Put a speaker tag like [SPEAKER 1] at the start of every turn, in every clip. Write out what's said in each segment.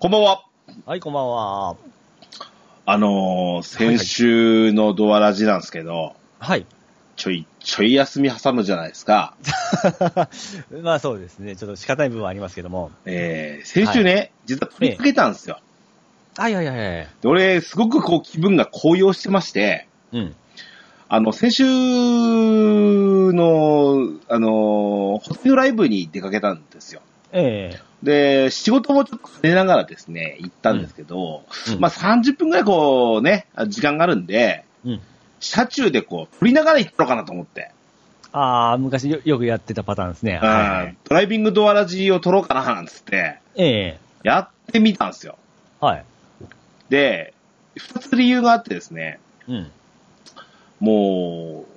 [SPEAKER 1] こんばんは。
[SPEAKER 2] はい、こんばんは。
[SPEAKER 1] あのー先週のドアラジなんですけど、
[SPEAKER 2] はい。
[SPEAKER 1] ちょい、ちょい休み挟むじゃないですか。
[SPEAKER 2] まあそうですね。ちょっと仕方ない部分はありますけども。
[SPEAKER 1] えー、先週ね、実は取り付けたんですよ。
[SPEAKER 2] はいはいはいはい。
[SPEAKER 1] で俺、すごくこう気分が高揚してまして、
[SPEAKER 2] うん。
[SPEAKER 1] あの、先週の、あのー、ホテルライブに出かけたんですよ。
[SPEAKER 2] え
[SPEAKER 1] で、仕事もちょっと触れながらですね、行ったんですけど、
[SPEAKER 2] え
[SPEAKER 1] まあ、30分ぐらいこうね、時間があるんで、
[SPEAKER 2] うん。
[SPEAKER 1] 車中でこう、撮りながら行ったのかなと思って。
[SPEAKER 2] ああ、昔よよくやってたパターンですね。はいはい。
[SPEAKER 1] ドライビングドアラジを撮ろうかななんつって、
[SPEAKER 2] ええ
[SPEAKER 1] やってみたんですよ。
[SPEAKER 2] はい。
[SPEAKER 1] で、二つ理由があってですね、
[SPEAKER 2] うん。
[SPEAKER 1] もう、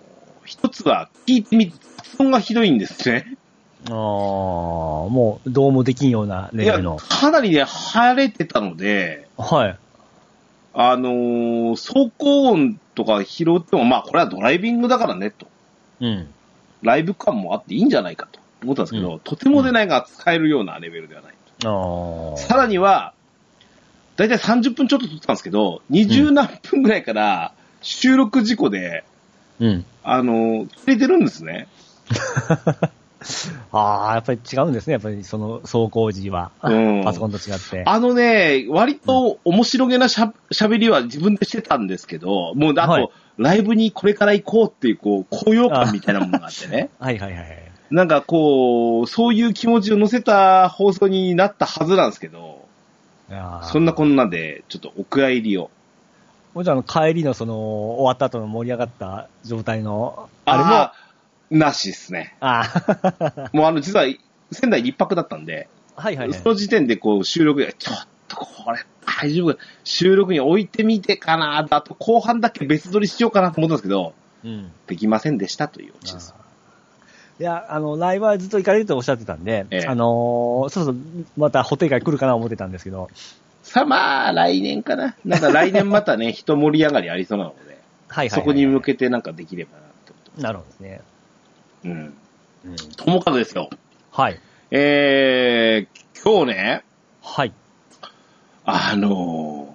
[SPEAKER 1] 一つは聞いてみて、発音がひどいんですね。
[SPEAKER 2] ああ、もうどうもできんようないレベ
[SPEAKER 1] や
[SPEAKER 2] ルの、。
[SPEAKER 1] かなりね、晴れてたので、
[SPEAKER 2] はい。
[SPEAKER 1] あのー走行音とか拾っても、まあこれはドライビングだからね、と。
[SPEAKER 2] うん。
[SPEAKER 1] ライブ感もあっていいんじゃないかと思ったんですけど、
[SPEAKER 2] う
[SPEAKER 1] とてもでないが使えるようなレベルではない。
[SPEAKER 2] ああ。
[SPEAKER 1] さらには、だいたい30分ちょっと撮ったんですけど、20何分ぐらいから収録事故で、
[SPEAKER 2] うん。
[SPEAKER 1] あの、切れてるんですね。
[SPEAKER 2] ああ、やっぱり違うんですね。やっぱりその走行時は。
[SPEAKER 1] うん
[SPEAKER 2] パソコンと違って。
[SPEAKER 1] あのね、割と面白げなしゃ喋りは自分でしてたんですけど、もうあと、
[SPEAKER 2] はい
[SPEAKER 1] ライブにこれから行こうっていう、こう、高揚感みたいなものがあってね。
[SPEAKER 2] はいはいはい。
[SPEAKER 1] なんかこう、そういう気持ちを乗せた放送になったはずなんですけど、
[SPEAKER 2] あー
[SPEAKER 1] そんなこんなで、ちょっとお蔵入りを。
[SPEAKER 2] もちろん帰りのその、終わった後の盛り上がった状態の、あれも、
[SPEAKER 1] あれも、なしですね。
[SPEAKER 2] あー
[SPEAKER 1] もうあの、実は、仙台に一泊だったんで、
[SPEAKER 2] はいはいはい
[SPEAKER 1] そ。の時点でこう収録で、ちょっとこれ大丈夫か収録に置いてみてかなあと後半だけ別撮りしようかなと思ったんですけど、
[SPEAKER 2] うん。
[SPEAKER 1] できませんでしたというオチです。
[SPEAKER 2] いや、あの、ライブはずっと行かれるとおっしゃってたんで、
[SPEAKER 1] ええ
[SPEAKER 2] あのー、そうそう、またホテル会来るかな思ってたんですけど、
[SPEAKER 1] さあまあ、来年かな。なんか来年またね、人盛り上がりありそうなので、
[SPEAKER 2] はいはいはい、
[SPEAKER 1] そこに向けてなんかできればなと思って
[SPEAKER 2] なるほどですね。
[SPEAKER 1] ます。
[SPEAKER 2] うん。
[SPEAKER 1] うん。ともかくですよ。
[SPEAKER 2] はい。
[SPEAKER 1] えー、今日ね、
[SPEAKER 2] はい。
[SPEAKER 1] あの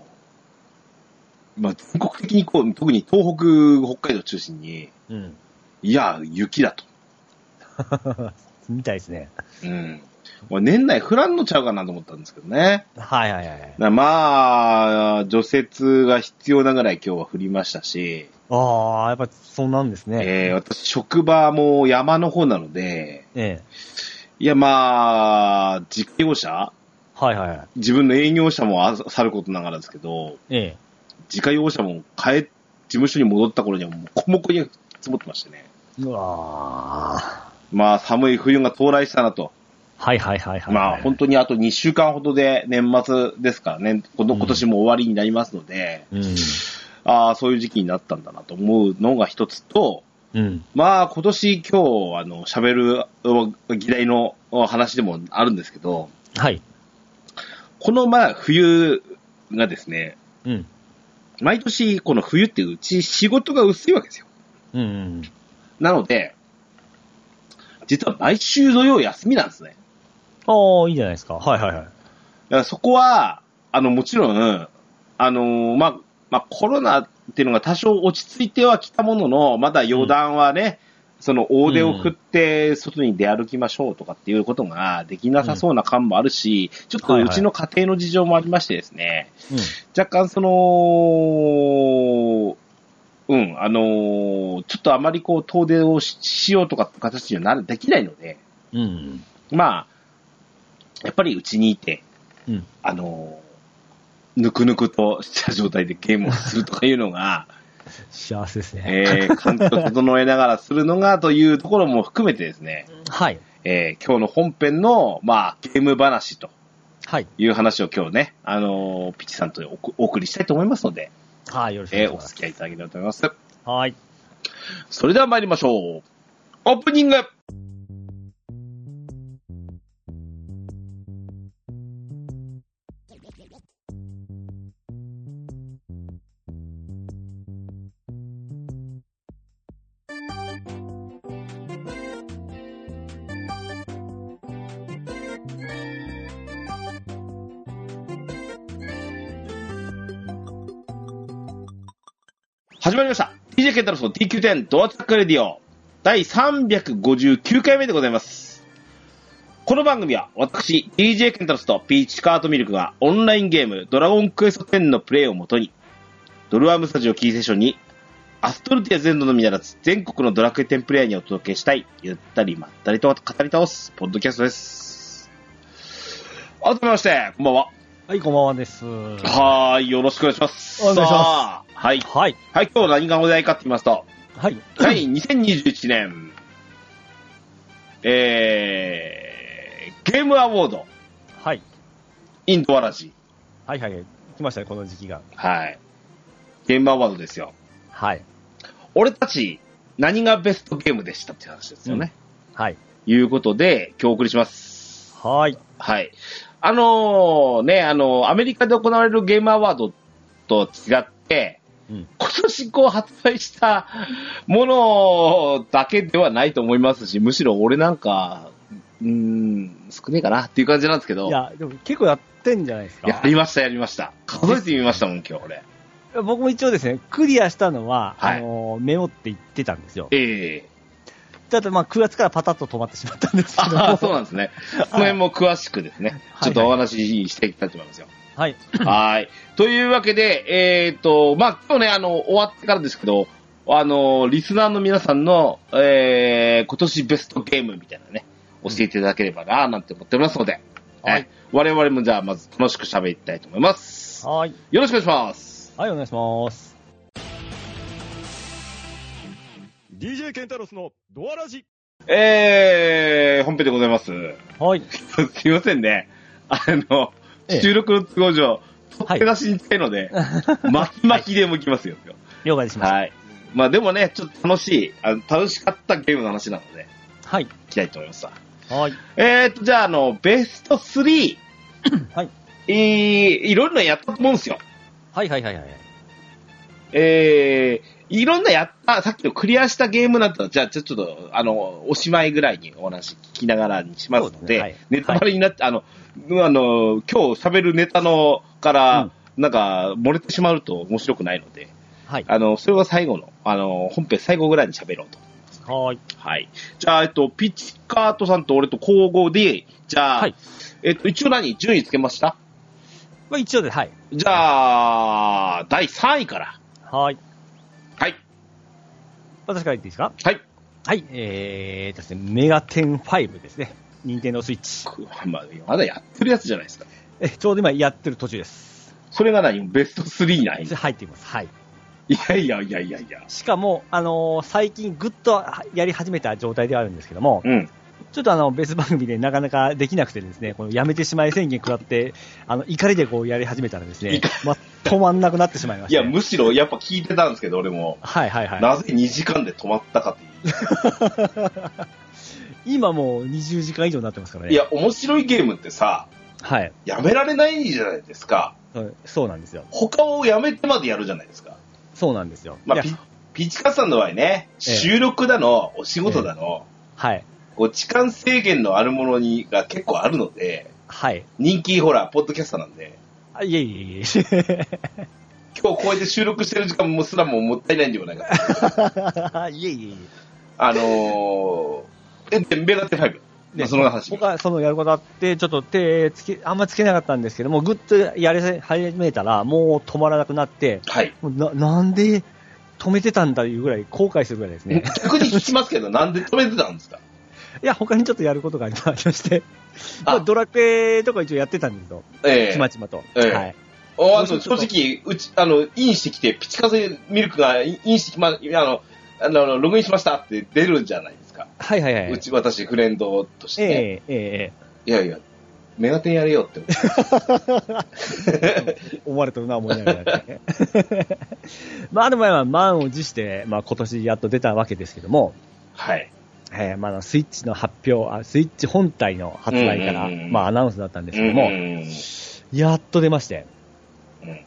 [SPEAKER 1] ーまあ、全国的にこう、特に東北、北海道中心に、
[SPEAKER 2] うん。
[SPEAKER 1] いや、雪だと。
[SPEAKER 2] みたいですね。
[SPEAKER 1] うん。俺年内降らんのちゃうかなと思ったんですけどね。
[SPEAKER 2] はいはいはい。
[SPEAKER 1] なまあ、除雪が必要なぐらい今日は降りましたし、
[SPEAKER 2] ああ、やっぱそんなんですね。
[SPEAKER 1] えー私、職場も山の方なので、
[SPEAKER 2] ええ
[SPEAKER 1] いやまあ、実業者
[SPEAKER 2] はいはいはい。
[SPEAKER 1] 自分の営業者もあさることながらですけど、
[SPEAKER 2] ええ
[SPEAKER 1] 自家用車も帰っ、事務所に戻った頃にはもうこもこに積もってましてね。
[SPEAKER 2] うわー
[SPEAKER 1] まあ、寒い冬が到来したなと。
[SPEAKER 2] はいはいはいはい。
[SPEAKER 1] まあ、本当にあと2週間ほどで年末ですからね、この今年も終わりになりますので、
[SPEAKER 2] うん。
[SPEAKER 1] ああ、そういう時期になったんだなと思うのが一つと、
[SPEAKER 2] うん。
[SPEAKER 1] まあ今年今日、あの、喋るお議題のお話でもあるんですけど、
[SPEAKER 2] はい。
[SPEAKER 1] このまあ冬がですね、
[SPEAKER 2] うん。
[SPEAKER 1] 毎年この冬ってうち仕事が薄いわけですよ。
[SPEAKER 2] うんうん。
[SPEAKER 1] なので、実は毎週土曜休みなんですね。
[SPEAKER 2] ああ、いいじゃないですか。はいはい
[SPEAKER 1] だ
[SPEAKER 2] はい。
[SPEAKER 1] からそこは、あの、もちろん、あのーまあ、まあ、コロナっていうのが多少落ち着いてはきたものの、まだ予断はね、その大手を振って外に出歩きましょうとかっていうことができなさそうな感もあるし、ちょっとうちの家庭の事情もありましてですね、
[SPEAKER 2] うん。
[SPEAKER 1] 若干その、うん、あのーちょっとあまりこう遠出をししようとかって形にはなるできないので、
[SPEAKER 2] うん。
[SPEAKER 1] まあ、やっぱりうちにいて、
[SPEAKER 2] うん。
[SPEAKER 1] あの、ぬくぬくとした状態でゲームをするとかいうのが、
[SPEAKER 2] 幸せですね。
[SPEAKER 1] えー、環境を整えながらするのがというところも含めてですね、
[SPEAKER 2] はい。
[SPEAKER 1] えー今日の本編の、まあ、ゲーム話と
[SPEAKER 2] はい。
[SPEAKER 1] いう話を今日ね、あのーピチさんとおくお送りしたいと思いますので、
[SPEAKER 2] はい、よろしくお願
[SPEAKER 1] え
[SPEAKER 2] い
[SPEAKER 1] ー
[SPEAKER 2] し
[SPEAKER 1] お
[SPEAKER 2] ます。
[SPEAKER 1] 付き合いいただければと思います。
[SPEAKER 2] はい。
[SPEAKER 1] それでは参りましょう。オープニング始まりました DJ 健太郎の TQ10 ドアツックレディオ第359回目でございますこの番組は私 DJ ケンタロスとピーチカートミルクがオンラインゲームドラゴンクエスト10のプレイをもとにドルアームスタジオキーセッションにアストルティア全土のみならず全国のドラクエ10プレイヤーにお届けしたいゆったりまったりと語り倒すポッドキャストです改めましてこんばんは
[SPEAKER 2] はい、こんばんはです。
[SPEAKER 1] はーい、よろしくお願いします。
[SPEAKER 2] お願いします
[SPEAKER 1] さあはい。
[SPEAKER 2] はい。
[SPEAKER 1] はい、今日何がお題かって言いますと、
[SPEAKER 2] はい。
[SPEAKER 1] はい、2021年、えー、ゲームアワード、
[SPEAKER 2] はい。
[SPEAKER 1] インドアラジ。
[SPEAKER 2] はいはい。来ましたね、この時期が。
[SPEAKER 1] はい。ゲームアワードですよ。
[SPEAKER 2] はい。
[SPEAKER 1] 俺たち、何がベストゲームでしたっていう話ですよね。
[SPEAKER 2] はい。
[SPEAKER 1] いうことで、今日お送りします。
[SPEAKER 2] はい。
[SPEAKER 1] はい。あのー、ね、あのーアメリカで行われるゲームアワードと違って、
[SPEAKER 2] うん。
[SPEAKER 1] 今年こう発売したものだけではないと思いますし、むしろ俺なんか、うーん、少ねえかなっていう感じなんですけど、
[SPEAKER 2] いや、でも結構やってんじゃないですか。
[SPEAKER 1] やりました、やりました。数えてみましたもん、今日俺。
[SPEAKER 2] 僕も一応ですね、クリアしたのは、
[SPEAKER 1] はい
[SPEAKER 2] あの、メモって言ってたんですよ。
[SPEAKER 1] え え
[SPEAKER 2] ただまあ9月からパタッと止まってしまったんですけど。
[SPEAKER 1] ああ、そうなんですね。その辺も詳しくですね、
[SPEAKER 2] はい
[SPEAKER 1] ちょっとお話ししていきたいと思いますよ。
[SPEAKER 2] はい。
[SPEAKER 1] はい。というわけで、えっ、と、まあ、今日ね、あの、終わってからですけど、あの、リスナーの皆さんの、えー、今年ベストゲームみたいなね、教えていただければな、なんて思っておりますので、
[SPEAKER 2] はい
[SPEAKER 1] はい。我々もじゃあ、まず楽しく喋りたいと思います。
[SPEAKER 2] はい。
[SPEAKER 1] よろしくお願いします。
[SPEAKER 2] はい、お願いします。
[SPEAKER 3] DJ ケンタロスのドアラジ
[SPEAKER 1] えー、本編でございます。
[SPEAKER 2] はい。
[SPEAKER 1] すいませんね。あの、
[SPEAKER 2] ええ
[SPEAKER 1] 収録の都合上、取っ手出しに近いの で、巻き巻きでもいきますよ。
[SPEAKER 2] 了解しまし
[SPEAKER 1] はい。まあでもね、ちょっと楽しい、あの楽しかったゲームの話なので、
[SPEAKER 2] た。はい。
[SPEAKER 1] いきたいと思いますわ。
[SPEAKER 2] はい。
[SPEAKER 1] えーと、じゃあ、あの、ベスト3、
[SPEAKER 2] はい。
[SPEAKER 1] えー、いろんなやったと思うんですよ。
[SPEAKER 2] はいはいはいはい。
[SPEAKER 1] えー、いろんなやった、さっきのクリアしたゲームなんて、じゃあ、ちょっと、あの、おしまいぐらいにお話聞きながらにします
[SPEAKER 2] そ
[SPEAKER 1] の
[SPEAKER 2] うです
[SPEAKER 1] で、
[SPEAKER 2] ねはい
[SPEAKER 1] ネタバレになって、あの、あの、今日喋るネタのから、なんか、漏れてしまうと面白くないので、
[SPEAKER 2] はい。
[SPEAKER 1] あの、それは最後の、あの、本編最後ぐらいに喋ろうと。
[SPEAKER 2] はい。
[SPEAKER 1] はい。じゃあ、えっと、ピッチカートさんと俺と交互で、じゃあ、
[SPEAKER 2] はい
[SPEAKER 1] えっと、一応何順位つけました
[SPEAKER 2] まあ一応で、はい。
[SPEAKER 1] じゃあ、第3位から。
[SPEAKER 2] はい。
[SPEAKER 1] はい。
[SPEAKER 2] 私から言っていいですか
[SPEAKER 1] はい。
[SPEAKER 2] はい。えーとですね、メガテン5ですね。任天堂スイッチ。
[SPEAKER 1] くまあまだやってるやつじゃないですか。
[SPEAKER 2] え、ちょうど今やってる途中です。
[SPEAKER 1] それが何ベスト3ない
[SPEAKER 2] 入っています。はい。
[SPEAKER 1] いやいやいやいやいや。
[SPEAKER 2] しかも、あのー最近ぐっとやり始めた状態ではあるんですけども、
[SPEAKER 1] うん。
[SPEAKER 2] ちょっとあの、別番組でなかなかできなくてですね、このやめてしまい宣言食らって、あの、怒りでこうやり始めたらですね、ま、止まんなくなってしまいまし
[SPEAKER 1] い
[SPEAKER 2] た。
[SPEAKER 1] や、むしろやっぱ聞いてたんですけど、俺も。
[SPEAKER 2] はいはいは
[SPEAKER 1] なぜ2時間で止まったかっていう
[SPEAKER 2] い。今もう20時間以上になってますからね。
[SPEAKER 1] いや、面白いゲームってさ、
[SPEAKER 2] はい。
[SPEAKER 1] やめられないじゃないですか。
[SPEAKER 2] そうそうなんですよ。
[SPEAKER 1] 他をやめてまでやるじゃないですか。
[SPEAKER 2] そうなんですよ。
[SPEAKER 1] まあ、
[SPEAKER 2] い
[SPEAKER 1] ピ
[SPEAKER 2] や
[SPEAKER 1] ピッチカートさんの場合ね、
[SPEAKER 2] ええ
[SPEAKER 1] 収録だの、お仕事だの、
[SPEAKER 2] はい。
[SPEAKER 1] こう時間制限のあるものにが結構あるので、
[SPEAKER 2] はい。
[SPEAKER 1] 人気ほら、ポッドキャスターなんで、
[SPEAKER 2] あい えいえいえ。
[SPEAKER 1] 今日こうやって収録してる時間もすらももったいないんではないかと。
[SPEAKER 2] いえいえいえ。
[SPEAKER 1] あのー、え、で、メガテファイブ。まあその話。
[SPEAKER 2] 僕はそのやることあって、ちょっと手つけ、あんまつけなかったんですけども、ぐっとやり始めたら、もう止まらなくなって、
[SPEAKER 1] はい。
[SPEAKER 2] もうななんで止めてたんだいうぐらい後悔するぐらいですね。
[SPEAKER 1] 逆に聞きますけど、なんで止めてたんですか
[SPEAKER 2] いや、他にちょっとやることがありまして、
[SPEAKER 1] あ
[SPEAKER 2] まあ、ドラクエとか一応やってたんですよ、
[SPEAKER 1] ええ
[SPEAKER 2] ちまちまと。
[SPEAKER 1] ええ
[SPEAKER 2] はい。
[SPEAKER 1] おあの正直、うち、あの、インしてきて、ピチカセミルクがインインしてきま、あの、あの、ログインしましたって出るんじゃないですか。。
[SPEAKER 2] はいはいはいう
[SPEAKER 1] ち、私、フレンドとして
[SPEAKER 2] え
[SPEAKER 1] ね、
[SPEAKER 2] ええ
[SPEAKER 1] い
[SPEAKER 2] え
[SPEAKER 1] やいや、メガテンやれよって思って。
[SPEAKER 2] ええ思われてる な、思いながら、ね。まあ、でもまあ、満を持して、まあ、今年やっと出たわけですけども、
[SPEAKER 1] はい。
[SPEAKER 2] えーまああの、スイッチの発表あ、スイッチ本体の発売から、
[SPEAKER 1] うんうんうん
[SPEAKER 2] まあ、アナウンスだったんですけども、やっと出まして、
[SPEAKER 1] うん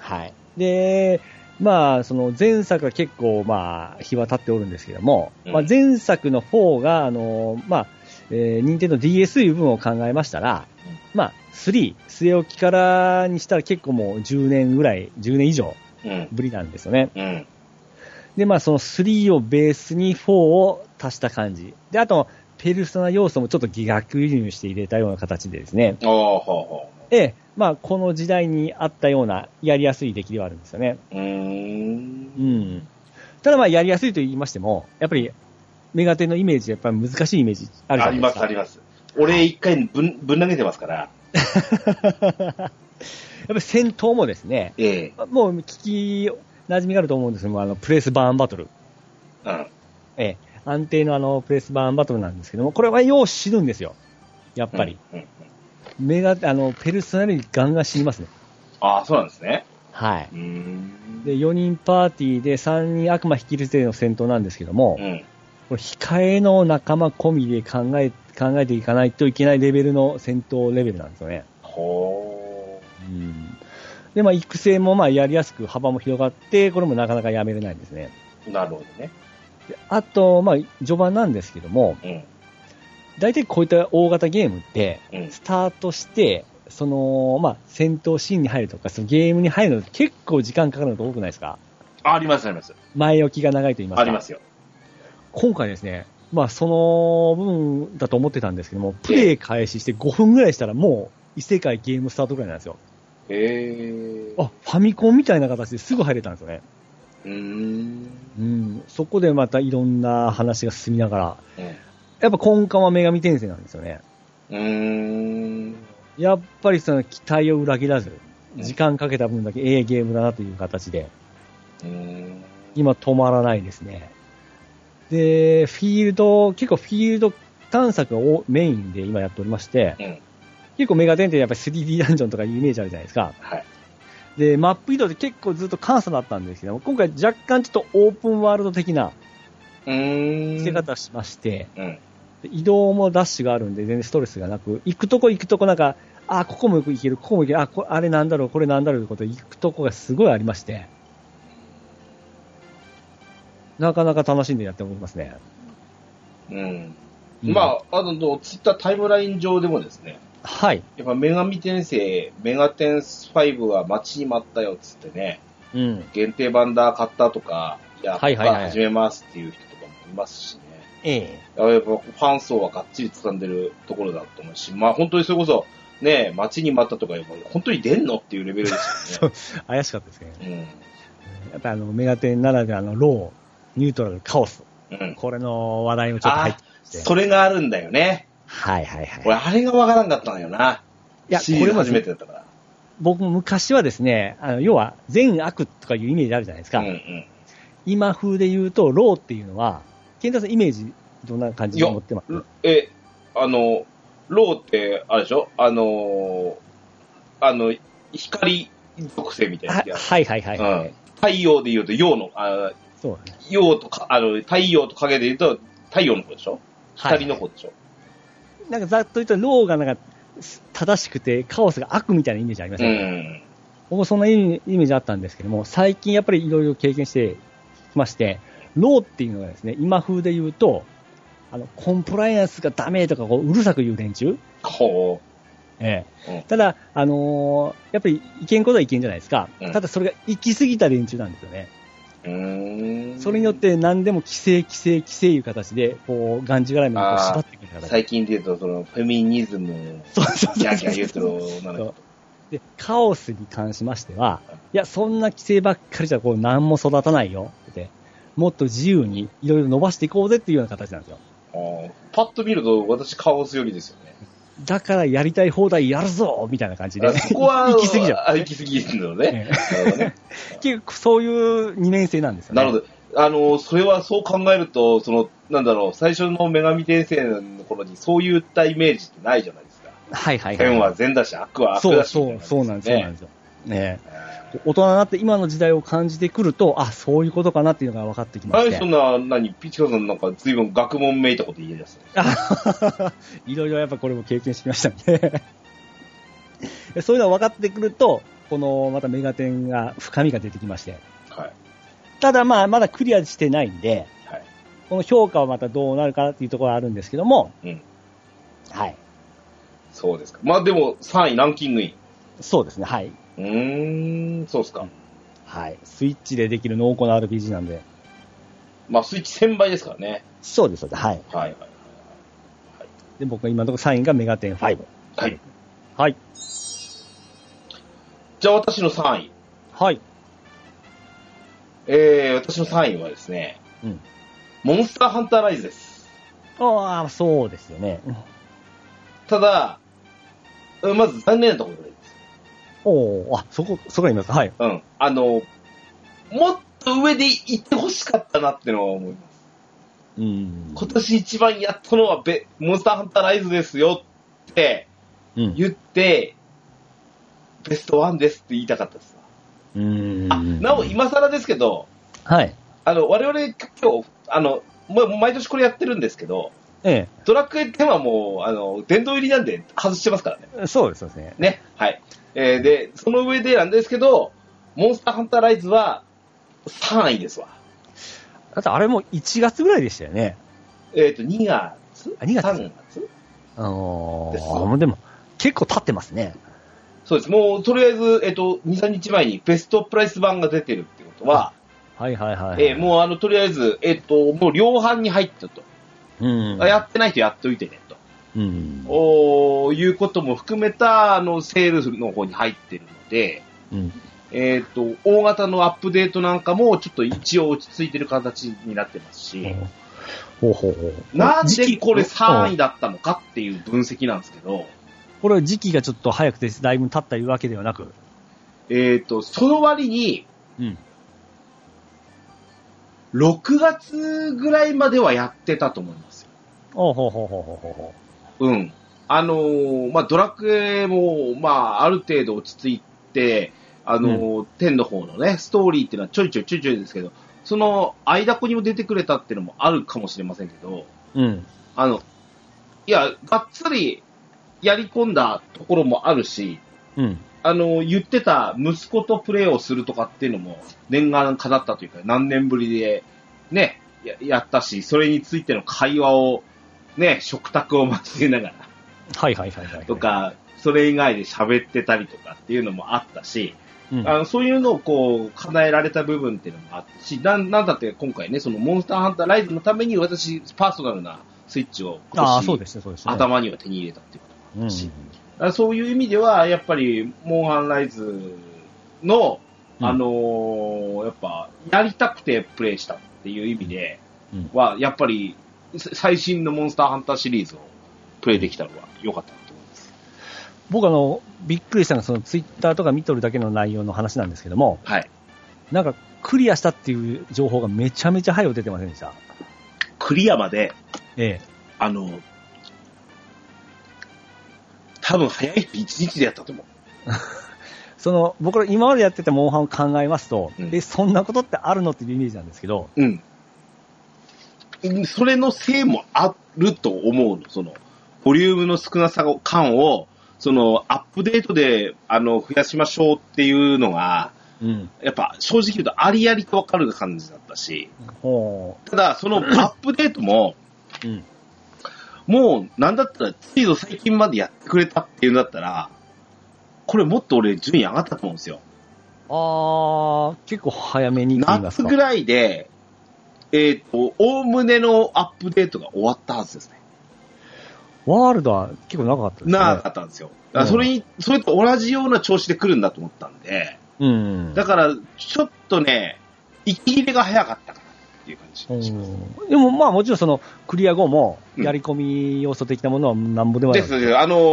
[SPEAKER 2] はい。で、まあ、その前作は結構、まあ、日は経っておるんですけども、
[SPEAKER 1] うん
[SPEAKER 2] まあ、前作の4が、あの、まあ、えー、任天堂 DS いう分を考えましたら、まあ、3、据え置きからにしたら結構もう10年ぐらい、10年以上
[SPEAKER 1] うん。
[SPEAKER 2] ぶりなんですよね。
[SPEAKER 1] うん。
[SPEAKER 2] で、まあ、その3をベースに4を足した感じ。で、あと、ペルソナ要素もちょっと疑惑輸入して入れたような形でですね。
[SPEAKER 1] ああ、はあ、はあ。
[SPEAKER 2] ええ、まあ、この時代にあったような、やりやすい出来ではあるんですよね。
[SPEAKER 1] うーん。
[SPEAKER 2] うん。ただまあ、やりやすいと言いましても、やっぱり、メガテンのイメージ、やっぱり難しいイメージある
[SPEAKER 1] あ
[SPEAKER 2] じゃな
[SPEAKER 1] り
[SPEAKER 2] いで
[SPEAKER 1] ますす、
[SPEAKER 2] か。
[SPEAKER 1] あります。俺一回ぶん、ぶん投げてますから。
[SPEAKER 2] やっぱり戦闘もですね、
[SPEAKER 1] ええ
[SPEAKER 2] もう聞き馴染みがあると思うんですけども、あの、プレスバーンバトル。
[SPEAKER 1] うん。
[SPEAKER 2] ええ、安定のあの、プレスバーンバトルなんですけども、これはよう死ぬんですよ。やっぱり。
[SPEAKER 1] うん。うん
[SPEAKER 2] メガ、あの、ペルソナよりガンガン死にますね。
[SPEAKER 1] ああ、そうなんですね。
[SPEAKER 2] はい。
[SPEAKER 1] うーん。
[SPEAKER 2] で、4人パーティーで3人悪魔引き連れての戦闘なんですけども、
[SPEAKER 1] うん。
[SPEAKER 2] これ控えの仲間込みで考え、考えていかないといけないレベルの戦闘レベルなんですよね。
[SPEAKER 1] ほ
[SPEAKER 2] うん。で、まあ、育成もまあ、やりやすく幅も広がって、これもなかなかやめれないんですね。
[SPEAKER 1] う。なるほどね。
[SPEAKER 2] であと、まあ、序盤なんですけども、
[SPEAKER 1] うん。
[SPEAKER 2] 大体こういった大型ゲームって、
[SPEAKER 1] うん。
[SPEAKER 2] スタートして、その、まあ、戦闘シーンに入るとか、そのゲームに入るの結構時間かかるのと多くないですか
[SPEAKER 1] ああります、あります。
[SPEAKER 2] 前置きが長いと言いますか。
[SPEAKER 1] ありますよ。
[SPEAKER 2] 今回ですね、まあ、その部分だと思ってたんですけども、プレイ開始して5分ぐらいしたらもう異世界ゲームスタートぐらいなんですよ。
[SPEAKER 1] へえ。
[SPEAKER 2] あ、ファミコンみたいな形ですぐ入れたんですよね。
[SPEAKER 1] うーん。
[SPEAKER 2] うん。そこでまたいろんな話が進みながら、
[SPEAKER 1] うん
[SPEAKER 2] やっぱ根幹は女神転生なんですよね。
[SPEAKER 1] うーん。
[SPEAKER 2] やっぱりその期待を裏切らず、
[SPEAKER 1] うん
[SPEAKER 2] 時間かけた分だけええゲームだなという形で、
[SPEAKER 1] うーん。
[SPEAKER 2] 今止まらないですね。で、フィールド、結構フィールド探索をメインで今やっておりまして、
[SPEAKER 1] うん。
[SPEAKER 2] 結構メガテンってやっぱり 3D ダンジョンとかいうイメージあるじゃないですか。
[SPEAKER 1] はい。
[SPEAKER 2] で、マップ移動で結構ずっと簡素だったんですけども、今回若干ちょっとオープンワールド的な
[SPEAKER 1] うーん。
[SPEAKER 2] 見せ方しまして、
[SPEAKER 1] うん。
[SPEAKER 2] で移動もダッシュがあるんで全然ストレスがなく、行くとこ行くとこなんか、あ、ここも行ける、ここも行ける、あ、こあれなんだろう、これなんだろうってことで行くとこがすごいありまして、なかなか楽しんでやっておりますね。
[SPEAKER 1] うん。まあ、あの、ツイッタータイムライン上でもですね、
[SPEAKER 2] あ。はい。
[SPEAKER 1] やっぱ女神転生、メガテンス5は待ちに待ったよっつってね、
[SPEAKER 2] うん。
[SPEAKER 1] 限定版だ買ったとか、いや、
[SPEAKER 2] はい
[SPEAKER 1] こ
[SPEAKER 2] はいはい
[SPEAKER 1] こから始めますっていう人とかもいますしね。
[SPEAKER 2] ええ。
[SPEAKER 1] やっぱファン層はがっちり掴んでるところだと思うし、まあ本当にそれこそ、ね、待ちに待ったとか、本当に出んのっていうレベルですよね。
[SPEAKER 2] 怪しかったですね。
[SPEAKER 1] うん。
[SPEAKER 2] やっぱあの、メガテンならではのロー、ニュートラル、カオス。
[SPEAKER 1] うん。
[SPEAKER 2] これの話題もちょっと入っ
[SPEAKER 1] あ
[SPEAKER 2] てきて。
[SPEAKER 1] それがあるんだよね。
[SPEAKER 2] はいはいはい。
[SPEAKER 1] 俺、あれがわからんかったんだよな。
[SPEAKER 2] いや、
[SPEAKER 1] シリー
[SPEAKER 2] こ
[SPEAKER 1] ズ
[SPEAKER 2] れも
[SPEAKER 1] 初
[SPEAKER 2] で
[SPEAKER 1] め
[SPEAKER 2] す
[SPEAKER 1] て
[SPEAKER 2] ね
[SPEAKER 1] だったから。
[SPEAKER 2] 僕も昔はですね、あの、要は善悪とかいうイメージあるじゃないですか。
[SPEAKER 1] うんうん。
[SPEAKER 2] 今風で言うと、ローっていうのは、健太さんイメージどんな感じで持ってます
[SPEAKER 1] え、あの、ローって、あれでしょあのー、あの、光属性みたいな
[SPEAKER 2] は
[SPEAKER 1] やつ
[SPEAKER 2] いはいはいはいはい。
[SPEAKER 1] うん太陽で言うと、陽の、あ
[SPEAKER 2] そうだね。
[SPEAKER 1] 陽とか、あの、太陽と影で言うと、太陽の方でしょ
[SPEAKER 2] はい
[SPEAKER 1] 光の方でしょ、
[SPEAKER 2] なんかざっと言うと、ローがなんか正しくて、カオスが悪みたいなイメージありますよね。
[SPEAKER 1] うん。
[SPEAKER 2] 僕もそんなイメイメージあったんですけども、最近やっぱりいろいろ経験してきまして、ローっていうのがですね、今風で言うと、あの、コンプライアンスがダメとか、こう、うるさく言う連中
[SPEAKER 1] ほ
[SPEAKER 2] ええ
[SPEAKER 1] うん
[SPEAKER 2] ただ、あのーやっぱりいけんことはいけんじゃないですか、
[SPEAKER 1] うん
[SPEAKER 2] ただそれが行き過ぎた連中なんですよね、
[SPEAKER 1] う。うーん。
[SPEAKER 2] それによっ、て何でも規制、規制、規制いう形で、こう、がんじがらめにこう
[SPEAKER 1] あー
[SPEAKER 2] 縛ってくる形
[SPEAKER 1] 最近で言うと、その、フェミニズム、
[SPEAKER 2] そうそう
[SPEAKER 1] ギ
[SPEAKER 2] そ
[SPEAKER 1] ャ
[SPEAKER 2] う
[SPEAKER 1] ーギャー言うてる
[SPEAKER 2] そう
[SPEAKER 1] 女の
[SPEAKER 2] そ
[SPEAKER 1] 子
[SPEAKER 2] う。で、カオスに関しましては、いや、そんな規制ばっかりじゃ、こう、何も育たないよって、もっと自由にいろいろ伸ばしていこうぜっていうような形なんですよ。
[SPEAKER 1] あーパッと見ると、私、カオス寄りですよね。
[SPEAKER 2] だからやりたい放題やるぞみたいな感じで
[SPEAKER 1] あ。そこは、
[SPEAKER 2] 行き過ぎじゃ
[SPEAKER 1] あ行き過ぎるのね。
[SPEAKER 2] え
[SPEAKER 1] なるほどね。
[SPEAKER 2] え結構そういう二面性なんですよね。
[SPEAKER 1] なるほど。あの、それはそう考えると、その、なんだろう、最初の女神転生の頃にそういったイメージってないじゃないですか。
[SPEAKER 2] はいはいはい。
[SPEAKER 1] 善は善だし、悪は悪
[SPEAKER 2] そう
[SPEAKER 1] だし。。
[SPEAKER 2] そう、そうなんです、そうなんですすよ。ねえ大人になって今の時代を感じてくると、あ、そういうことかなっていうのが分かってきま
[SPEAKER 1] あ
[SPEAKER 2] し
[SPEAKER 1] れ、そん
[SPEAKER 2] て。
[SPEAKER 1] な、何、ピチカさんなんか随分学問めいたこと言い出すね。
[SPEAKER 2] あ いろいろやっぱこれも経験してきましたんで。 そういうのが分かってくると、このまたメガテンが深みが出てきまして。
[SPEAKER 1] はい。
[SPEAKER 2] ただまあ、まだクリアしてないんで、
[SPEAKER 1] はい。
[SPEAKER 2] この評価はまたどうなるかっていうところはあるんですけども、
[SPEAKER 1] うん。
[SPEAKER 2] はい。
[SPEAKER 1] そうですか。まあでも、3位、ランキングイ
[SPEAKER 2] そうですね、はい。
[SPEAKER 1] ン。うーん、そうっすか。
[SPEAKER 2] はい。スイッチでできる濃厚な RPG なんで、
[SPEAKER 1] まあ、スイッチ1000倍ですからね。
[SPEAKER 2] そうです、そうです。はい。
[SPEAKER 1] はいはい。
[SPEAKER 2] で、僕が今のところサインがメガテン5。
[SPEAKER 1] はい。
[SPEAKER 2] はい。
[SPEAKER 1] じゃあ私の3位。
[SPEAKER 2] はい。
[SPEAKER 1] えー、私の3位はですね、
[SPEAKER 2] うん
[SPEAKER 1] モンスターハンターライズです。
[SPEAKER 2] ああ、そうですよね。
[SPEAKER 1] ただ、うんまず残念なところがあります。
[SPEAKER 2] おおあ、そこ、そこにいます。はい。
[SPEAKER 1] うん。あの、もっと上で行ってほしかったなってのは思います。
[SPEAKER 2] うん
[SPEAKER 1] 今年一番やったのはベ、モンスターハンターライズですよって
[SPEAKER 2] うん。
[SPEAKER 1] 言って、ベストワンですって言いたかったです。
[SPEAKER 2] うん
[SPEAKER 1] あ、なお、今更ですけど、
[SPEAKER 2] はい。
[SPEAKER 1] あの、我々今日、あの、もう毎年これやってるんですけど、
[SPEAKER 2] え
[SPEAKER 1] ドラクエ10はもう、あの、殿堂入りなんで外してますからね。
[SPEAKER 2] え、そうです、そうですね。
[SPEAKER 1] ね。はい。えーで、その上でなんですけど、モンスターハンターライズは3位ですわ。
[SPEAKER 2] だってあれも1月ぐらいでしたよね。
[SPEAKER 1] えっ、と、2月
[SPEAKER 2] あ2月
[SPEAKER 1] ?3 月
[SPEAKER 2] あの
[SPEAKER 1] です
[SPEAKER 2] ー、でも、結構経ってますね。
[SPEAKER 1] そうです。もう、とりあえず、えっ、と、2、3日前にベストプライス版が出てるってことは、
[SPEAKER 2] はいはいはい、
[SPEAKER 1] えーもう、あの、とりあえず、えっ、と、もう量販に入ったと。
[SPEAKER 2] う、うん。
[SPEAKER 1] あやってない人やっといてね、と。
[SPEAKER 2] うん。
[SPEAKER 1] おーいうことも含めた、あの、セールの方に入ってるので、
[SPEAKER 2] うん。
[SPEAKER 1] えっ、と、大型のアップデートなんかも、ちょっと一応落ち着いてる形になってますし、
[SPEAKER 2] ほうほうほう。
[SPEAKER 1] なんでこれ3位
[SPEAKER 2] だ
[SPEAKER 1] だったのかっていう分析なんですけど、
[SPEAKER 2] これ時期がちょっと早くて、だいぶ経ったいうわけではなく。
[SPEAKER 1] えっ、と、その割に、
[SPEAKER 2] うん。
[SPEAKER 1] 6月ぐらいまではやってたと思いますよ。
[SPEAKER 2] おうほうほうほうほうほうほ
[SPEAKER 1] うん。あのーまあ、ドラクエも、まあ、ある程度落ち着いて、あのー天の方のね、ストーリーっていうのはちょいちょいちょいちょいですけど、その間っこにも出てくれたっていうのもあるかもしれませんけど、
[SPEAKER 2] う。うん。
[SPEAKER 1] あの、いや、がっつりやり込んだところもあるし、
[SPEAKER 2] うん。
[SPEAKER 1] あの、言ってた息子とプレーをするとかっていうのも念願叶ったというか、何年ぶりでね、ややったし、それについての会話をね、食卓を交えながら
[SPEAKER 2] はいはいはいはい。
[SPEAKER 1] と、か、 それ以外で喋ってたりとかっていうのもあったし、
[SPEAKER 2] うん、
[SPEAKER 1] あのそういうのをこう、叶えられた部分っていうのもあったし、なんなんだって今回ね、そのモンスターハンターライズのために私、パーソナルなスイッチを今年
[SPEAKER 2] ああ、そうですね、そうですね。
[SPEAKER 1] 頭には手に入れたっていうこと。
[SPEAKER 2] うん。
[SPEAKER 1] だからそういう意味では、やっぱり、モンハンライズの、
[SPEAKER 2] うん
[SPEAKER 1] あのーやっぱ、やりたくてプレイしたっていう意味で
[SPEAKER 2] うん
[SPEAKER 1] は、やっぱり、さ最新のモンスターハンターシリーズをプレイできたのは良かったなと思います。
[SPEAKER 2] 僕あの、びっくりしたのが、そのツイッターとか見とるだけの内容の話なんですけども、
[SPEAKER 1] はい。
[SPEAKER 2] なんか、クリアしたっていう情報がめちゃめちゃ早く出てませんでした。
[SPEAKER 1] クリアまで、
[SPEAKER 2] ええ。
[SPEAKER 1] あのー多分早い人1日でやったと思う。
[SPEAKER 2] その、僕ら今までやってたモンハンを考えますと、
[SPEAKER 1] うん
[SPEAKER 2] え、そんなことってあるのっていうイメージなんですけど、
[SPEAKER 1] うん。それのせいもあると思うの。その、ボリュームの少なさを感を、その、アップデートで、あの、増やしましょうっていうのが、
[SPEAKER 2] うん。
[SPEAKER 1] やっぱ、正直言うと、ありありとわかる感じだったし、
[SPEAKER 2] ほ
[SPEAKER 1] ただ、そのアップデートも、
[SPEAKER 2] う。うん。
[SPEAKER 1] もう、なんだったら、ついぞ最近までやってくれたっていうんだったら、これもっと俺、順位上がったと思うんですよ。
[SPEAKER 2] あー、結構早めにと言いま
[SPEAKER 1] 夏
[SPEAKER 2] すか。
[SPEAKER 1] ぐらいで、えっ、と、おおむねのアップデートが終わったはずですね。
[SPEAKER 2] ワールドは結構長かったですね。
[SPEAKER 1] なかったんですよ。だからそれに、それと同じような調子で来るんだと思ったんで、
[SPEAKER 2] うん。
[SPEAKER 1] だから、ちょっとね、息切れが早かったかなっていう感じがします。
[SPEAKER 2] でもまあもちろんそのクリア後も
[SPEAKER 1] うん
[SPEAKER 2] やり込み要素的なものはなんぼでもあ
[SPEAKER 1] で
[SPEAKER 2] る。
[SPEAKER 1] すですあの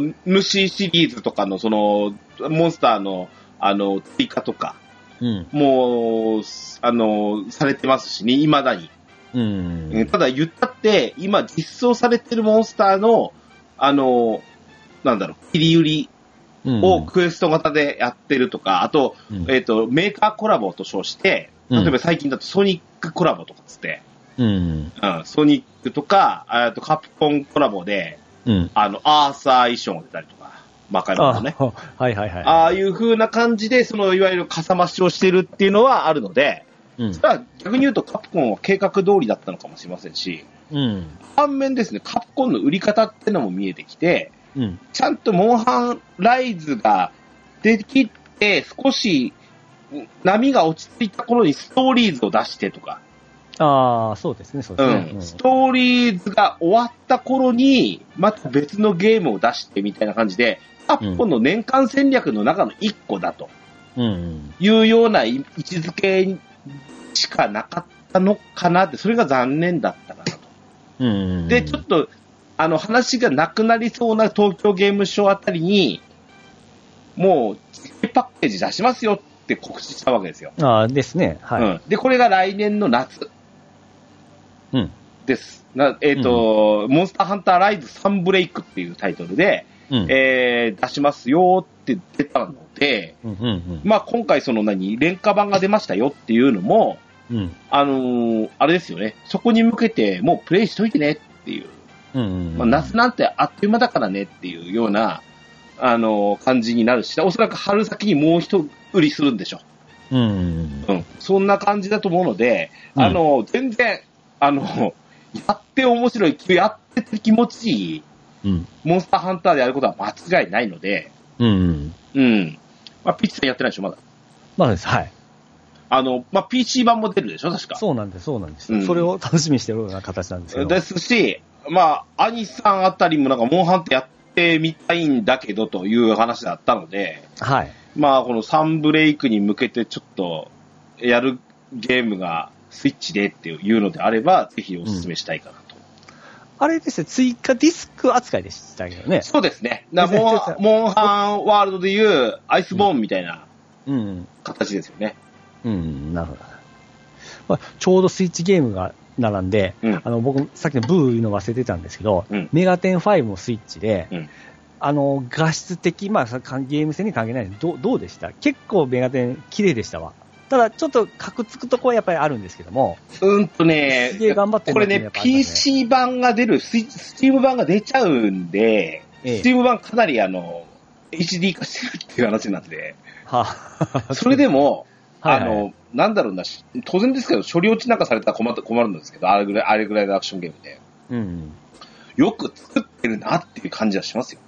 [SPEAKER 1] ー、主シリーズとかの、その、モンスターの、あの、追加とか、
[SPEAKER 2] うん。
[SPEAKER 1] もう、あのー、されてますしね、未だに。
[SPEAKER 2] う
[SPEAKER 1] うんん。ただ言ったって、今実装されてるモンスターの、あのー、なんだろう、切り売り
[SPEAKER 2] うん
[SPEAKER 1] をクエスト型でやってるとか、あと、
[SPEAKER 2] うん
[SPEAKER 1] えっ、と、メーカーコラボと称して、
[SPEAKER 2] うん
[SPEAKER 1] 例えば最近だとソニックコラボとかつって、
[SPEAKER 2] うん。
[SPEAKER 1] うん、ソニックとか、あとカプコンコラボで、
[SPEAKER 2] うん。
[SPEAKER 1] あの、アーサー衣装が出たりとか、魔界のね。
[SPEAKER 2] あはいはいはい。
[SPEAKER 1] ああいう風な感じで、その、いわゆるかさ増しをしてるっていうのはあるので、
[SPEAKER 2] うん
[SPEAKER 1] それは逆に言うとカプコンは計画通りだったのかもしれませんし、
[SPEAKER 2] うん。
[SPEAKER 1] 反面ですね、カプコンの売り方ってのも見えてきて、
[SPEAKER 2] うん。
[SPEAKER 1] ちゃんとモンハンライズができて、少し波が落ち着いた頃にストーリーズを出してとか、
[SPEAKER 2] ああ、そうですね、そうで
[SPEAKER 1] う
[SPEAKER 2] す
[SPEAKER 1] ん
[SPEAKER 2] ね。うん
[SPEAKER 1] ストーリーズが終わった頃に、また別のゲームを出してみたいな感じで、昨今の年間戦略の中の1個だと
[SPEAKER 2] うん
[SPEAKER 1] いうような位置づけしかなかったのかなって、それが残念だったかなと。
[SPEAKER 2] うん。うん
[SPEAKER 1] で、ちょっと、あの、話がなくなりそうな東京ゲームショウあたりに、もう、チケパッケージ出しますよって告知したわけですよ。
[SPEAKER 2] ああ、ですね。
[SPEAKER 1] う
[SPEAKER 2] は
[SPEAKER 1] ん、で、これが来年の夏
[SPEAKER 2] い。うん。
[SPEAKER 1] です。なえっ、と、モンスターハンターライズサンブレイクっていうタイトルで、
[SPEAKER 2] うん。
[SPEAKER 1] えー出しますよって出たので、
[SPEAKER 2] うんうん
[SPEAKER 1] まあ今回その何、廉価版が出ましたよっていうのも、
[SPEAKER 2] うん。うん。
[SPEAKER 1] あのーあれですよね、そこに向けてもうプレイしといてねっていう。
[SPEAKER 2] うんうん。
[SPEAKER 1] まあ、夏なんてあっという間だからねっていうような、あの、感じになるし、おそらく春先にもう一売りするんでしょ
[SPEAKER 2] うんうん
[SPEAKER 1] う。うん。そんな感じだと思うので、
[SPEAKER 2] うん
[SPEAKER 1] あの、全然、あの、 やって面白い、やってて気持ちいい、
[SPEAKER 2] うん。うん
[SPEAKER 1] モンスターハンターでやることは間違いないので、
[SPEAKER 2] うんうん。
[SPEAKER 1] うん。まあ、ピッチさんやってないでしょ、まだ。
[SPEAKER 2] まあです。はい。
[SPEAKER 1] あの、まあ、PC 版も出るでしょ、確か。
[SPEAKER 2] そうなんです、そうなんです。
[SPEAKER 1] うん
[SPEAKER 2] それを楽しみにしてるような形なんですけど。
[SPEAKER 1] ですし、まあ、アニさんあたりもなんか、モンハンってやってみたいんだけどという話だったので、
[SPEAKER 2] はい。
[SPEAKER 1] まあ、このサンブレイクに向けてちょっとやるゲームがスイッチでっていうのであれば、ぜひお勧めしたいかなと。
[SPEAKER 2] あれですね、追加ディスク扱いでしたけどね。
[SPEAKER 1] そうですね。な
[SPEAKER 2] ですね
[SPEAKER 1] モ
[SPEAKER 2] ちょっ
[SPEAKER 1] ン
[SPEAKER 2] と
[SPEAKER 1] モンハンワールドでいうアイスボーンみたいな
[SPEAKER 2] うん。
[SPEAKER 1] 形ですよね。
[SPEAKER 2] うん、なるほど。まあ、ちょうどスイッチゲームが並んで、
[SPEAKER 1] うん
[SPEAKER 2] あの僕、さっきのブー言うの忘れてたんですけど、
[SPEAKER 1] うん
[SPEAKER 2] メガテン5もスイッチで、
[SPEAKER 1] うん
[SPEAKER 2] あの画質的、まあ、さゲーム性に関係ないどうどうでした結構メガテン綺麗でしたわ。ただ、ちょっとカクつくとこはやっぱりあるんですけども、
[SPEAKER 1] うんとね
[SPEAKER 2] すげえ頑張って、
[SPEAKER 1] これ
[SPEAKER 2] や
[SPEAKER 1] ね
[SPEAKER 2] っ、ぱあります
[SPEAKER 1] PC 版が出る、スイスチーム版が出ちゃうんで、
[SPEAKER 2] ええ
[SPEAKER 1] スチーム版かなりあの、HD 化してるっていう話なんで、
[SPEAKER 2] は
[SPEAKER 1] それでも、
[SPEAKER 2] はいはい
[SPEAKER 1] あの、なんだろうな、し当然ですけど、処理落ちなんかされたら困った困るんですけど、あれぐらい、あれぐらいのアクションゲームで。
[SPEAKER 2] うん、
[SPEAKER 1] よく作ってるなっていう感じはしますよ。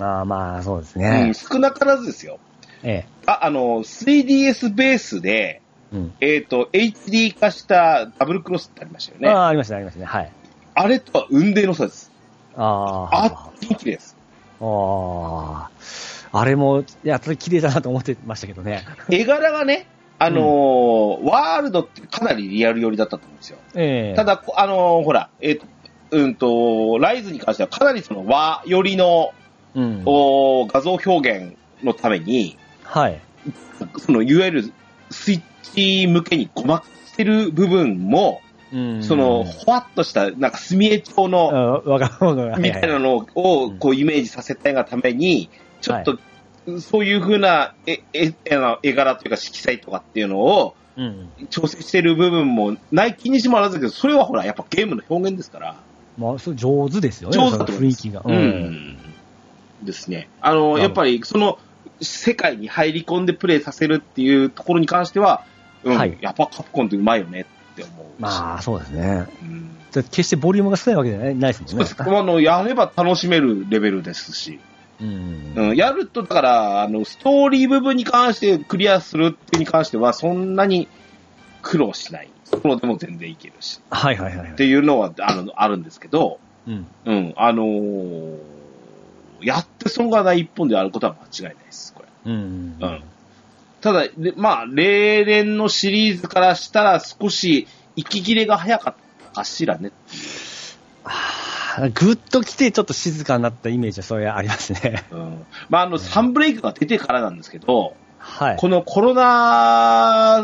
[SPEAKER 2] ああまあ、そうです
[SPEAKER 1] う
[SPEAKER 2] ね
[SPEAKER 1] ん、。少なからずですよ。
[SPEAKER 2] え
[SPEAKER 1] あ、あの、3DS ベースで、
[SPEAKER 2] えうん
[SPEAKER 1] えっ、と、HD 化したダブルクロスってありましたよね。
[SPEAKER 2] あ
[SPEAKER 1] あ
[SPEAKER 2] あありましたね、ありましたね。はい。
[SPEAKER 1] れとは雲泥の差です。
[SPEAKER 2] ああ
[SPEAKER 1] あっと綺麗です。
[SPEAKER 2] ああ、あれも、いや、それ綺麗だなと思ってましたけどね。
[SPEAKER 1] 絵柄がね、あのーワールドってかなりリアル寄りだったと思うんですよ。
[SPEAKER 2] ええ
[SPEAKER 1] た、だ、こあのーほら、えっ、と、うんと、ライズに関してはかなりその和寄りの、
[SPEAKER 2] うん、
[SPEAKER 1] お画像表現のために、
[SPEAKER 2] はい。
[SPEAKER 1] そのいわゆるスイッチ向けにごまかしてる部分も、
[SPEAKER 2] うん
[SPEAKER 1] その、ほわっとした、なんか墨絵調
[SPEAKER 2] うん、
[SPEAKER 1] の、
[SPEAKER 2] わかるわかる。
[SPEAKER 1] みたいな
[SPEAKER 2] の。
[SPEAKER 1] のを、こう、イメージさせたいがために、ちょっと、そういう風な、え、え、あの、絵柄というか色彩とかっていうのを
[SPEAKER 2] うん。
[SPEAKER 1] 調整してる部分もない気にしもあらずだけど、それはほら、やっぱゲームの表現ですから、
[SPEAKER 2] まあ、それ上手ですよね。
[SPEAKER 1] 上手だと
[SPEAKER 2] そ
[SPEAKER 1] 思いま
[SPEAKER 2] の雰囲
[SPEAKER 1] す
[SPEAKER 2] 気が。
[SPEAKER 1] う。ん。ですね。あの、やっぱり、その、世界に入り込んでプレイさせるっていうところに関しては、うん、
[SPEAKER 2] はい
[SPEAKER 1] やっぱカプコンってうまいよねって思うし。
[SPEAKER 2] まあ、そうですね。
[SPEAKER 1] うん
[SPEAKER 2] だって決してボリュームが少ないわけじゃないないです
[SPEAKER 1] そう
[SPEAKER 2] もん
[SPEAKER 1] で
[SPEAKER 2] ね
[SPEAKER 1] す。。あの、やれば楽しめるレベルですし。
[SPEAKER 2] うん
[SPEAKER 1] うん、やると、だから、あの、ストーリー部分に関して、クリアするっていうに関しては、そんなに苦労しない。ソロでも全然いけるし。
[SPEAKER 2] はいはいはいは
[SPEAKER 1] っ
[SPEAKER 2] い。
[SPEAKER 1] ていうのは、あの、あるんですけど、
[SPEAKER 2] うん。
[SPEAKER 1] うん、あのーやって損がない一本であることは間違いないです、これ。
[SPEAKER 2] うん。
[SPEAKER 1] うんただ、でまあ、例年のシリーズからしたら、少し、息切れが早かったかしらね。
[SPEAKER 2] あーぐっと来て、ちょっと静かになったイメージは、それありますね。
[SPEAKER 1] うん。まあ、あの、サンブレイクが出てからなんですけど、
[SPEAKER 2] はい。
[SPEAKER 1] このコロナ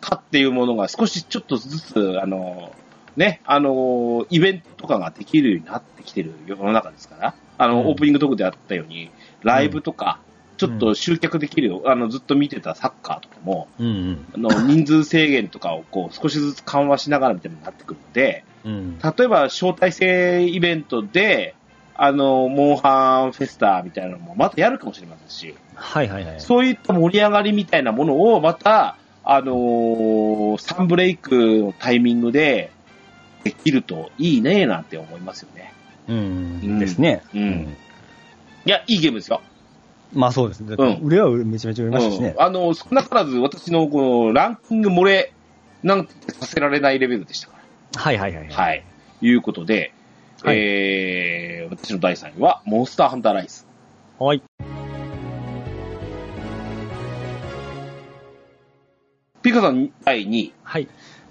[SPEAKER 1] 禍っていうものが少しちょっとずつ、あの、ね、あの、イベントとかができるようになってきてる世の中ですから、あの、
[SPEAKER 2] うん
[SPEAKER 1] オープニングトークであったように、ライブとか、ちょっと集客できるよ、あの、ずっと見てたサッカーとかも、
[SPEAKER 2] うんうん。
[SPEAKER 1] あの、人数制限とかをこう、少しずつ緩和しながらみたいになってくるので、
[SPEAKER 2] うん。
[SPEAKER 1] 例えば招待制イベントで、あの、モンハンフェスタみたいなのもまたやるかもしれませんし、
[SPEAKER 2] はいはいはい。
[SPEAKER 1] そういった盛り上がりみたいなものをまた、あのーサンブレイクのタイミングでできるといいねなんて思いますよね。
[SPEAKER 2] うん。ですね。
[SPEAKER 1] うん。いや、いいゲームですよ。
[SPEAKER 2] まあそうですね。だって
[SPEAKER 1] うん
[SPEAKER 2] 売れはめちゃめちゃ売れましたしね
[SPEAKER 1] う。んあの、少なからず私のこのランキング漏れなんてさせられないレベルでしたから。
[SPEAKER 2] はいはいはい。
[SPEAKER 1] はい。いうことで、
[SPEAKER 2] はい
[SPEAKER 1] えー、私の第3位は、モンスターハンターライズ。
[SPEAKER 2] はい。
[SPEAKER 1] ピカさん第2位。
[SPEAKER 2] はい。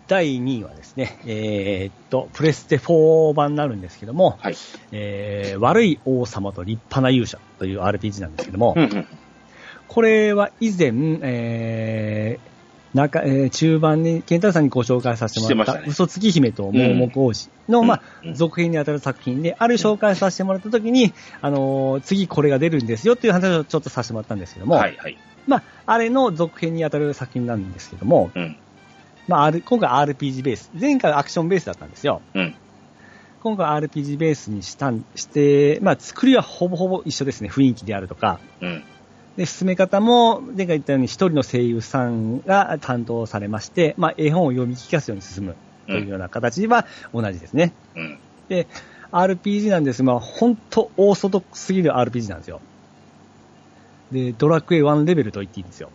[SPEAKER 2] 第2位はですね、えーっと、プレステ4版になるんですけども、
[SPEAKER 1] はい。
[SPEAKER 2] えー悪い王様と立派な勇者という RPG なんですけども、
[SPEAKER 1] うんうん。
[SPEAKER 2] これは以前、えー中えー中盤に、ケンタロウさんにご紹介させても
[SPEAKER 1] してま
[SPEAKER 2] らっ、
[SPEAKER 1] したたね
[SPEAKER 2] 嘘つき姫と盲目王子の、まあ、
[SPEAKER 1] うん
[SPEAKER 2] 続編に当たる作品で、ある紹介させてもらった時に、あのー次これが出るんですよっていう話をちょっとさせてもらったんですけども、
[SPEAKER 1] はいはい。
[SPEAKER 2] まあ、あれの続編に当たる作品なんですけども、
[SPEAKER 1] うん。
[SPEAKER 2] まあ、R- 今回 RPG ベース、前回はアクションベースだったんですよ。
[SPEAKER 1] うん。
[SPEAKER 2] 今回 RPG ベースにしたんして、まあ、作りはほぼほぼ一緒ですね、雰囲気であるとか。
[SPEAKER 1] うん。
[SPEAKER 2] で、進め方も、前回言ったように一人の声優さんが担当されまして、まあ、絵本を読み聞かすように進むというような形は同じですね。
[SPEAKER 1] うん。
[SPEAKER 2] RPG なんですが、まあ、ほんとオーソドックスすぎる RPG なんですよ。で、ドラクエ1レベルと言っていいんですよ。
[SPEAKER 1] う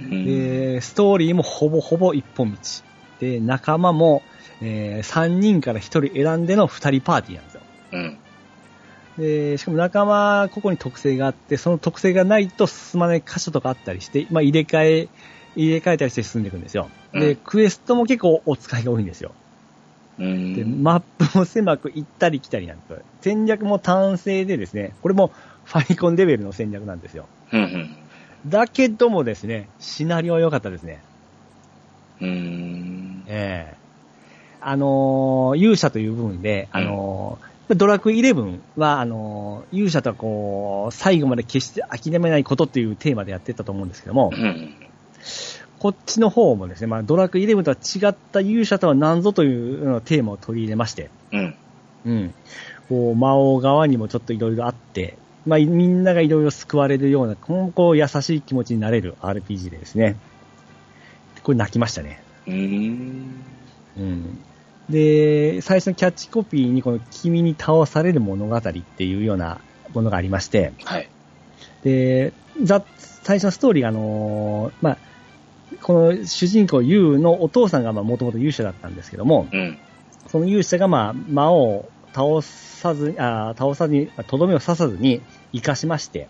[SPEAKER 1] ん
[SPEAKER 2] で、ストーリーもほぼほぼ一本道。で、仲間も、え3人から1人選んでの2人パーティーなんですよ。
[SPEAKER 1] うん。
[SPEAKER 2] で、しかも仲間、個々に特性があって、その特性がないと進まない箇所とかあったりして、まあ入れ替え、入れ替えたりして進んでいくんですよ。
[SPEAKER 1] うん
[SPEAKER 2] で、クエストも結構お使いが多いんですよ。
[SPEAKER 1] うん。
[SPEAKER 2] で、マップも狭く行ったり来たりなんですよ。戦略も単性でですね、これもファイコンレベルの戦略なんですよ。
[SPEAKER 1] うん。
[SPEAKER 2] だけどもですね、シナリオは良かったですね。
[SPEAKER 1] うん。うん。
[SPEAKER 2] ええあのー勇者という部分で、あのードラクエ11は、あのー勇者とはこう、最後まで決して諦めないことっていうテーマでやってたと思うんですけども
[SPEAKER 1] う、ん。
[SPEAKER 2] こっちの方もですね、まあ、ドラクエ11とは違った勇者とは何ぞといううんテーマを取り入れまして、
[SPEAKER 1] うん。
[SPEAKER 2] うん。こう、魔王側にもちょっといろいろあって、まあ、みんながいろいろ救われるような、こうこう優しい気持ちになれる RPG でですね、これ泣きましたね。
[SPEAKER 1] うん。
[SPEAKER 2] で、最初のキャッチコピーにこの君に倒される物語っていうようなものがありまして、
[SPEAKER 1] はい。
[SPEAKER 2] で、ざ最初のストーリーがあのーまあ、この主人公ユウのお父さんがもともと勇者だったんですけども、
[SPEAKER 1] うん。
[SPEAKER 2] その勇者がまあ、魔王を倒さずに、あー倒さずに、まあとどめを刺さずに生かしまして、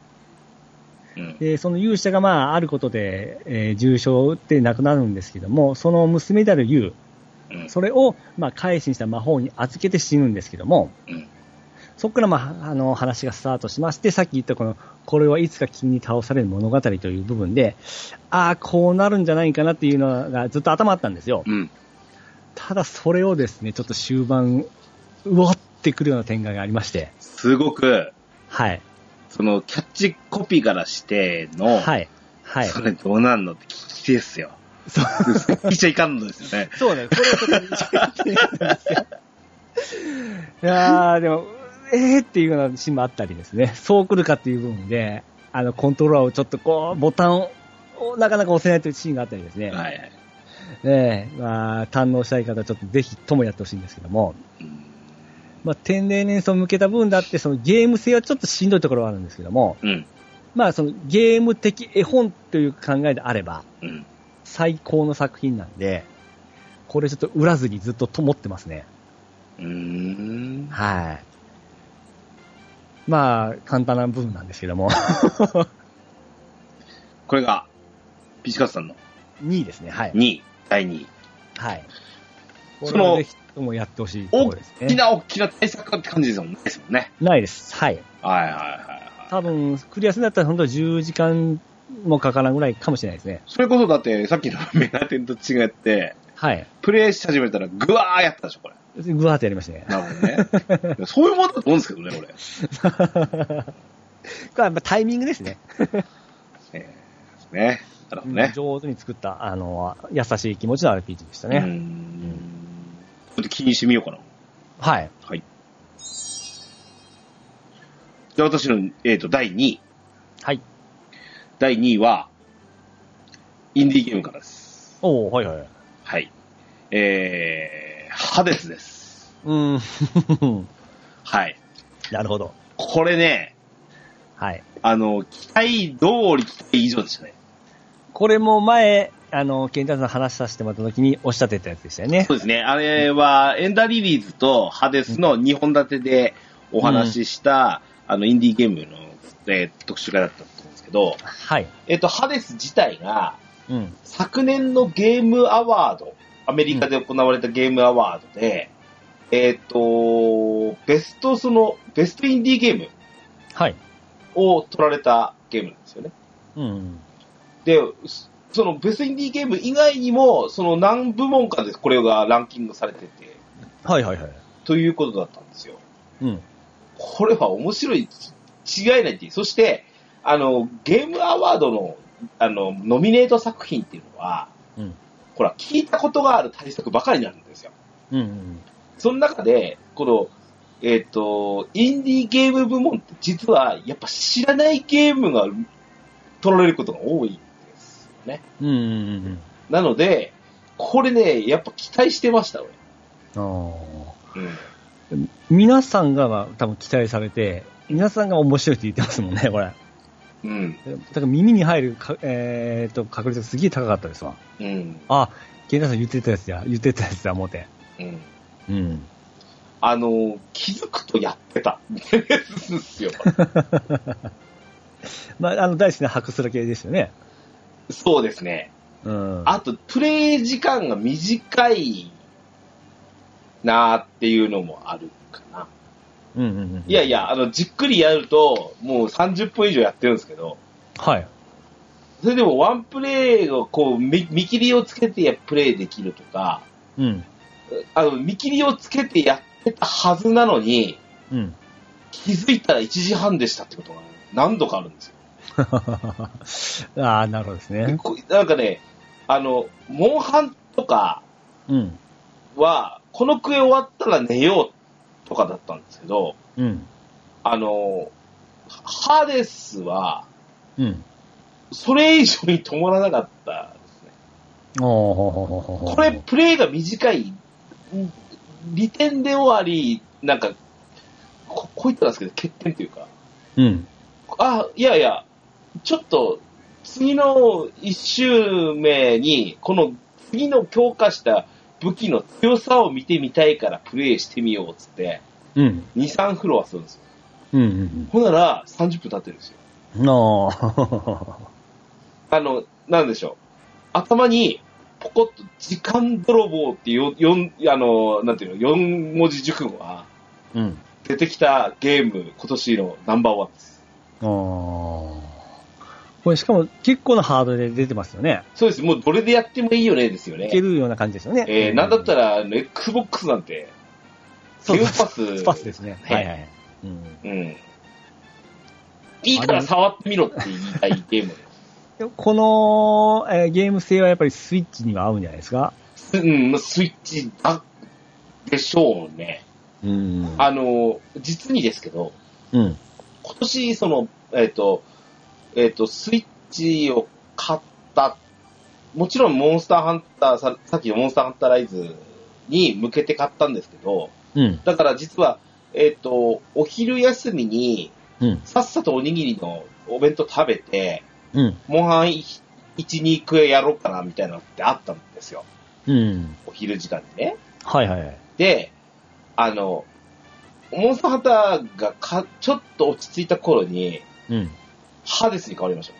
[SPEAKER 1] うん。
[SPEAKER 2] で、その勇者がまあ、あることで、えー重傷を負って亡くなるんですけども、その娘であるユウ、
[SPEAKER 1] うん。
[SPEAKER 2] それを、まあ、改心した魔法に預けて死ぬんですけども、
[SPEAKER 1] うん。
[SPEAKER 2] そこから、まあ、あの、話がスタートしまして、さっき言ったこの、これはいつか君に倒される物語という部分で、ああ、こうなるんじゃないかなっていうのがずっと頭あったんですよ。
[SPEAKER 1] うん。
[SPEAKER 2] ただ、それをですね、ちょっと終盤、うわってくるような展開がありまして、
[SPEAKER 1] すごく、
[SPEAKER 2] はい、
[SPEAKER 1] その、キャッチコピーからしての、
[SPEAKER 2] はい、はい。
[SPEAKER 1] それどうなんのって聞き手ですよ。
[SPEAKER 2] そう
[SPEAKER 1] 聞いちゃいかんのですよね。
[SPEAKER 2] そうね、これをちょっと見ちゃってたんですよ。いやー、でも、えーっていうようなシーンもあったりですね、そう来るかっていう部分で、あの、コントローラーをちょっとこう、ボタンを、なかなか押せないというシーンがあったりですね。
[SPEAKER 1] はいはい。
[SPEAKER 2] ねえ、まあ、堪能したい方はちょっとぜひともやってほしいんですけども、
[SPEAKER 1] うん
[SPEAKER 2] まあ、天然年層を向けた部分だって、そのゲーム性はちょっとしんどいところはあるんですけども、
[SPEAKER 1] うん。
[SPEAKER 2] まあ、そのゲーム的絵本という考えであれば、
[SPEAKER 1] うん。
[SPEAKER 2] 最高の作品なんで、これちょっと売らずにずっとと持ってますね。
[SPEAKER 1] うーん。
[SPEAKER 2] はい。まあ、簡単な部分なんですけ ども、
[SPEAKER 1] これが、ピチカツさんの
[SPEAKER 2] 2位ですね。はい。
[SPEAKER 1] 2位、第2位。
[SPEAKER 2] はい。
[SPEAKER 1] その
[SPEAKER 2] これはぜひともやってほしいとこ
[SPEAKER 1] 大
[SPEAKER 2] ろです
[SPEAKER 1] き
[SPEAKER 2] ね。
[SPEAKER 1] な大きな対策かって感じですもんね。ですもんね
[SPEAKER 2] ないです。はい。
[SPEAKER 1] はいはいはいはい。
[SPEAKER 2] 多分、クリアするんだったら本当は10時間もかからんぐらいかもしれないですね。
[SPEAKER 1] それこそだって、さっきのメガテンと違って、
[SPEAKER 2] はい。
[SPEAKER 1] プレイし始めたらグワーやったでしょ、これ。
[SPEAKER 2] ぐわーってやりましたね。
[SPEAKER 1] なるほどね。そういうもんだと思うんですけどね、これ。
[SPEAKER 2] これはやっぱタイミングですね。
[SPEAKER 1] えーね。なるほどね。
[SPEAKER 2] 上手に作った、あの、優しい気持ちの RPG でしたね。
[SPEAKER 1] うーんちょっと気にしてみようかな。
[SPEAKER 2] はい。
[SPEAKER 1] はい。じゃあ私の、えっ、と、第2位。
[SPEAKER 2] はい。
[SPEAKER 1] 第2位は、インディーゲームからです。
[SPEAKER 2] おー、はいはい。
[SPEAKER 1] はい。えー、ハデスです。
[SPEAKER 2] うん。
[SPEAKER 1] はい。
[SPEAKER 2] なるほど。
[SPEAKER 1] これね、
[SPEAKER 2] はい。
[SPEAKER 1] あの、期待通り、期待以上でしたね。
[SPEAKER 2] これも前、あの、ケンタさん話させてもらった時におっしゃってたやつでしたよね
[SPEAKER 1] そ。うですね。あれは、エンダーリリーズとハデスの2本立てでお話しした、あの、インディーゲームの、えー特集会だったと思うんですけど、
[SPEAKER 2] はい。
[SPEAKER 1] えっと、ハデス自体が、
[SPEAKER 2] うん。
[SPEAKER 1] 昨年のゲームアワード、アメリカで行われたゲームアワードで、えっと、ベスト、その、ベストインディーゲーム
[SPEAKER 2] はい。
[SPEAKER 1] を取られたゲームなんですよね。
[SPEAKER 2] うん。
[SPEAKER 1] で、そのベストインディーゲーム以外にも、その何部門かでこれがランキングされてて、
[SPEAKER 2] はいはいはい。
[SPEAKER 1] ということだったんですよ。
[SPEAKER 2] うん。
[SPEAKER 1] これは面白い、違いないっていう。そして、あの、ゲームアワードの、あの、ノミネート作品っていうのは、
[SPEAKER 2] うん
[SPEAKER 1] ほら、聞いたことがある対策ばかりなんですよ。
[SPEAKER 2] うんうん。
[SPEAKER 1] その中で、この、えっ、と、インディーゲーム部門って実は、やっぱ知らないゲームが取られることが多いんですよね。
[SPEAKER 2] うんうん
[SPEAKER 1] なので、これね、やっぱ期待してました、俺。
[SPEAKER 2] うん。ああ。
[SPEAKER 1] うん。
[SPEAKER 2] 皆さんが、まあ、多分期待されて、皆さんが面白いって言ってますもんね、これ。
[SPEAKER 1] うん。
[SPEAKER 2] だから耳に入るか、えー、と確率がすげえ高かったですわ。
[SPEAKER 1] うん。
[SPEAKER 2] あ、ケンタさん言ってたやつや、言ってたやつだ、思って。
[SPEAKER 1] うん。
[SPEAKER 2] うん。
[SPEAKER 1] あの、気づくとやってた、みたいなやつですよ。
[SPEAKER 2] まあ、あの、大好きな白スラ系ですよね。
[SPEAKER 1] そうですね。
[SPEAKER 2] うん。
[SPEAKER 1] あと、プレイ時間が短いなーっていうのもあるかな。
[SPEAKER 2] うんうんうん。
[SPEAKER 1] いやいや、あの、じっくりやると、もう30分以上やってるんですけど、
[SPEAKER 2] はい。
[SPEAKER 1] それでもワンプレイをこう、見見切りをつけてプレイできるとか、
[SPEAKER 2] うん。
[SPEAKER 1] あの、見切りをつけてやってたはずなのに、
[SPEAKER 2] うん。
[SPEAKER 1] 気づいたら1時半でしたってことが何度かあるんですよ。
[SPEAKER 2] ああ、なるほどです
[SPEAKER 1] で
[SPEAKER 2] ね。
[SPEAKER 1] こなんかね、あの、モンハンとか
[SPEAKER 2] うん。
[SPEAKER 1] は、このクエ終わったら寝ようとかだったんですけど、
[SPEAKER 2] うん。
[SPEAKER 1] あの、ハデスは、
[SPEAKER 2] うん。
[SPEAKER 1] それ以上に止まらなかったですね。
[SPEAKER 2] おーほほほほほ
[SPEAKER 1] これ、プレイが短い、うん利点でもあり、なんか、ここういったんですけど、欠点というか、
[SPEAKER 2] うん。
[SPEAKER 1] あ、いやいや、ちょっと、次の一周目に、この次の強化した武器の強さを見てみたいからプレイしてみようっつって、
[SPEAKER 2] うん。
[SPEAKER 1] 2、3フロアするんですよ。
[SPEAKER 2] うん。うん
[SPEAKER 1] ほんなら、30分経ってるんですよ。
[SPEAKER 2] うん。ああ。
[SPEAKER 1] あの、なんでしょう。頭に、ポコッと時間泥棒ってよ、よん、あの、なんていうの、4文字熟語が
[SPEAKER 2] うん。
[SPEAKER 1] 出てきたゲーム、今年のナンバーワンです。
[SPEAKER 2] ああ。これ、しかも結構なハードで出てますよね。
[SPEAKER 1] そうです。もうどれでやってもいいよね、ですよね
[SPEAKER 2] い。けるような感じですよね。
[SPEAKER 1] えー、なんだった
[SPEAKER 2] ら、
[SPEAKER 1] ら、あの Xbox なんて、
[SPEAKER 2] そう
[SPEAKER 1] 9
[SPEAKER 2] で
[SPEAKER 1] パ
[SPEAKER 2] す
[SPEAKER 1] ス。
[SPEAKER 2] スパスですね。
[SPEAKER 1] はい
[SPEAKER 2] はいはい。うん
[SPEAKER 1] うん。いいから触ってみろって言いたいゲーム。
[SPEAKER 2] でもこの、えーゲーム性はやっぱりスイッチには合うんじゃないですか。
[SPEAKER 1] すうん、スイッチだ、でしょうね。
[SPEAKER 2] うん
[SPEAKER 1] あの、実にですけど、
[SPEAKER 2] うん。
[SPEAKER 1] 今年、その、えっ、と、えっ、と、スイッチを買った、もちろんモンスターハンター、ささっきのモンスターハンターライズに向けて買ったんですけど、
[SPEAKER 2] うん。
[SPEAKER 1] だから実は、えっ、と、お昼休みに、
[SPEAKER 2] うん。
[SPEAKER 1] さっさとおにぎりのお弁当食べて、
[SPEAKER 2] うん。
[SPEAKER 1] モンハン1、2クエやろうかな、みたいなのってあったんですよ。
[SPEAKER 2] うん。
[SPEAKER 1] お昼時間にね。
[SPEAKER 2] はいはいはい。
[SPEAKER 1] で、あの、モンスターハンターがか、ちょっと落ち着いた頃に、
[SPEAKER 2] うん。
[SPEAKER 1] ハデスに変わりまし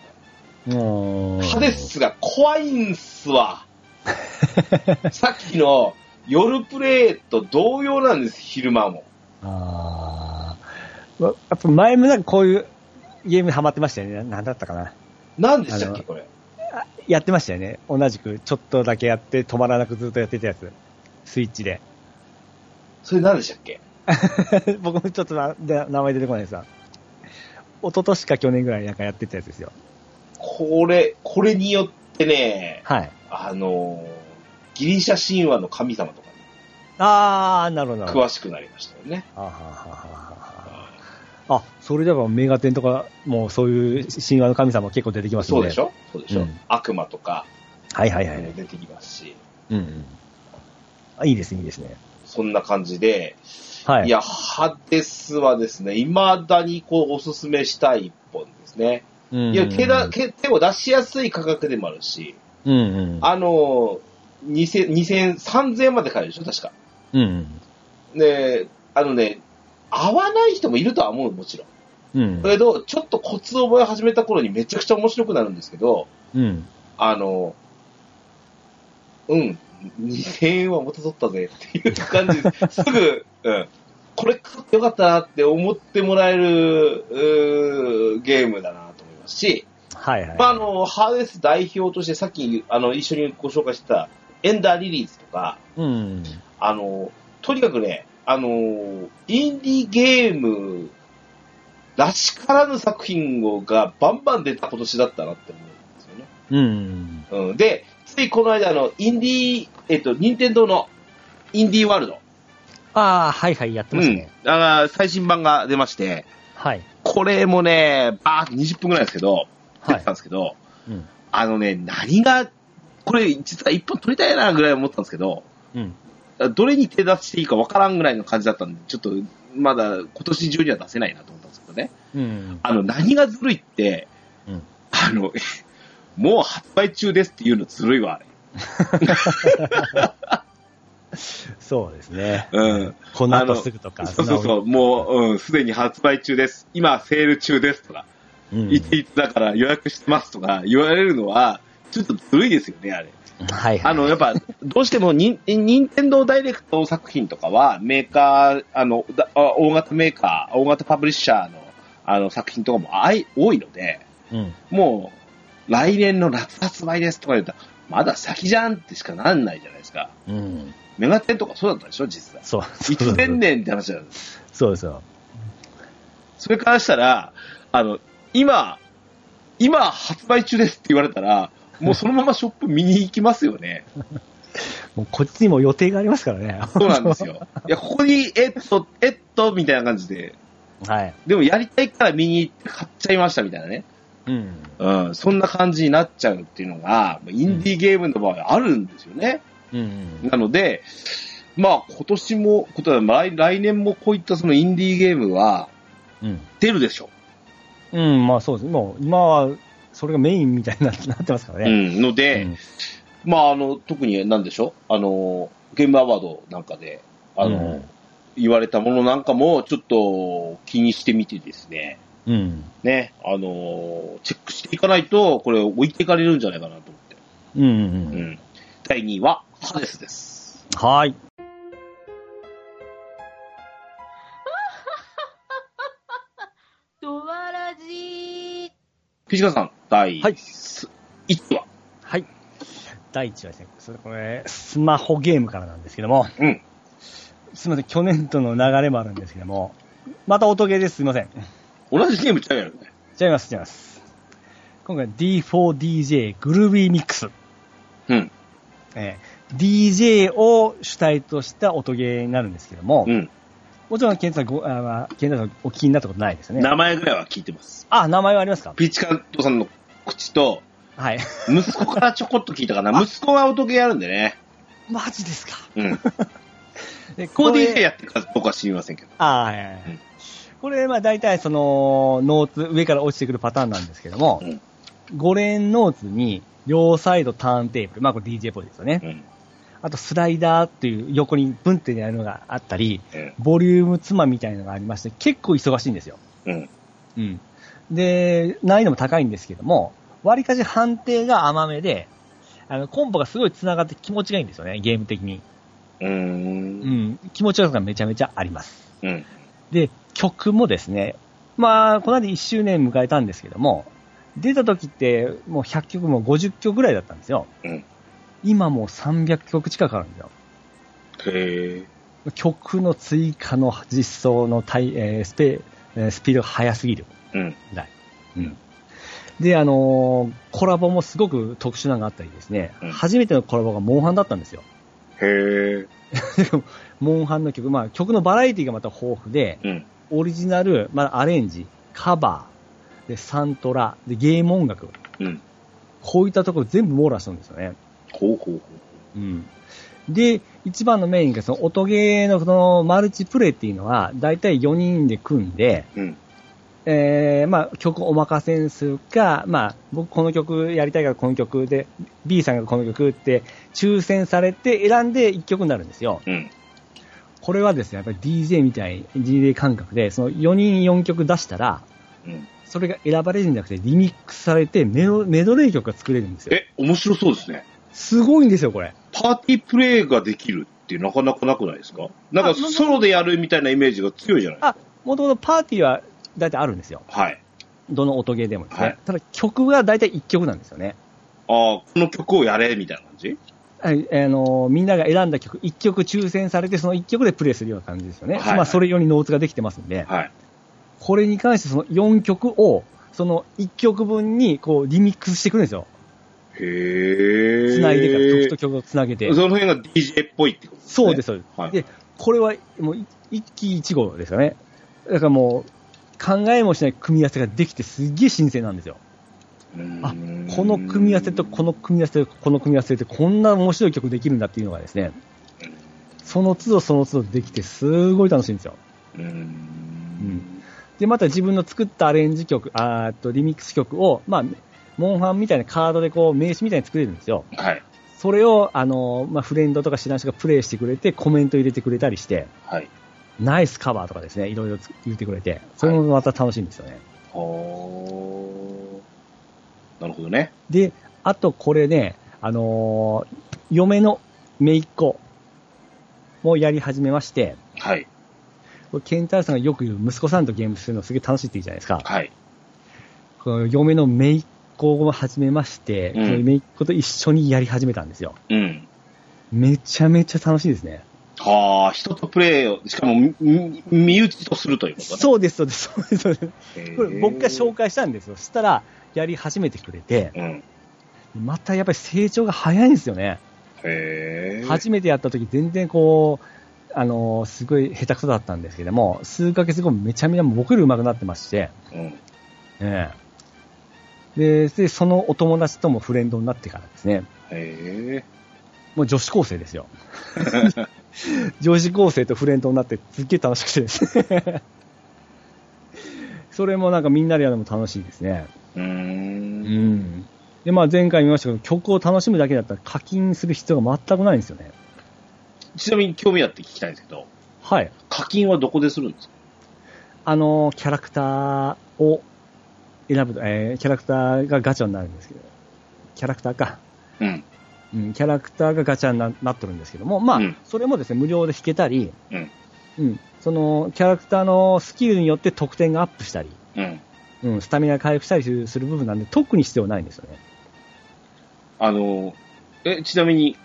[SPEAKER 1] た、
[SPEAKER 2] おー
[SPEAKER 1] ハデ。スが怖いんすわ。さっきの夜プレイと同様なんです、昼間も。
[SPEAKER 2] あーわやっぱ前もなんかこういうゲームにハマってましたよね。ななんだったかな。
[SPEAKER 1] なんでしたっけ、これ。
[SPEAKER 2] やってましたよね。同じく、ちょっとだけやって、止まらなくずっとやってたやつ。スイッチで。
[SPEAKER 1] それなんでしたっけ
[SPEAKER 2] 僕もちょっとなで名前出てこないですわ。一昨年か去年ぐらいなんかやってたやつですよ。
[SPEAKER 1] これ、これによってね、
[SPEAKER 2] はい。
[SPEAKER 1] あの、ギリシャ神話の神様とか
[SPEAKER 2] あー、なるほどなるほど。
[SPEAKER 1] 詳しくなりましたよね。
[SPEAKER 2] あははははあ、それではメガテンとか、もうそういう神話の神様結構出てきます
[SPEAKER 1] そ
[SPEAKER 2] よね。
[SPEAKER 1] うでしょそうでしょ、
[SPEAKER 2] うん
[SPEAKER 1] 悪魔とか
[SPEAKER 2] はいはいはい。
[SPEAKER 1] 出てきますし、
[SPEAKER 2] うんうんあいいですね、いいですね。
[SPEAKER 1] そんな感じで、
[SPEAKER 2] はい。
[SPEAKER 1] い、や、ハデスはですね、未だにこうおすすめしたい一本ですね。
[SPEAKER 2] うんうんうん、
[SPEAKER 1] いや手だ手手を出しやすい価格でもあるし、
[SPEAKER 2] うんうん。
[SPEAKER 1] あの、2000、2000、3000まで買えるでしょ、確か。
[SPEAKER 2] うんうん。
[SPEAKER 1] で、あのね、合わない人もいるとは思う、もちろん。
[SPEAKER 2] うん
[SPEAKER 1] だ。けど、ちょっとコツを覚え始めた頃にめちゃくちゃ面白くなるんですけど、
[SPEAKER 2] うん。
[SPEAKER 1] あの、うん、2000円は元取ったぜっていう感 じです。すぐ、うん、これ買ってよかったなって思ってもらえる、うーゲームだなと思いますし、
[SPEAKER 2] はいはい。
[SPEAKER 1] まあ、あの、ハーデス代表としてさっき、あの、一緒にご紹介してた、エンダーリリーズとか、
[SPEAKER 2] うん。
[SPEAKER 1] あの、とにかくね、あの、インディーゲームらしからぬ作品をがバンバン出た今年だったなって思うんですよね。
[SPEAKER 2] うん。
[SPEAKER 1] うん、で、ついこの間、あの、インディー、えっと、任天堂のインディーワールド。
[SPEAKER 2] ああ、はいはい、やってますね。
[SPEAKER 1] うん。あー最新版が出まして、
[SPEAKER 2] はい。
[SPEAKER 1] これもね、バーって20分くらいですけど、出
[SPEAKER 2] は
[SPEAKER 1] て
[SPEAKER 2] い
[SPEAKER 1] たん。ですけど、
[SPEAKER 2] うん。
[SPEAKER 1] あのね、何が、これ実は一本取りたいなぐらい思ったんですけど、
[SPEAKER 2] うん。
[SPEAKER 1] どれに手出していいかわからんぐらいの感じだったんで、ちょっとまだ今年中には出せないなと思ったんですけどね。
[SPEAKER 2] うん。
[SPEAKER 1] あの、何がずるいって、
[SPEAKER 2] うん
[SPEAKER 1] あの、 もう発売中ですっていうのずるいわ、あれ。
[SPEAKER 2] そうですね。
[SPEAKER 1] うん。
[SPEAKER 2] この後すぐと
[SPEAKER 1] あ
[SPEAKER 2] か。
[SPEAKER 1] のそうそうそう、もう、うん、すでに発売中です。今、セール中ですとか、
[SPEAKER 2] う。うん。
[SPEAKER 1] いついつだから予約してますとか言われるのは、ちょっとずるいですよね、あれ。
[SPEAKER 2] はいはい。
[SPEAKER 1] あの、やっ ぱ、どうしてもに、任天堂ダイレクト作品とかは、メーカー、あの、だあ大型メーカー、大型パブリッシャーの、あの、作品とかもあい多いので、
[SPEAKER 2] うん。
[SPEAKER 1] もう、来年の夏発売ですとか言うと、まだ先じゃんってしかなんないじゃないですか。
[SPEAKER 2] うん。
[SPEAKER 1] メガテンとかそうだったでしょ、実際。
[SPEAKER 2] そう。
[SPEAKER 1] いつ出んねんって話なんです。
[SPEAKER 2] そうそう。
[SPEAKER 1] それからしたら、あの、今、今発売中ですって言われたら、もうそのままショップ見に行きますよね。
[SPEAKER 2] もうこっちにも予定がありますからね。
[SPEAKER 1] そうなんです よ。いや、ここに、えっと、えっと、みたいな感じで、
[SPEAKER 2] はい。
[SPEAKER 1] でもやりたいから見に行って買っちゃいましたみたいなね。
[SPEAKER 2] うん。
[SPEAKER 1] うん、そんな感じになっちゃうっていうのが、インディーゲームの場合あるんですよね。
[SPEAKER 2] うん。
[SPEAKER 1] なので、まあ今年も、ことは来来年もこういったそのインディーゲームは
[SPEAKER 2] うん。
[SPEAKER 1] 出るでしょ
[SPEAKER 2] うん、まあそうです。もう今は、それがメインみたいになってなってますから
[SPEAKER 1] う。
[SPEAKER 2] ね。
[SPEAKER 1] うん、ので、
[SPEAKER 2] うん
[SPEAKER 1] まああの、特に何でしょうあの、ゲームアワードなんかで、あの、
[SPEAKER 2] うん
[SPEAKER 1] 言われたものなんかもちょっと気にしてみてですね。
[SPEAKER 2] うん。
[SPEAKER 1] ね、あのーチェックしていかないと、これ置いていかれるんじゃないかなと思って。
[SPEAKER 2] うん。うん
[SPEAKER 1] う
[SPEAKER 2] うん。
[SPEAKER 1] ん。第2位は、ハデスです。
[SPEAKER 2] はい。
[SPEAKER 4] ドワラジー
[SPEAKER 1] 藤川さん、第
[SPEAKER 2] はい
[SPEAKER 1] 1位は、
[SPEAKER 2] はい。第一はですね、それこれ、スマホゲームからなんですけども、
[SPEAKER 1] うん。
[SPEAKER 2] すみません、去年との流れもあるんですけども、また音ゲーです、すみません。
[SPEAKER 1] 同じゲームちゃうやろね。
[SPEAKER 2] 違います、違います。今回 D4DJ グルービーミックス。
[SPEAKER 1] うん。
[SPEAKER 2] えー DJ を主体とした音ゲーになるんですけども、
[SPEAKER 1] うん。
[SPEAKER 2] もちろん、ケンタさんご、あまあケンタさんお聞きになったことないですよね。
[SPEAKER 1] 名前ぐらいは聞いてます。
[SPEAKER 2] あ、名前はありますか
[SPEAKER 1] ピーチカントさんの口と、
[SPEAKER 2] はい。
[SPEAKER 1] 息子からちょこっと聞いたかな。息子が音ゲーやるんでね。
[SPEAKER 2] マジですか。
[SPEAKER 1] うん。
[SPEAKER 2] で、こ
[SPEAKER 1] コー
[SPEAKER 2] れ
[SPEAKER 1] ディーやってるか僕は知りませんけど。
[SPEAKER 2] あはいはいは
[SPEAKER 1] うん
[SPEAKER 2] い。これ、まあ大体その、ノーツ、上から落ちてくるパターンなんですけども、
[SPEAKER 1] うん
[SPEAKER 2] 5連ノーツに、両サイドターンテーブル、まあこれ DJ っぽいですよね。
[SPEAKER 1] うん。
[SPEAKER 2] あとスライダーっていう横にブンってやるのがあったり、
[SPEAKER 1] うん。
[SPEAKER 2] ボリュームつまみたいなのがありまして、結構忙しいんですよ。
[SPEAKER 1] うん。
[SPEAKER 2] うん。で、難易度も高いんですけども、割かし判定が甘めで、あの、コンボがすごい繋がって気持ちがいいんですよね、ゲーム的に。
[SPEAKER 1] うー。
[SPEAKER 2] うんん。気持ちよさがめちゃめちゃあります。
[SPEAKER 1] うん。
[SPEAKER 2] で、曲もですね、まあ、この間1周年迎えたんですけども、出た時ってもう100曲も50曲ぐらいだったんですよ。
[SPEAKER 1] うん
[SPEAKER 2] 今もう300曲近くあるんですよ。
[SPEAKER 1] へえ。
[SPEAKER 2] 曲の追加の実装のタイ、えースペえースピードが速すぎる。
[SPEAKER 1] うん。うん
[SPEAKER 2] で、あのーコラボもすごく特殊なのがあったりですね、
[SPEAKER 1] うん
[SPEAKER 2] 初めてのコラボがモンハンだったんですよ。
[SPEAKER 1] へえ。
[SPEAKER 2] モンハンの曲、まあ曲のバラエティがまた豊富で、
[SPEAKER 1] うん。
[SPEAKER 2] オリジナル、まあ、アレンジ、カバー、で、サントラ、で、ゲーム音楽。
[SPEAKER 1] うん。
[SPEAKER 2] こういったところ全部網羅したんですよね。
[SPEAKER 1] ほうほうほう。
[SPEAKER 2] うん。で、一番のメインが、その、音ゲーのその、マルチプレイっていうのは、だいたい4人で組んで、
[SPEAKER 1] うん。
[SPEAKER 2] えーまあ、曲をお任せにするか、まあ、僕この曲やりたいからこの曲で、B さんがこの曲って抽選されて選んで1曲になるんですよ。
[SPEAKER 1] うん。
[SPEAKER 2] これはですね、やっぱり DJ みたい、DJ 感覚で、その4人4曲出したら、
[SPEAKER 1] うん。
[SPEAKER 2] それが選ばれるんじゃなくてリミックスされてメロメドレー曲が作れるんですよ。
[SPEAKER 1] え、面白そうですね。
[SPEAKER 2] すごいんですよ、これ。
[SPEAKER 1] パーティープレイができるってなかなかなくないですかなんか
[SPEAKER 2] あなんか
[SPEAKER 1] ソロでやるみたいなイメージが強いじゃない
[SPEAKER 2] あ、もともとパーティーは大体あるんですよ。
[SPEAKER 1] はい。
[SPEAKER 2] どの音ゲーでもですね。
[SPEAKER 1] はい
[SPEAKER 2] ただ曲が大体1曲なんですよね。
[SPEAKER 1] ああ、この曲をやれ、みたいな感じ
[SPEAKER 2] はい、あのーみんなが選んだ曲、1曲抽選されて、その1曲でプレイするような感じですよね。
[SPEAKER 1] はいはい
[SPEAKER 2] まあ、それ用にノーツができてますんで、
[SPEAKER 1] はい。
[SPEAKER 2] これに関してその4曲を、その1曲分にこうリミックスしてくるんですよ。
[SPEAKER 1] へえ。
[SPEAKER 2] つないでから曲と曲をつなげて。
[SPEAKER 1] その辺が DJ っぽいってことですね。
[SPEAKER 2] そうです、そうです。
[SPEAKER 1] はい。
[SPEAKER 2] で、これはもうい一期一号ですかね。だからもう、考えもしない組み合わせができてすっげえ新鮮なんですよ。あこの組み合わせとこの組み合わせとこの組み合わせでこんな面白い曲できるんだっていうのがですね、その都度その都度できてすごい楽しいんですよ。
[SPEAKER 1] うーん。
[SPEAKER 2] で、また自分の作ったアレンジ曲、あーっと、リミックス曲を、まあ、モンハンみたいなカードでこう、名刺みたいに作れるんですよ。
[SPEAKER 1] はい。
[SPEAKER 2] それを、あの、まあ、フレンドとか知らん人がプレイしてくれて、コメント入れてくれたりして、
[SPEAKER 1] はい。
[SPEAKER 2] ナイスカバーとかですね、いろいろつ言ってくれて、それもまた楽しいんですよね。
[SPEAKER 1] ほー。なるほどね。
[SPEAKER 2] で、あとこれね、あのー嫁の姪っ子もやり始めまして、
[SPEAKER 1] はい。
[SPEAKER 2] これケンタルさんがよく言う息子さんとゲームするのすげえ楽しいって言うじゃないですか。
[SPEAKER 1] はい。
[SPEAKER 2] この嫁の姪っ子を始めまして、
[SPEAKER 1] うん
[SPEAKER 2] その姪っ子と一緒にやり始めたんですよ。
[SPEAKER 1] うん。
[SPEAKER 2] めちゃめちゃ楽しいですね。
[SPEAKER 1] はあ、人とプレイを、しかも、みみ身内とするということね。
[SPEAKER 2] そうです、そうです、そうですそうです。
[SPEAKER 1] へー
[SPEAKER 2] これ僕が紹介したんですよ。そしたら、やり始めてくれて、
[SPEAKER 1] うん。
[SPEAKER 2] またやっぱり成長が早いんですよね。
[SPEAKER 1] へー。
[SPEAKER 2] 初めてやった時全然こう、あのーすごい下手くそだったんですけども、数ヶ月後めちゃめちゃ僕より上手くなってまして、
[SPEAKER 1] うん。
[SPEAKER 2] ええで、でそのお友達ともフレンドになってからですね、
[SPEAKER 1] へ
[SPEAKER 2] もう女子高生です よ。女子高生とフレンドになってすっげえ楽しくてですね。それもなんかみんなでやるのも楽しいですね。
[SPEAKER 1] ー。うー。
[SPEAKER 2] うんん。で、まあ前回見ましたけど、曲を楽しむだけだったら課金する必要が全くないんですよね。
[SPEAKER 1] ちなみに興味あって聞きたいんですけど、
[SPEAKER 2] はい。
[SPEAKER 1] 課金はどこでするんですか
[SPEAKER 2] あの、キャラクターを選ぶと、えーキャラクターがガチャになるんですけど、キャラクターか。
[SPEAKER 1] うん。
[SPEAKER 2] うん、キャラクターがガチャにななっとるんですけども、まあ、
[SPEAKER 1] うん
[SPEAKER 2] それもですね、無料で引けたり、
[SPEAKER 1] うん
[SPEAKER 2] うんその、キャラクターのスキルによって得点がアップしたり、
[SPEAKER 1] うん。
[SPEAKER 2] うん、スタミナ回復したりするする部分なんで、特に必要ないんですよね。
[SPEAKER 1] あの、え、ちなみに、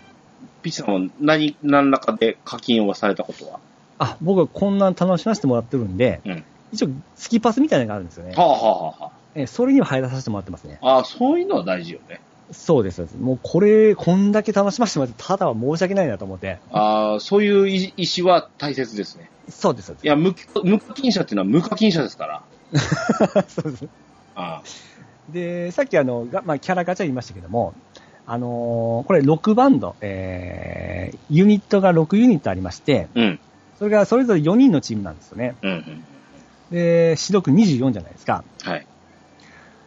[SPEAKER 1] ピッチさんは何、何らかで課金をされたことは
[SPEAKER 2] あ、僕はこんなん楽しませてもらってるんで、
[SPEAKER 1] うん
[SPEAKER 2] 一応、スキパスみたいなのがあるんですよね
[SPEAKER 1] は。あ、はあはあは
[SPEAKER 2] えーそれには入らさせてもらってますね。
[SPEAKER 1] あ、ああ、そういうのは大事よね。
[SPEAKER 2] そうです。そうですもうこれ、こんだけ楽しませてもらって、ただは申し訳ないなと思って。
[SPEAKER 1] ああ、そういう意意思は大切ですね。
[SPEAKER 2] そうです、そう
[SPEAKER 1] いや、無無課金者っていうのは無課金者ですから。
[SPEAKER 2] です。そうです
[SPEAKER 1] ああ
[SPEAKER 2] で、さっきあの、がまあ、キャラガチャ言いましたけども、あのーこれ6バンド、えー、ユニットが6ユニットありまして、
[SPEAKER 1] うん、
[SPEAKER 2] それがそれぞれ4人のチームなんですよね。
[SPEAKER 1] うん、うん。
[SPEAKER 2] で、視力24じゃないですか。
[SPEAKER 1] はい。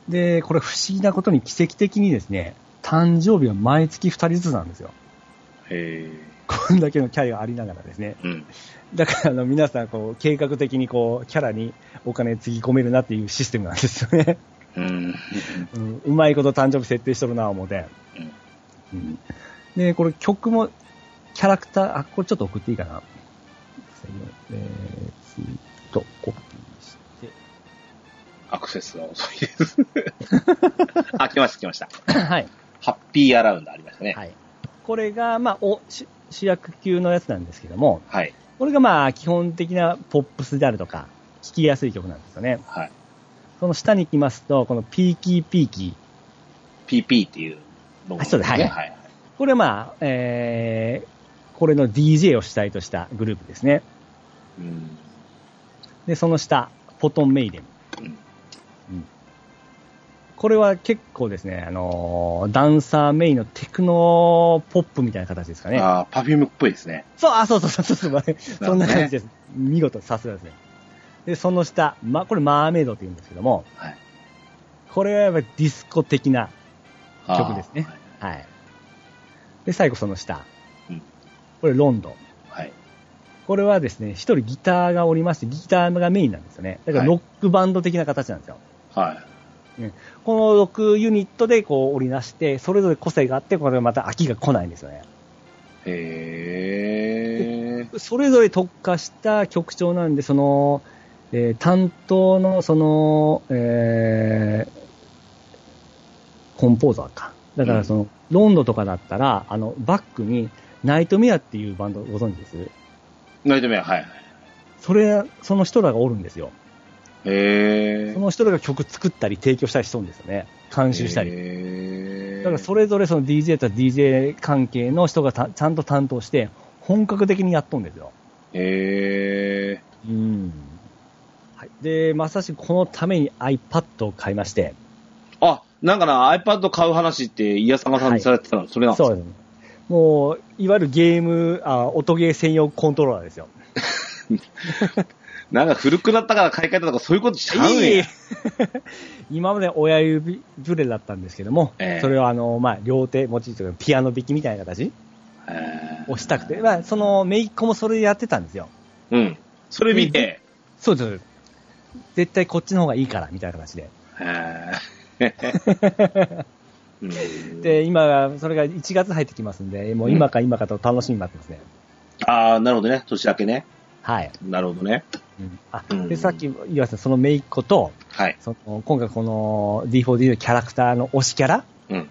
[SPEAKER 2] で、これ不思議なことに奇跡的にですね、誕生日は毎月2人ずつなんですよ。
[SPEAKER 1] へ
[SPEAKER 2] こんだけのキャリアありながらですね。
[SPEAKER 1] え。うん。
[SPEAKER 2] だからあの皆さんこう計画的にこうキャラにお金つぎ込めるなっていうシステムなんですよね。
[SPEAKER 1] うん。
[SPEAKER 2] うんうまいこと誕生日設定しとるな思って、うんでこれ曲もキャラクターあこれちょっと送っていいかなえー、ツイートコピーして
[SPEAKER 1] アクセスが遅いです。 あ、来ました、来ました。
[SPEAKER 2] はい、
[SPEAKER 1] ハッピーアラウンドありましたね。
[SPEAKER 2] はい、これが、まあ、おし主役級のやつなんですけども
[SPEAKER 1] はい。
[SPEAKER 2] これがまあ基本的なポップスであるとか聴きやすい曲なんですよね
[SPEAKER 1] はい。
[SPEAKER 2] その下に来ますとこのピーキーピーキー
[SPEAKER 1] PP っていうロ
[SPEAKER 2] あそうですはい
[SPEAKER 1] ねはい。
[SPEAKER 2] これはまあ、えー、これの DJ を主体としたグループですね
[SPEAKER 1] うん。
[SPEAKER 2] で、その下、フォトンメイデン。
[SPEAKER 1] うん
[SPEAKER 2] うんこれは結構ですね、あのーダンサーメインのテクノポップみたいな形ですかね。
[SPEAKER 1] ああ、パフュームっぽいですね。
[SPEAKER 2] そう、あ、そうそうそうそうそう、そんな感じです。見事、さすがですね。で、その下、ま、これマーメイドって言うんですけども、
[SPEAKER 1] はい
[SPEAKER 2] これはやっぱりディスコ的な、
[SPEAKER 1] あー
[SPEAKER 2] 曲ですねはい。で、最後その下、
[SPEAKER 1] うん
[SPEAKER 2] これロンドン。
[SPEAKER 1] はい。
[SPEAKER 2] これはですね、一人ギターがおりまして、ギターがメインなんですよね。だから
[SPEAKER 1] はい
[SPEAKER 2] ロックバンド的な形なんですよ。
[SPEAKER 1] はい。
[SPEAKER 2] この6ユニットでこう織りなして、それぞれ個性があって、これまた飽きが来ないんですよね。
[SPEAKER 1] へえ。
[SPEAKER 2] それぞれ特化した曲調なんで、その、えー担当の、その、えーコンポーザーか。だからその、ロンドとかだったら、あの、バックに、ナイトメアっていうバンドご存知です
[SPEAKER 1] ナイトメア、はい。
[SPEAKER 2] それ、その人らがおるんですよ。
[SPEAKER 1] へえ
[SPEAKER 2] そ。の人らが曲作ったり提供したりしとるんですよね。監修したり。
[SPEAKER 1] り
[SPEAKER 2] だからそれぞれその DJ と DJ 関係の人がたちゃんと担当して、本格的にやっとんですよ。
[SPEAKER 1] へえ。
[SPEAKER 2] うん。はい、で、まさしくこのために iPad を買いまして、
[SPEAKER 1] あ、なんかな、iPad 買う話って、イヤサガさんにされてたの、それなんです
[SPEAKER 2] そ
[SPEAKER 1] か
[SPEAKER 2] うですね。もう、いわゆるゲーム、あ音ゲー専用コントローラーですよ。
[SPEAKER 1] なんか古くなったから買い替えたとか、そういうことしちゃうん
[SPEAKER 2] いい
[SPEAKER 1] や。
[SPEAKER 2] 今まで親指ブレだったんですけども、
[SPEAKER 1] ええ
[SPEAKER 2] それをあの、まあ、両手持ちというかピアノ弾きみたいな形
[SPEAKER 1] へー
[SPEAKER 2] をしたくて、まあ、その、姪っ子もそれでやってたんですよ。
[SPEAKER 1] うん。それ見て、
[SPEAKER 2] そうですそうです。絶対こっちの方がいいから、みたいな形で。
[SPEAKER 1] へ ーうん
[SPEAKER 2] で、今、それが1月入ってきますんで、もう今か今かと楽しみになってますね。
[SPEAKER 1] ああ、なるほどね。年明けね。
[SPEAKER 2] はい。
[SPEAKER 1] なるほどね。
[SPEAKER 2] あ
[SPEAKER 1] うん
[SPEAKER 2] で、さっき言いました、その姪っ子と、
[SPEAKER 1] はい。
[SPEAKER 2] その今回この D4D のキャラクターの推しキャラ
[SPEAKER 1] うん。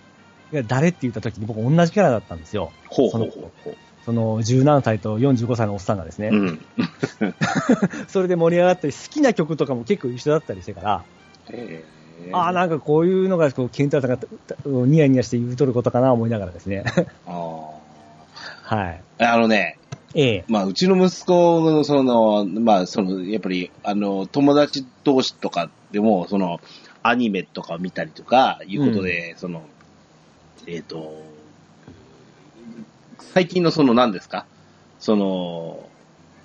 [SPEAKER 2] が誰って言った時に僕同じキャラだったんですよ。
[SPEAKER 1] ほうほうほうほう。
[SPEAKER 2] その17歳と45歳のおっさんがですね、
[SPEAKER 1] うん。
[SPEAKER 2] それで盛り上がったり、好きな曲とかも結構一緒だったりしてから、
[SPEAKER 1] へー
[SPEAKER 2] ああ、なんかこういうのが、こう、ケンタさんがニヤニヤして言うとることかな思いながらですね。
[SPEAKER 1] あ
[SPEAKER 2] はい。
[SPEAKER 1] ーあのね、
[SPEAKER 2] ええ。
[SPEAKER 1] まあ、うちの息子の、その、まあ、その、やっぱり、あの、友達同士とかでも、その、アニメとかを見たりとか、いうことで、その、えっ、と、最近のその、何ですかその、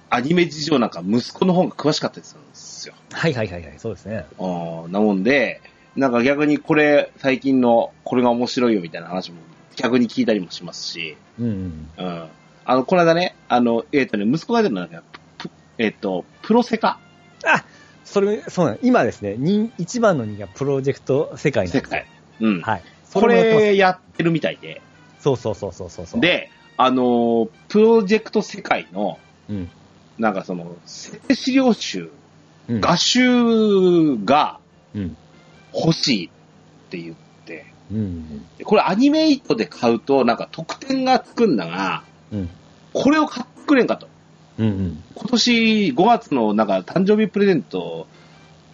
[SPEAKER 1] アニメ事情なんか息子の方が詳しかったりするんですよ。
[SPEAKER 2] はいはいはいはい、そうですね。
[SPEAKER 1] うんなもんで、なんか逆にこれ、最近の、これが面白いよみたいな話も逆に聞いたりもしますし、
[SPEAKER 2] うん。
[SPEAKER 1] うん。あの、この間ね、あの、えっ、とね、息子が出るのはね、プえっ、と、プロセカ
[SPEAKER 2] あそれ、そうなん今ですね、人一番の人気がプロジェクト世界なん
[SPEAKER 1] 世
[SPEAKER 2] ですよ
[SPEAKER 1] 界。うん。
[SPEAKER 2] はい。そ
[SPEAKER 1] こ
[SPEAKER 2] れもやってます
[SPEAKER 1] れやってるみたいで。
[SPEAKER 2] そうそうそうそうそうそう。、
[SPEAKER 1] で、あのー、プロジェクト世界の、
[SPEAKER 2] うん。
[SPEAKER 1] なんかその、資料集、
[SPEAKER 2] うん
[SPEAKER 1] 画集が
[SPEAKER 2] うん。
[SPEAKER 1] 欲しいって言って、
[SPEAKER 2] うん。
[SPEAKER 1] でこれアニメイトで買うと、なんか特典がつくんだが、
[SPEAKER 2] うん。
[SPEAKER 1] これを買ってくれんかと。
[SPEAKER 2] うん。
[SPEAKER 1] 今年5月のなんか誕生日プレゼント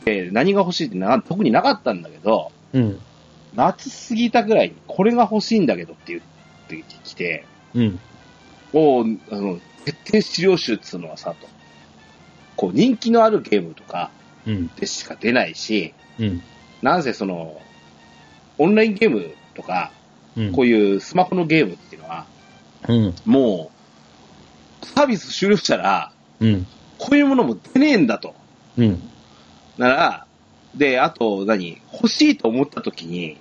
[SPEAKER 1] で何が欲しいってな特になかったんだけど、
[SPEAKER 2] うん。
[SPEAKER 1] 夏過ぎたぐらいにこれが欲しいんだけどって言ってきて、
[SPEAKER 2] うん。
[SPEAKER 1] おうあの、徹底資料集っつうのはさ、と。こう、人気のあるゲームとか
[SPEAKER 2] うん。
[SPEAKER 1] でしか出ないし、
[SPEAKER 2] うん。
[SPEAKER 1] なんせその、オンラインゲームとか、
[SPEAKER 2] うん。
[SPEAKER 1] こういうスマホのゲームっていうのは、
[SPEAKER 2] うん。
[SPEAKER 1] もう、サービス終了したら、
[SPEAKER 2] うん。
[SPEAKER 1] こういうものも出ねえんだと。
[SPEAKER 2] うん。
[SPEAKER 1] なら、で、あと何、欲しいと思った時に、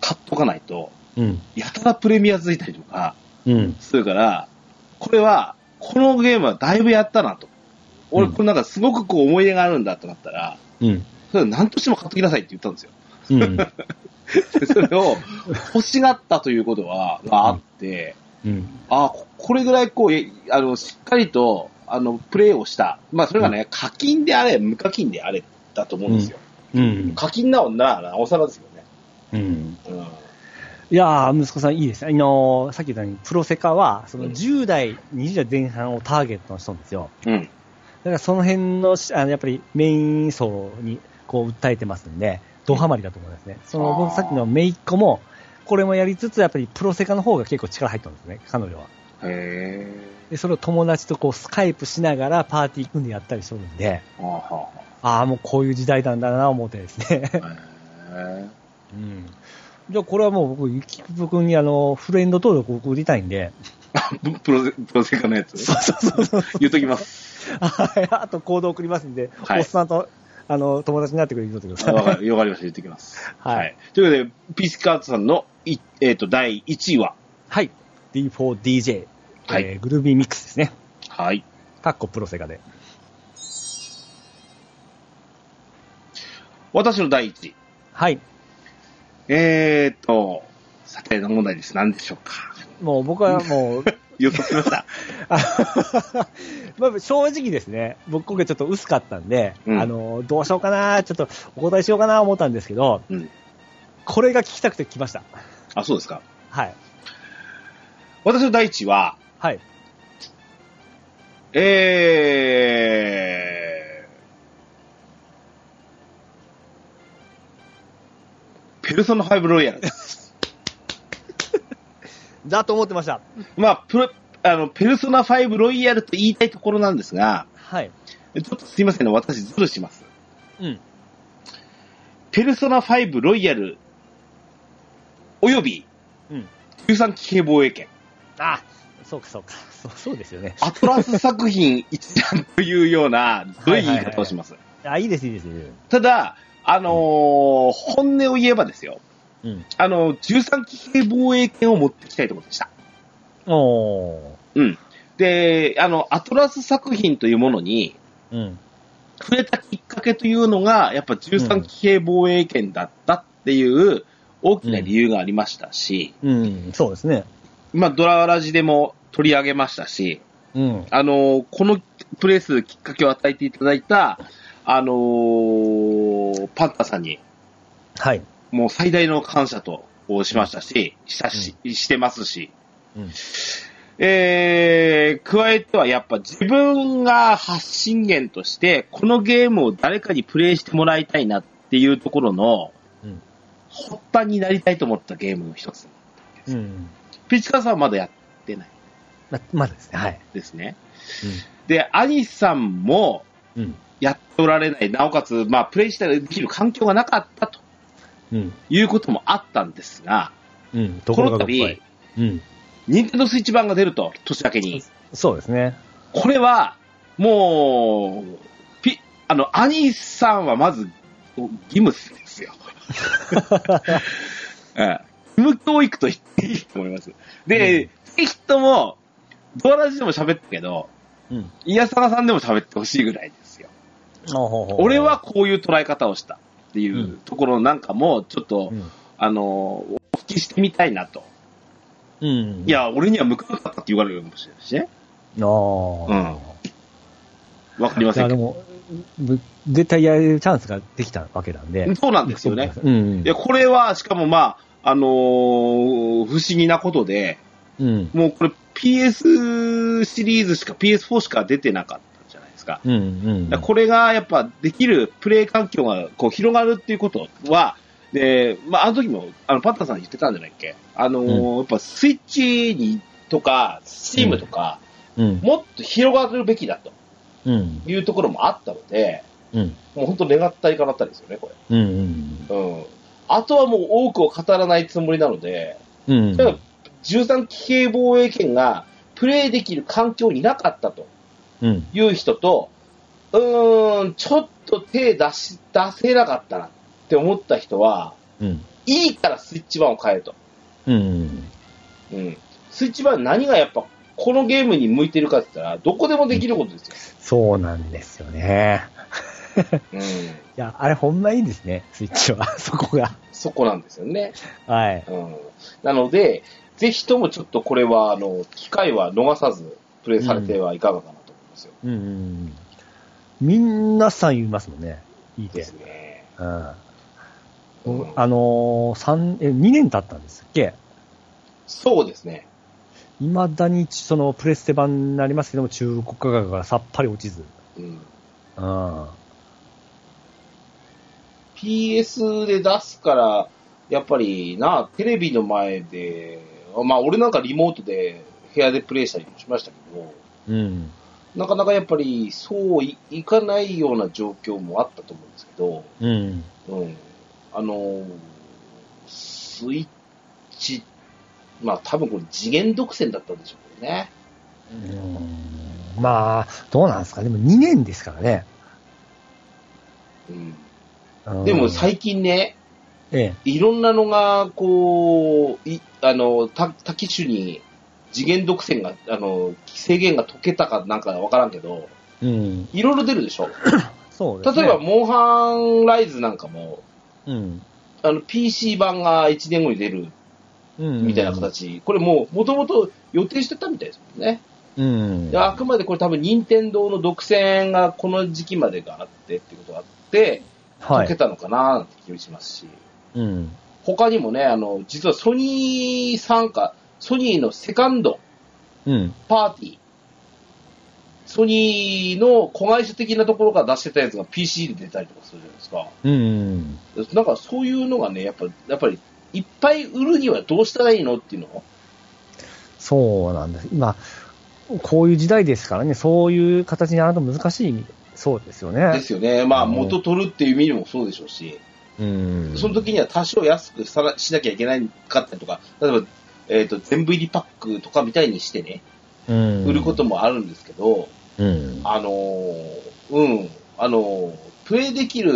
[SPEAKER 1] 買っとかないと、
[SPEAKER 2] うん。
[SPEAKER 1] やたらプレミアついたりとか、
[SPEAKER 2] うん。
[SPEAKER 1] するから、これは、このゲームはだいぶやったなと。俺、
[SPEAKER 2] うん
[SPEAKER 1] これなんかすごくこう思い出があるんだとなったら、
[SPEAKER 2] うん。
[SPEAKER 1] それ何としても買っときなさいって言ったんですよ。
[SPEAKER 2] うん。
[SPEAKER 1] でそれ を欲しがったということは、があって、
[SPEAKER 2] うん。
[SPEAKER 1] あここれぐらいこう、えあの、しっかりと、あの、プレイをした。まあ、それがね、課金であれ、無課金であれだと思うんですよ。
[SPEAKER 2] うん。
[SPEAKER 1] 課金なおなら、なおさらですよね。
[SPEAKER 2] うん。
[SPEAKER 1] うん。
[SPEAKER 2] いやー、息子さんいいですね。あのーさっき言ったように、プロセカは、その10代、20代前半をターゲットにしとるんですよ。
[SPEAKER 1] うん。
[SPEAKER 2] だからその辺のし、あの、やっぱりメイン層に、こう、訴えてますんで、ドハマりだと思いますね。その、
[SPEAKER 1] あー
[SPEAKER 2] 僕さっきのメイっ子も、これもやりつつ、やっぱりプロセカの方が結構力入ったんですね、彼女は。
[SPEAKER 1] へ
[SPEAKER 2] で、それを友達とこう、スカイプしながらパーティー組んでやったりしとるんで、
[SPEAKER 1] ー。あーは
[SPEAKER 2] ああ、もうこういう時代なんだな、思ってですね。
[SPEAKER 1] ーはーへー
[SPEAKER 2] うん。じゃあ、これはもう僕、ゆきぷくんにあの、フレンド登録を送りたいんで、
[SPEAKER 1] プロセ、プロセカのやつ。
[SPEAKER 2] そうそうそうそう。
[SPEAKER 1] 言っときます。
[SPEAKER 2] はいあと、コード送りますんで、
[SPEAKER 1] はい
[SPEAKER 2] おっさんと、あの、友達になってくれるとってくだ
[SPEAKER 1] あ
[SPEAKER 2] さい。
[SPEAKER 1] わかるわかりました。言っときます。
[SPEAKER 2] はい
[SPEAKER 1] ということで、ピースカートさんの、いえっ、と、第1位は、
[SPEAKER 2] はい。D4DJ、
[SPEAKER 1] はい
[SPEAKER 2] えーグルービーミックスですね。
[SPEAKER 1] はい。
[SPEAKER 2] かっこプロセカで。
[SPEAKER 1] 私の第1位。
[SPEAKER 2] はい。
[SPEAKER 1] えーと、さて、問題です。何でしょうか。
[SPEAKER 2] もう僕は もう、
[SPEAKER 1] 予想しました。
[SPEAKER 2] あ まあ正直ですね、僕今回ちょっと薄かったんで、
[SPEAKER 1] うん
[SPEAKER 2] あの、どうしようかな、ちょっとお答えしようかな思ったんですけど、
[SPEAKER 1] うん。
[SPEAKER 2] これが聞きたくて来ました。
[SPEAKER 1] あ、そうですか。
[SPEAKER 2] はい。
[SPEAKER 1] 私の第1位は、
[SPEAKER 2] はい。
[SPEAKER 1] えー、ペルソナ5ロイ ヤルです。
[SPEAKER 2] だと思ってました。
[SPEAKER 1] まあ、プロ、あの、ペルソナ5ロイヤルと言いたいところなんですが、
[SPEAKER 2] はい。
[SPEAKER 1] ちょっとすいませんね、私ズルします。
[SPEAKER 2] うん。
[SPEAKER 1] ペルソナ5ロイヤル、および、
[SPEAKER 2] うん。
[SPEAKER 1] 13騎兵防衛権、
[SPEAKER 2] あ、そうかそうか。そうそうですよね。
[SPEAKER 1] アトラス作品一覧というような、どういう言い方をします。
[SPEAKER 2] あ、いいです、いいです。いいです
[SPEAKER 1] ただ、あのー本音を言えばですよ、
[SPEAKER 2] うん。
[SPEAKER 1] あの、13騎兵防衛権を持ってきたいところでした。
[SPEAKER 2] おー。
[SPEAKER 1] うん。で、あの、アトラス作品というものに、
[SPEAKER 2] うん。
[SPEAKER 1] 触れたきっかけというのが、やっぱ13騎兵防衛権だったっていう大きな理由がありましたし、
[SPEAKER 2] うん。そうですね。
[SPEAKER 1] まあドララジでも取り上げましたし、
[SPEAKER 2] うん。
[SPEAKER 1] あの、このプレスきっかけを与えていただいた、あのーパンタさんに、
[SPEAKER 2] はい。
[SPEAKER 1] もう最大の感謝としましたし、したし、してますし、
[SPEAKER 2] うん。
[SPEAKER 1] えー、加えてはやっぱ自分が発信源として、このゲームを誰かにプレイしてもらいたいなっていうところの、
[SPEAKER 2] うん
[SPEAKER 1] 発端になりたいと思ったゲームの一つ。
[SPEAKER 2] うん。
[SPEAKER 1] ピチカーさんはまだやってない
[SPEAKER 2] ま、まだですね。はい。
[SPEAKER 1] ですね。で、アニさんも
[SPEAKER 2] うん。うん。
[SPEAKER 1] やっておられない、なおかつ、まあ、プレイしたらできる環境がなかったと
[SPEAKER 2] うん。
[SPEAKER 1] いうこともあったんですが、
[SPEAKER 2] うん。と
[SPEAKER 1] こ
[SPEAKER 2] ころ
[SPEAKER 1] の
[SPEAKER 2] がどっこ
[SPEAKER 1] 度
[SPEAKER 2] い、うん。
[SPEAKER 1] ニンテンドースイッチ版が出ると、年明けに。
[SPEAKER 2] そうですね。
[SPEAKER 1] これは、もう、ピ、あの、アニさんはまず、義務です よ。ええ義務教育と言っていいと思います。で、ぜひとも、ドアラジでも喋ったけど、
[SPEAKER 2] うん。
[SPEAKER 1] イヤサガさんでも喋ってほしいぐらいですよ。俺は、こういう捉え方をしたっていううんところなんかも、ちょっと、
[SPEAKER 2] うん。
[SPEAKER 1] あの、お聞きしてみたいなと。
[SPEAKER 2] う
[SPEAKER 1] い、
[SPEAKER 2] ん。
[SPEAKER 1] や、俺には向かなかったって言われるかもしれないしね。
[SPEAKER 2] ああ。
[SPEAKER 1] うんわかりま
[SPEAKER 2] い
[SPEAKER 1] せ
[SPEAKER 2] や
[SPEAKER 1] んけ
[SPEAKER 2] でも、ぶ絶対やれるチャンスができたわけなんで。
[SPEAKER 1] ど。そうなんですよね。
[SPEAKER 2] うん。
[SPEAKER 1] いや、これは、しかもまあ、あのー不思議なことで、
[SPEAKER 2] うん。
[SPEAKER 1] もうこれ PS シリーズしか PS4 しか出てなかったじゃないですか。
[SPEAKER 2] うん。うん。
[SPEAKER 1] だからこれがやっぱできるプレイ環境がこう広がるっていうことは、で、まあ、あの時も、あの、パッタさん言ってたんじゃないっけあのーやっぱスイッチにとか、スチームとか、
[SPEAKER 2] うん。
[SPEAKER 1] もっと広がるべきだと
[SPEAKER 2] うん。
[SPEAKER 1] いうところもあったので、
[SPEAKER 2] うん。
[SPEAKER 1] もう本当願ったりかなったりですよね、こ
[SPEAKER 2] うん。うん。
[SPEAKER 1] れ。うん。あとはもう多くを語らないつもりなので、
[SPEAKER 2] うん。
[SPEAKER 1] ただ、13騎兵防衛権がプレイできる環境になかったと
[SPEAKER 2] うん。
[SPEAKER 1] いう人と、うーん、ちょっと手出し、出せなかったなって思った人は、
[SPEAKER 2] うん。
[SPEAKER 1] いいからスイッチ版を変えると。
[SPEAKER 2] うん。
[SPEAKER 1] うん。スイッチ版何がやっぱ、このゲームに向いてるかって言ったら、どこでもできることですよ。
[SPEAKER 2] そうなんですよね。
[SPEAKER 1] うん。
[SPEAKER 2] いや、あれほんまいいですね、スイッチは。 そこが。
[SPEAKER 1] そこなんですよね。
[SPEAKER 2] はい。
[SPEAKER 1] うん。なので、ぜひともちょっとこれは、あの、機会は逃さず、プレイされてはいかがかなと思いますよ。
[SPEAKER 2] うんうん。みんなさん言いますもんね。いい
[SPEAKER 1] で。
[SPEAKER 2] です
[SPEAKER 1] ね。
[SPEAKER 2] うん。
[SPEAKER 1] うん
[SPEAKER 2] あのー、三、え、2年経ったんですっけ
[SPEAKER 1] そうですね。
[SPEAKER 2] いまだに、その、プレステ版になりますけども、中国価格がさっぱり落ちず。
[SPEAKER 1] うん。
[SPEAKER 2] うん。
[SPEAKER 1] PS で出すから、やっぱりな、テレビの前で、まあ俺なんかリモートで部屋でプレイしたりもしましたけど、
[SPEAKER 2] うん。
[SPEAKER 1] なかなかやっぱりそういいかないような状況もあったと思うんですけど、
[SPEAKER 2] うん。
[SPEAKER 1] うん。あの、スイッチまあ多分これ次元独占だったんでしょうけどね。
[SPEAKER 2] うんまあ、どうなんですか。でも2年ですからね。
[SPEAKER 1] うん
[SPEAKER 2] うん
[SPEAKER 1] でも最近ね、
[SPEAKER 2] え
[SPEAKER 1] いろんなのが、こう、いあの、た多機種に次元独占が、あの、制限が解けたかなんかわからんけど、
[SPEAKER 2] え。うん。
[SPEAKER 1] いろいろ出るでしょ。
[SPEAKER 2] そうですね。
[SPEAKER 1] 例えば、モンハンライズなんかも、
[SPEAKER 2] うん。
[SPEAKER 1] あの、PC 版が1年後に出る
[SPEAKER 2] うん。
[SPEAKER 1] みたいな。形。これもう、もともと予定してたみたいですもんね。
[SPEAKER 2] うん。
[SPEAKER 1] であくまでこれ多分、任天堂の独占がこの時期までがあってってことがあって、
[SPEAKER 2] は
[SPEAKER 1] 解け
[SPEAKER 2] い。
[SPEAKER 1] たのかなって気もしますし。
[SPEAKER 2] うん。
[SPEAKER 1] 他にもね、あの、実はソニー参加、ソニーのセカンド
[SPEAKER 2] うん。
[SPEAKER 1] パーティー、ソニーの子会社的なところから出してたやつが PC で出たりとかするじゃないですか。
[SPEAKER 2] うん。
[SPEAKER 1] なんかそういうのがね、やっぱ、やっぱり、いっぱい売るにはどうしたらいいのっていうのを
[SPEAKER 2] そうなんです。今、こういう時代ですからね、そういう形になると難しい、そうですよ
[SPEAKER 1] で
[SPEAKER 2] ね。
[SPEAKER 1] すよね。まあ、
[SPEAKER 2] うん
[SPEAKER 1] 元取るっていう意味でもそうでしょうし、
[SPEAKER 2] うん。
[SPEAKER 1] その時には多少安くさらしなきゃいけないかったりとか、例えば、えっ、と、全部入りパックとかみたいにしてね、
[SPEAKER 2] うん、
[SPEAKER 1] 売ることもあるんですけど、
[SPEAKER 2] うん。
[SPEAKER 1] あのーうん、あのープレイできる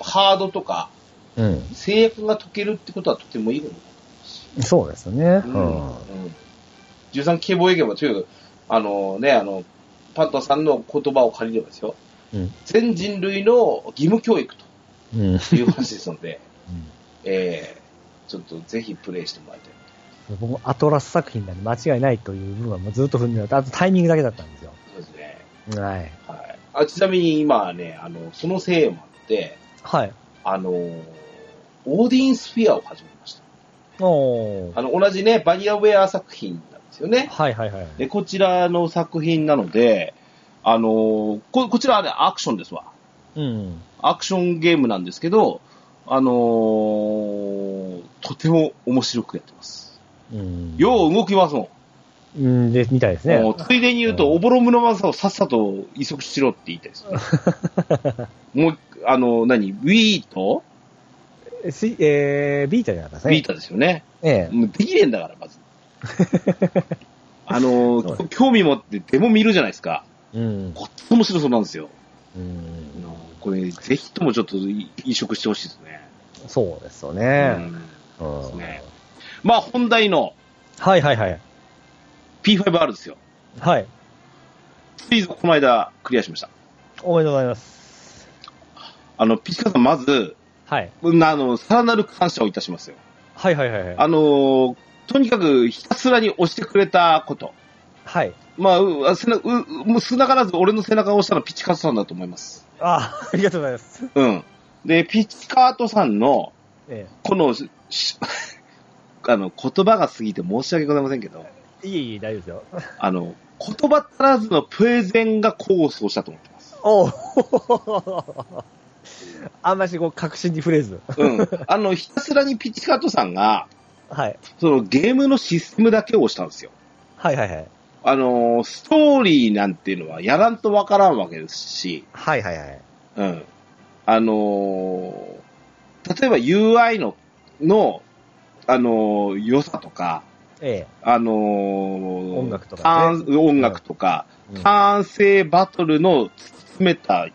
[SPEAKER 1] ハードとか
[SPEAKER 2] うん。
[SPEAKER 1] 制約が解けるってことはとてもいいこと
[SPEAKER 2] そうですね。
[SPEAKER 1] だ
[SPEAKER 2] う
[SPEAKER 1] と思う。
[SPEAKER 2] ん。
[SPEAKER 1] うん。うん、13警防営業もというあのーね、あの、パンタさんの言葉を借りればですよ。
[SPEAKER 2] うん
[SPEAKER 1] 全人類の義務教育
[SPEAKER 2] うん。
[SPEAKER 1] という話ですので、 えー、ちょっとぜひプレイしてもらいたい。
[SPEAKER 2] 僕もアトラス作品なんで間違いないという部分はもうずっと踏んでた。あとタイミングだけだったんですよ。
[SPEAKER 1] そうですね。
[SPEAKER 2] は
[SPEAKER 1] は
[SPEAKER 2] い。
[SPEAKER 1] い。あちなみに今ね、あの、そのせいもあって、
[SPEAKER 2] はい。
[SPEAKER 1] あのーオーディンスフィアを始めました。
[SPEAKER 2] おー
[SPEAKER 1] あの、同じね、バニラウェア作品なんですよね。
[SPEAKER 2] はいはいはい。
[SPEAKER 1] で、こちらの作品なので、あのーこ、こちらはね、アクションですわ。
[SPEAKER 2] うん。
[SPEAKER 1] アクションゲームなんですけど、あのーとても面白くやってます。
[SPEAKER 2] うん。
[SPEAKER 1] よう動きますも
[SPEAKER 2] うん、で、みたいです
[SPEAKER 1] ん。
[SPEAKER 2] ね
[SPEAKER 1] も。うついでに言うと、
[SPEAKER 2] うん
[SPEAKER 1] オボロムの技をさっさと移植しろって言いた いです、ね。もう、あの、何 ?Wii と
[SPEAKER 2] スイえー、ビータじゃなかったです
[SPEAKER 1] Vita
[SPEAKER 2] ね。
[SPEAKER 1] ですよね。
[SPEAKER 2] え
[SPEAKER 1] もうできねえんだから、ま ず。あの
[SPEAKER 2] そう
[SPEAKER 1] ー興味持ってデモ見るじゃないですか。
[SPEAKER 2] え。うん。
[SPEAKER 1] こっち面白そうなんですよ。
[SPEAKER 2] うん。
[SPEAKER 1] これ、ぜひともちょっと移植してほしいですね。
[SPEAKER 2] そうですよ
[SPEAKER 1] う
[SPEAKER 2] ね。
[SPEAKER 1] ん
[SPEAKER 2] うん。
[SPEAKER 1] すねまあ、本題の
[SPEAKER 2] はいはいはい。
[SPEAKER 1] P5R ですよ。
[SPEAKER 2] はい。
[SPEAKER 1] ついぞこの間クリアしました。
[SPEAKER 2] おめでとうございます。
[SPEAKER 1] あの、ピチカさん、まず、
[SPEAKER 2] はい。
[SPEAKER 1] なあの、さらなる感謝をいたしますよ。
[SPEAKER 2] はいはいはいはい。
[SPEAKER 1] あのーとにかくひたすらに押してくれたこと。
[SPEAKER 2] はい。
[SPEAKER 1] まあ、う、あ背中う、うもう少なからず俺の背中を押したのはピチカートさんだと思います。
[SPEAKER 2] あ ー、ありがとうございます。
[SPEAKER 1] うん。で、ピチカートさんの、
[SPEAKER 2] え
[SPEAKER 1] この、し あの、言葉が過ぎて申し訳ございませんけど、
[SPEAKER 2] え。いえいえ、大丈夫ですよ。
[SPEAKER 1] あの、言葉足らずのプレゼンが功を奏したと思ってます。
[SPEAKER 2] おう あんましこう、確信に触れず。
[SPEAKER 1] うん。あの、ひたすらにピチカートさんが、
[SPEAKER 2] はい。
[SPEAKER 1] そのゲームのシステムだけを押したんですよ。
[SPEAKER 2] はいはいはい。
[SPEAKER 1] あのー、ストーリーなんていうのはやらんとわからんわけですし、
[SPEAKER 2] はいはいはい。
[SPEAKER 1] うん。あのー、例えば UI の、の、あのー、良さとか、
[SPEAKER 2] ええ。
[SPEAKER 1] あのー
[SPEAKER 2] 音楽とかね
[SPEAKER 1] ターン音楽とか、
[SPEAKER 2] うん
[SPEAKER 1] 完成バトルの突き詰めた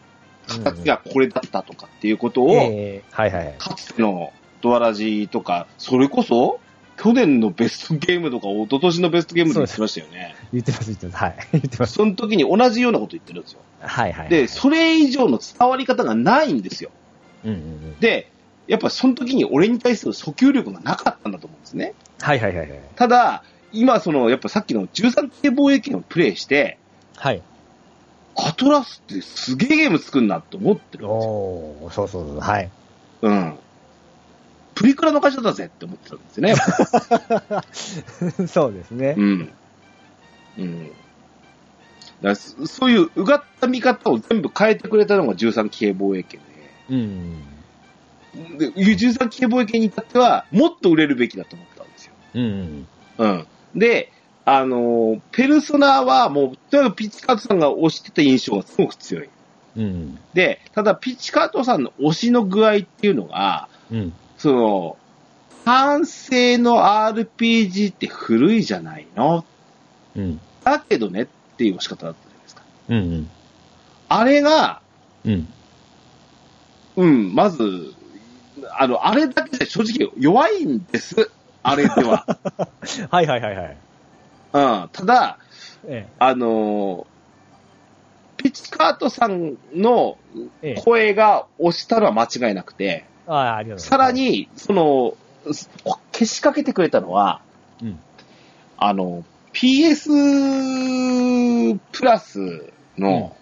[SPEAKER 1] 形がこれだったとかっていうことを、
[SPEAKER 2] ええはいはい。
[SPEAKER 1] かつてのドアラジとか、それこそ、去年のベストゲームとか、一昨年のベストゲームとか言ってましたよね。
[SPEAKER 2] 言ってます、言ってます。はい。 言ってます。
[SPEAKER 1] その時に同じようなこと言ってるんですよ。
[SPEAKER 2] はいはいはい。
[SPEAKER 1] で、それ以上の伝わり方がないんですよ。
[SPEAKER 2] うんうんうん。
[SPEAKER 1] で、やっぱその時に俺に対する訴求力がなかったんだと思うんですね。
[SPEAKER 2] はいはいはいはい。
[SPEAKER 1] ただ、今その、やっぱさっきの13系防衛権をプレイして、
[SPEAKER 2] はい。
[SPEAKER 1] アトラスってすげえゲーム作んなって思ってるわけですよ。
[SPEAKER 2] おー、そうそうそう。はい。
[SPEAKER 1] うん。プリクラの会社だぜって思ってたんですよね。やっぱ
[SPEAKER 2] そうですね
[SPEAKER 1] う。ん。うん。だからそそういううがった見方を全部変えてくれたのが13系防衛権
[SPEAKER 2] うん。
[SPEAKER 1] で、で13系防衛権に至っては、もっと売れるべきだと思ったんですよ。
[SPEAKER 2] うん。
[SPEAKER 1] うん。で、あのーペルソナはもう、とにかくピッチカートさんが推してた印象がすごく強い。
[SPEAKER 2] うん。
[SPEAKER 1] で、ただピッチカートさんの推しの具合っていうのが、
[SPEAKER 2] うん。
[SPEAKER 1] その、完成の RPG って古いじゃないの。
[SPEAKER 5] うん。
[SPEAKER 1] だけどねっていう仕方だったじゃないですか。
[SPEAKER 5] うん。
[SPEAKER 1] あれが、
[SPEAKER 5] うん。
[SPEAKER 1] うん、まず、あの、あれだけで正直弱いんです。あれでは。
[SPEAKER 5] はいはいはいはい。
[SPEAKER 1] うん、ただ、
[SPEAKER 2] え
[SPEAKER 1] あのーピチカートさんの
[SPEAKER 2] え、ええ。
[SPEAKER 1] 声が押したのは間違いなくて、
[SPEAKER 2] ああ、ありがとうございます。
[SPEAKER 1] さら、に、その、す消しかけてくれたのは、
[SPEAKER 5] うん
[SPEAKER 1] あの、PS プラスの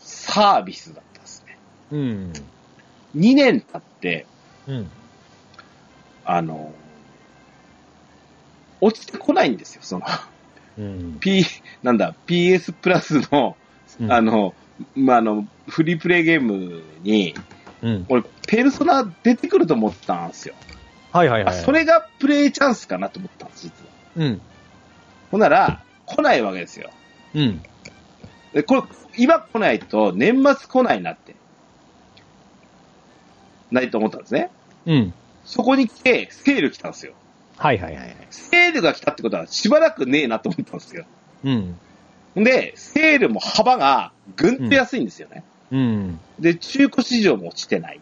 [SPEAKER 1] サービスだったんですね。
[SPEAKER 5] うん。
[SPEAKER 1] 2年経って、
[SPEAKER 5] うん。
[SPEAKER 1] あの、落ちてこないんですよ、その、
[SPEAKER 5] うん。
[SPEAKER 1] P、なんだ、PS プラスの、
[SPEAKER 5] うん
[SPEAKER 1] あの、まあ、あの、フリープレイゲームに、
[SPEAKER 5] うん。
[SPEAKER 1] 俺、ペルソナ出てくると思ったんですよ。
[SPEAKER 5] はいはい
[SPEAKER 1] あ
[SPEAKER 5] はい。
[SPEAKER 1] それがプレイチャンスかなと思ったんです、実は。
[SPEAKER 5] うん。
[SPEAKER 1] ほんなら、来ないわけですよ。
[SPEAKER 5] うん。
[SPEAKER 1] で、これ、今来ないと、年末来ないなって、ないと思ったんですね。
[SPEAKER 5] うん。
[SPEAKER 1] そこに来て、セール来たんですよ。
[SPEAKER 5] はいはいはい。
[SPEAKER 1] セールが来たってことは、しばらくねえなと思ったんですよ。
[SPEAKER 5] うん。
[SPEAKER 1] で、セールも幅がぐんと安いんですよね。
[SPEAKER 5] うん。
[SPEAKER 1] で、中古市場も落ちてない。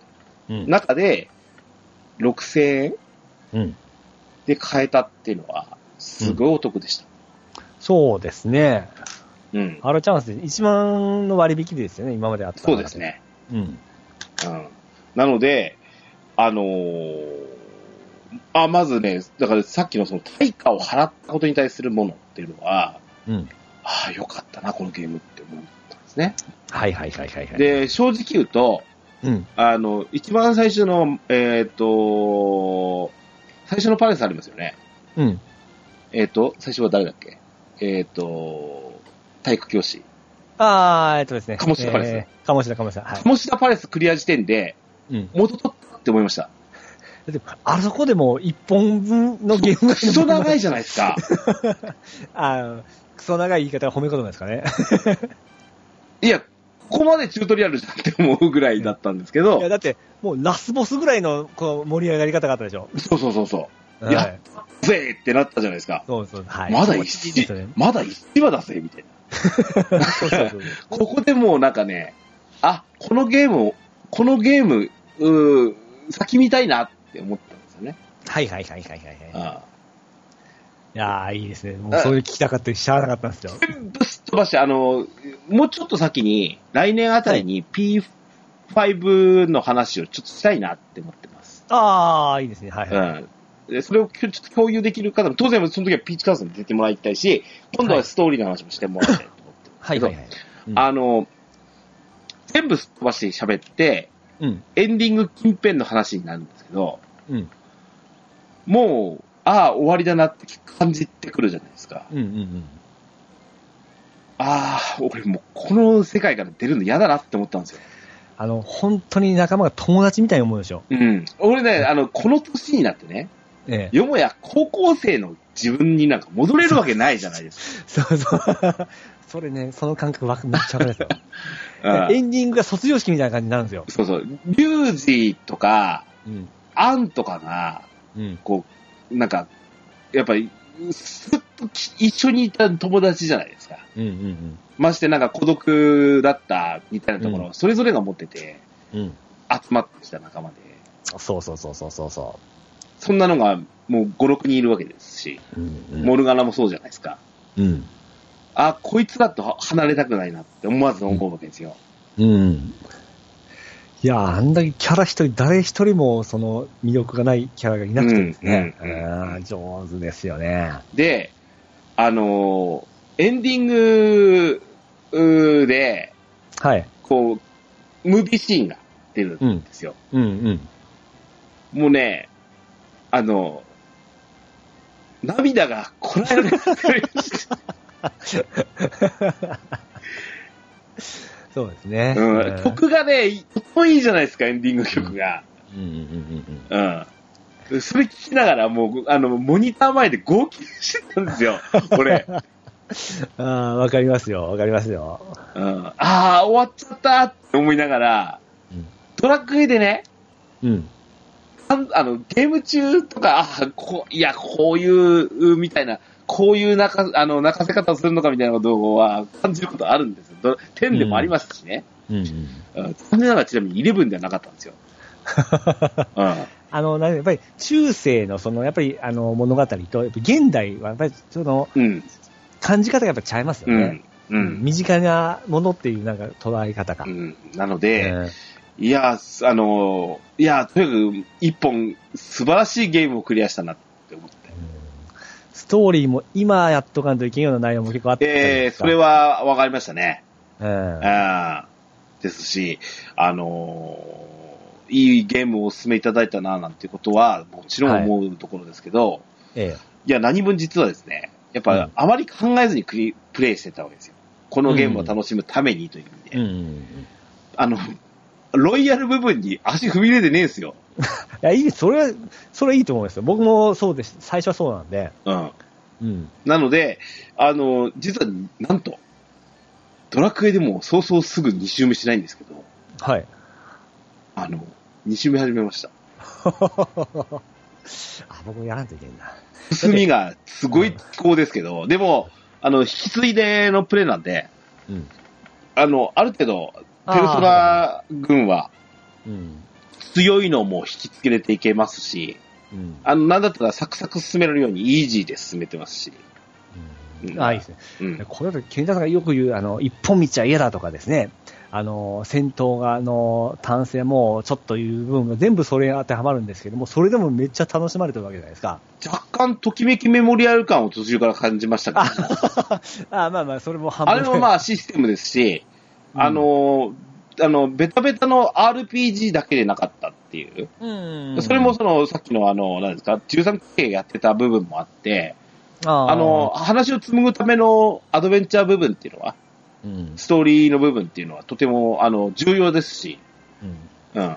[SPEAKER 5] うん。
[SPEAKER 1] 中で、6000円
[SPEAKER 5] うん。
[SPEAKER 1] で買えたっていうのは、すごいお得でした。
[SPEAKER 2] そうですね。
[SPEAKER 1] うん。
[SPEAKER 2] あのチャンスで1万の割引ですよね、今まであった。
[SPEAKER 1] そうです。ね。
[SPEAKER 5] うん。
[SPEAKER 1] うん。なので、あのーあ、まずね、だからさっきのその対価を払ったことに対するものっていうのは、
[SPEAKER 5] うん。
[SPEAKER 1] ああ、よかったな、このゲームって思ったんですね。
[SPEAKER 5] はいはいはいはいはい。、
[SPEAKER 1] で、正直言うと、
[SPEAKER 5] うん。
[SPEAKER 1] あの、一番最初の、えっ、と、最初のパレスありますよね。
[SPEAKER 5] うん。
[SPEAKER 1] えっ、と、最初は誰だっけえっ、と、体育教師。
[SPEAKER 2] ああ、えっとですね。
[SPEAKER 1] 鴨志田パレス
[SPEAKER 2] えー。鴨志田、鴨志田。はい。
[SPEAKER 1] 鴨志田パレスクリア時点で、
[SPEAKER 5] うん。
[SPEAKER 1] 元取ったって思いました。
[SPEAKER 2] でもあそこでもう1本分のゲーム
[SPEAKER 1] クソ長いじゃ
[SPEAKER 2] ゃん。
[SPEAKER 1] ないですか。
[SPEAKER 2] あークソ長い言い方は褒め言葉ですかね。
[SPEAKER 1] いや、ここまでチュートリアルじゃんって思うぐらいだったんですけど
[SPEAKER 2] いや、、だって、もうラスボスぐらいのこう盛り上がり方があったでしょ。
[SPEAKER 1] そうそうそうそいや
[SPEAKER 2] はい。
[SPEAKER 1] う、ぜーってなったじゃないですか。
[SPEAKER 2] そうそう。はい。
[SPEAKER 1] まだ
[SPEAKER 2] 気持ちいいです
[SPEAKER 1] 一
[SPEAKER 2] よ ね、
[SPEAKER 1] まだ一話だぜ、みたいな。
[SPEAKER 2] そうそうそう。
[SPEAKER 1] ここでもうなんかね、あ、このゲームを、このゲーム、うー先見たいなって思ったんですよね。
[SPEAKER 2] はいはいはいはいはいはい。
[SPEAKER 1] あ
[SPEAKER 2] いやーいいですね。もうそういう聞きたかったりしゃあなかったんですよ。
[SPEAKER 1] 全部すっ飛ばして、あの、もうちょっと先に、来年あたりに P5 の話をちょっとしたいなって思ってます。
[SPEAKER 2] ああ、いいですね。はいはい。
[SPEAKER 1] うん。でそれをきょちょっと共有できる方も、当然その時はピーチカーソンに出てもらいたいし、今度はストーリーの話もしてもらいたいと思って。
[SPEAKER 2] はいはいはい。
[SPEAKER 5] うん
[SPEAKER 1] あの、全部すっ飛ばして喋って、
[SPEAKER 5] うん。
[SPEAKER 1] エンディング近辺の話になるんですけど、
[SPEAKER 5] うん。
[SPEAKER 1] もう、ああ、終わりだなって感じてくるじゃないですか。
[SPEAKER 5] うん。うん。
[SPEAKER 1] ああ、俺もうこの世界から出るの嫌だなって思ったんですよ。
[SPEAKER 2] あの、本当に仲間が友達みたいに思うでしょ。
[SPEAKER 1] うん。俺ね、あの、この年になってね、
[SPEAKER 2] ええ。
[SPEAKER 1] よもや高校生の自分になんか戻れるわけないじゃないです
[SPEAKER 2] そうそう。 それね、その感覚わかめっちゃわかるんです よ。
[SPEAKER 1] か。う
[SPEAKER 2] エ
[SPEAKER 1] ん、
[SPEAKER 2] ンディングが卒業式みたいな感じになるんですよ。
[SPEAKER 1] そうそう。リュウジとか、
[SPEAKER 5] うん。
[SPEAKER 1] アンとかが、
[SPEAKER 5] うん。
[SPEAKER 1] こう、なんか、やっぱり、すっとき一緒にいた友達じゃないですか。
[SPEAKER 5] うん。うん。
[SPEAKER 1] ましてなんか孤独だったみたいなところ
[SPEAKER 5] う
[SPEAKER 1] をそれぞれが持ってて、
[SPEAKER 5] うん。
[SPEAKER 1] 集まってきた仲間で、
[SPEAKER 5] そうそうそうそうそうそ
[SPEAKER 1] そんなのがもう5、6人いるわけですし、
[SPEAKER 5] う。うん。
[SPEAKER 1] モルガナもそうじゃないですか。
[SPEAKER 5] うん。
[SPEAKER 1] あ、こいつだと離れたくないなって思わず思うわけですよ。
[SPEAKER 5] うん。
[SPEAKER 2] いやー、あんだけキャラ一人、誰一人もその魅力がないキャラがいなくてですね。
[SPEAKER 1] うんうんうん
[SPEAKER 2] うん上手ですよね。
[SPEAKER 1] で、あのーエンディングうーで、
[SPEAKER 2] はい。
[SPEAKER 1] こう、ムービーシーンが出るんですよ。
[SPEAKER 5] うん。うん。
[SPEAKER 1] もうね、あの涙がこらえられなくなりました
[SPEAKER 2] そうですね。
[SPEAKER 1] うん、曲がね、とってもいいじゃないですか、エンディング曲が。
[SPEAKER 5] うん。うん。
[SPEAKER 1] うん。それ聞きながら、もう、あの、モニター前で号泣してたんですよ、俺。
[SPEAKER 2] ああ、わかりますよ、わかりますよ。
[SPEAKER 1] うん、ああ、終わっちゃったって思いながら、
[SPEAKER 5] うん
[SPEAKER 1] ドラッグ A でね、
[SPEAKER 5] うん。
[SPEAKER 1] あんあの、ゲーム中とか、あこういや、こういう、みたいな、こういう泣か、あの、泣かせ方をするのかみたいなことは感じることあるんですよ。ど10でもありますしね。
[SPEAKER 6] うんうん。
[SPEAKER 1] うん残念ながらちなみに11ではなかったんですよ。うん
[SPEAKER 2] あの、なんやっぱり中世のその、やっぱりあの物語と、やっぱり現代はやっぱりその
[SPEAKER 1] うん。
[SPEAKER 2] 感じ方がやっぱ違いますよ
[SPEAKER 1] う
[SPEAKER 2] ね
[SPEAKER 1] ん。。うん。
[SPEAKER 2] 身近なものっていうなんか捉え方が。
[SPEAKER 1] うんなので、
[SPEAKER 2] うん
[SPEAKER 1] いや、あの、いや、とにかく一本素晴らしいゲームをクリアしたなって思って。
[SPEAKER 2] ストーリーも今やっとかんといけんような内容も結構あったじゃない
[SPEAKER 1] え
[SPEAKER 2] で
[SPEAKER 1] え
[SPEAKER 2] す
[SPEAKER 1] そ
[SPEAKER 2] か
[SPEAKER 1] れ、は分かりましたね。
[SPEAKER 2] うん
[SPEAKER 1] あーですし、あのーいいゲームをお勧めいただいたな、なんていうことは、もちろん思うところですけど、
[SPEAKER 2] え
[SPEAKER 1] い、や、何分実はですね、やっ
[SPEAKER 6] う
[SPEAKER 1] ぱ
[SPEAKER 6] ん、
[SPEAKER 1] あまり考えずにクリプレイしてたわけですよ。このゲームを楽しむためにという意味で。
[SPEAKER 6] うんうん
[SPEAKER 1] あの、ロイヤル部分に足踏み入れてねえんですよ。
[SPEAKER 2] えいや、いい、それは、それいいと思いますよ。僕もそうです。最初はそうなんで。
[SPEAKER 1] うん。
[SPEAKER 6] うん。
[SPEAKER 1] なので、あの、実は、なんと、ドラクエでもそうそうすぐ2周目しないんですけど、
[SPEAKER 2] はい。
[SPEAKER 1] あの、2周目始めました。
[SPEAKER 2] あ、僕もやらんといけんな。
[SPEAKER 1] 進みがすごい気候ですけど、でも、あの、引き継いでのプレイなんで、
[SPEAKER 6] うん。
[SPEAKER 1] あの、ある程度、ペルソ
[SPEAKER 2] あ
[SPEAKER 1] ナ軍は
[SPEAKER 6] うん。
[SPEAKER 1] 強いのも引きつけれていけますし、
[SPEAKER 6] うん。
[SPEAKER 1] あの、なんだったらサクサク進めるようにイージーで進めてますし。う
[SPEAKER 2] ー。
[SPEAKER 1] ん
[SPEAKER 2] あ、いいですね。
[SPEAKER 1] うん。
[SPEAKER 2] これだと、ケンタさんがよく言う、あの、一本道は嫌だとかですね。あの、戦闘が、あの、単性も、ちょっという部分が全部それに当てはまるんですけども、それでもめっちゃ楽しまれてるわけじゃないですか。
[SPEAKER 1] 若干、ときめきメモリアル感を途中から感じましたけど、
[SPEAKER 2] あまあまあ、それも半分
[SPEAKER 1] あれもまあシステムですし、あの、あの、ベタベタの RPG だけでなかったっていう。
[SPEAKER 2] うん。
[SPEAKER 1] それもその、さっきのあの、なんですか、13系やってた部分もあって、
[SPEAKER 2] あー
[SPEAKER 1] あの、、話を紡ぐためのアドベンチャー部分っていうのは、
[SPEAKER 6] うん。
[SPEAKER 1] ストーリーの部分っていうのはとても、あの、重要ですし、
[SPEAKER 6] うん。
[SPEAKER 1] うん。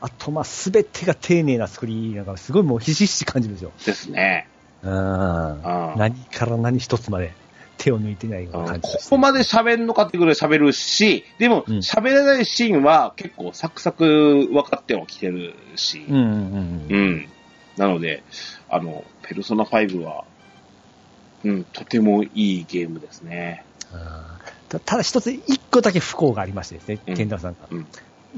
[SPEAKER 2] あと、まあ、すべてが丁寧な作り、なんか、すごいもうひしひし感じるんですよ。
[SPEAKER 1] ですね。
[SPEAKER 2] うん。
[SPEAKER 1] うん。
[SPEAKER 2] 何から何一つまで手を抜いてないよ
[SPEAKER 1] う
[SPEAKER 2] うなん感じ
[SPEAKER 1] ここまで喋るのかってぐらい喋るし、でも
[SPEAKER 6] うん
[SPEAKER 1] 喋れないシーンは結構サクサク分かってはきてるし、
[SPEAKER 6] うんうん
[SPEAKER 1] うん。なので、あの、ペルソナ5は、うん、とてもいいゲームですね。
[SPEAKER 2] あーたただ一つ、一個だけ不幸がありましてですね、
[SPEAKER 1] うん
[SPEAKER 2] 健太さんが。
[SPEAKER 1] うん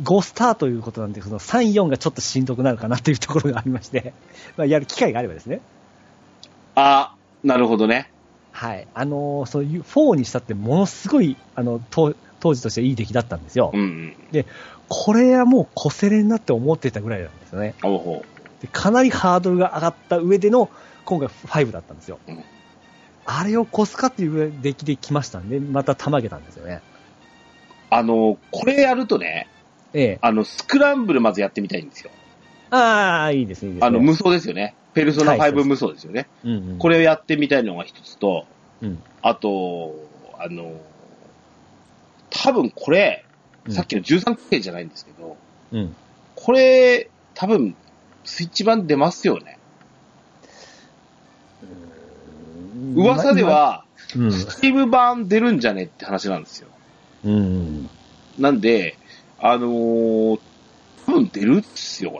[SPEAKER 2] 5スターということなんで、その3、4がちょっとしんどくなるかなというところがありまして、 まあやる機会があればですね。
[SPEAKER 1] あ、なるほどね。
[SPEAKER 2] はい。あのーそういう4にしたってものすごい、あの、当当時としていい出来だったんですよ。
[SPEAKER 1] うんうん。
[SPEAKER 2] これはもうこせれんなって思ってたぐらいなんですよね。
[SPEAKER 1] おうほ
[SPEAKER 2] でかなりハードルが上がった上での今回5だったんですよ、
[SPEAKER 1] うん
[SPEAKER 2] あれを越すかっていうぐらい出来できましたんでまたたまげたんですよね
[SPEAKER 1] う。あの、これやるとね、
[SPEAKER 2] ええ
[SPEAKER 1] あの、スクランブルまずやってみたいんですよ。
[SPEAKER 2] ああいいですねいいですね
[SPEAKER 1] あの、無双ですよね。ペルソナ
[SPEAKER 2] はいそうで
[SPEAKER 1] 5
[SPEAKER 2] す
[SPEAKER 1] 無双ですよね。
[SPEAKER 6] うんうん。
[SPEAKER 1] これをやってみたいのが一つと、
[SPEAKER 6] うん
[SPEAKER 1] あと、あの、多分これ、
[SPEAKER 6] うん
[SPEAKER 1] さっきの13系じゃないんですけど、
[SPEAKER 6] うん。
[SPEAKER 1] これ、多分、スイッチ版出ますよね。噂では、
[SPEAKER 6] うん。
[SPEAKER 1] スティーム版出るんじゃねって話なんですよ。
[SPEAKER 6] うん。
[SPEAKER 1] なんで、あのー多分出るっすよ、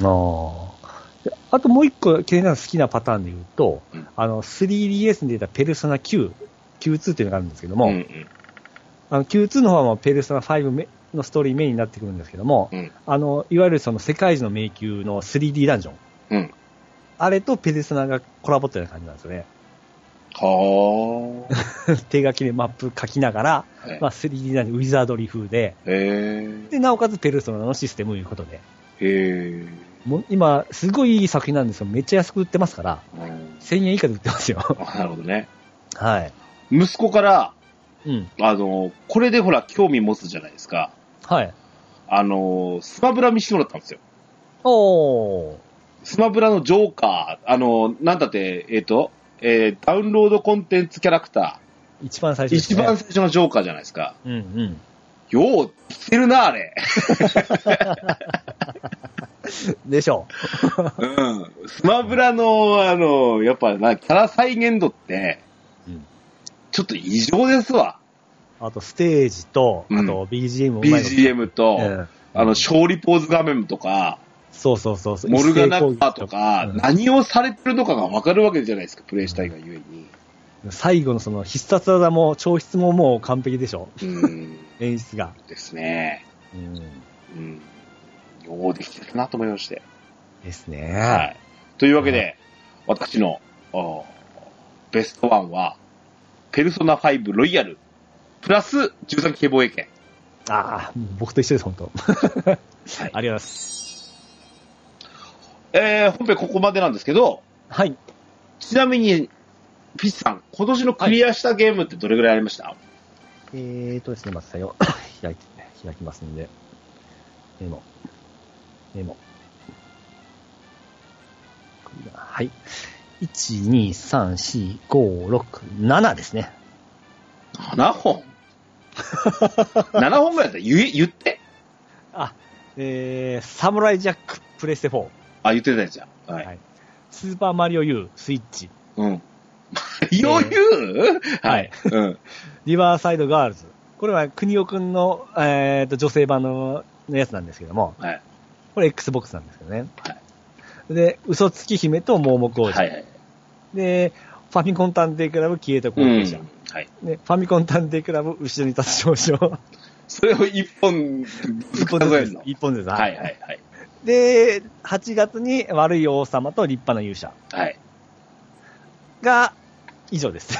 [SPEAKER 1] こ
[SPEAKER 2] あーであともう一個、ケネさん好きなパターンで言うと、
[SPEAKER 1] うん
[SPEAKER 2] あの、3DS に出たペルソナ9、Q2 っていうのがあるんですけど
[SPEAKER 1] れ。
[SPEAKER 2] も、
[SPEAKER 1] うんうん。
[SPEAKER 2] あの Q2 の方はもうペルソナ5めのストーリーメインになってくるんですけども、
[SPEAKER 1] うん
[SPEAKER 2] あの、いわゆるその世界一の迷宮の 3D ダンジョン。
[SPEAKER 1] うん
[SPEAKER 2] あれとペルソナがコラボったような感じなんですよね。
[SPEAKER 1] はー
[SPEAKER 2] 手書きでマップ書きながら、
[SPEAKER 1] はい。
[SPEAKER 2] まあ、3D ダンジョン、ウィザードリー風で、
[SPEAKER 1] へー
[SPEAKER 2] で、なおかつペルソナのシステムいうことで。
[SPEAKER 1] へー
[SPEAKER 2] もう今、すごいいい作品なんですよ。めっちゃ安く売ってますから、
[SPEAKER 1] うん
[SPEAKER 2] 1000円以下で売ってますよ。
[SPEAKER 1] あなるほどね。
[SPEAKER 2] はい。
[SPEAKER 1] 息子から、
[SPEAKER 6] うん。
[SPEAKER 1] あの、これでほら、興味持つじゃないですか。
[SPEAKER 2] はい。
[SPEAKER 1] あの、スマブラ見してもらったんですよ。
[SPEAKER 2] おー。
[SPEAKER 1] スマブラのジョーカー、あの、なんだって、えっ、と、えーダウンロードコンテンツキャラクタ
[SPEAKER 2] 一番最
[SPEAKER 1] ー、
[SPEAKER 2] 初です、
[SPEAKER 1] 一
[SPEAKER 2] ね。
[SPEAKER 1] 番最初のジョーカーじゃないですか。
[SPEAKER 6] うんうん。
[SPEAKER 1] よう、来てるな、あれ。
[SPEAKER 2] でしょ
[SPEAKER 1] うん。スマブラの、あの、やっぱな、キャラ再現度って、
[SPEAKER 6] うん
[SPEAKER 1] ちょっと異常ですわ。
[SPEAKER 2] う。あと、ステージと、
[SPEAKER 1] うん
[SPEAKER 2] あと、BGM もうまいこと
[SPEAKER 1] BGM と、
[SPEAKER 2] ええ
[SPEAKER 1] あの、勝利ポーズ画面とか、
[SPEAKER 2] そうそうそうそう。
[SPEAKER 1] モルガナッパーとか、
[SPEAKER 2] うん
[SPEAKER 1] 何をされてるのかがわかるわけじゃないですか、プレイしたいがゆ
[SPEAKER 2] 最後のその必殺技も、調筆ももう完璧でしょ。
[SPEAKER 1] えに。うん、
[SPEAKER 2] 演出が。
[SPEAKER 1] ですね。
[SPEAKER 7] うん
[SPEAKER 1] うん。ようできてるなと思いまして。
[SPEAKER 2] です
[SPEAKER 1] は
[SPEAKER 2] ね。
[SPEAKER 1] い。というわけで、私の、おベストワンは、ペルソナ5ロイヤル、プラス 13K 防衛権。
[SPEAKER 2] ああ、僕と一緒です、本 当。ありがとうございます。
[SPEAKER 1] えー、本編ここまでなんですけど、
[SPEAKER 2] はい。
[SPEAKER 1] ちなみに、ピッチさん、今年のクリアしたゲームってどれぐらいありました、
[SPEAKER 2] えーとですね、まず最後、 開いて、開きますんで。メモ。メモ。はい。1、2、3、4、5、6、7ですね。
[SPEAKER 1] ?7 本 ?7 本ぐらいだったら言え言って。
[SPEAKER 2] あ、えー、サムライジャック、プレステ4、
[SPEAKER 1] あ、言ってたじゃん。はい。
[SPEAKER 2] はいスーパーマリオ U、スイッチ、
[SPEAKER 1] うん。余裕、はい。うん。
[SPEAKER 2] リバーサイドガールズ。これは、国尾くんの、えー、と、女性版ののやつなんですけども、
[SPEAKER 1] はい。
[SPEAKER 2] これ Xbox なんですけどね。で、嘘つき姫と盲目王子。
[SPEAKER 1] はいはい。
[SPEAKER 2] で、ファミコン探偵クラブ消えた後
[SPEAKER 1] う
[SPEAKER 2] 継
[SPEAKER 1] ん
[SPEAKER 2] 者、。
[SPEAKER 1] はい。
[SPEAKER 2] で、ファミコン探偵クラブ後ろに立つ少 女。
[SPEAKER 1] それを1本、
[SPEAKER 2] 一本
[SPEAKER 1] 数え
[SPEAKER 2] ず
[SPEAKER 1] る
[SPEAKER 2] つ
[SPEAKER 1] の。。
[SPEAKER 2] 一本ずつ。
[SPEAKER 1] はいはいはい。
[SPEAKER 2] で、8月に悪い王様と立派な勇者
[SPEAKER 1] はい。
[SPEAKER 2] が、以上 です。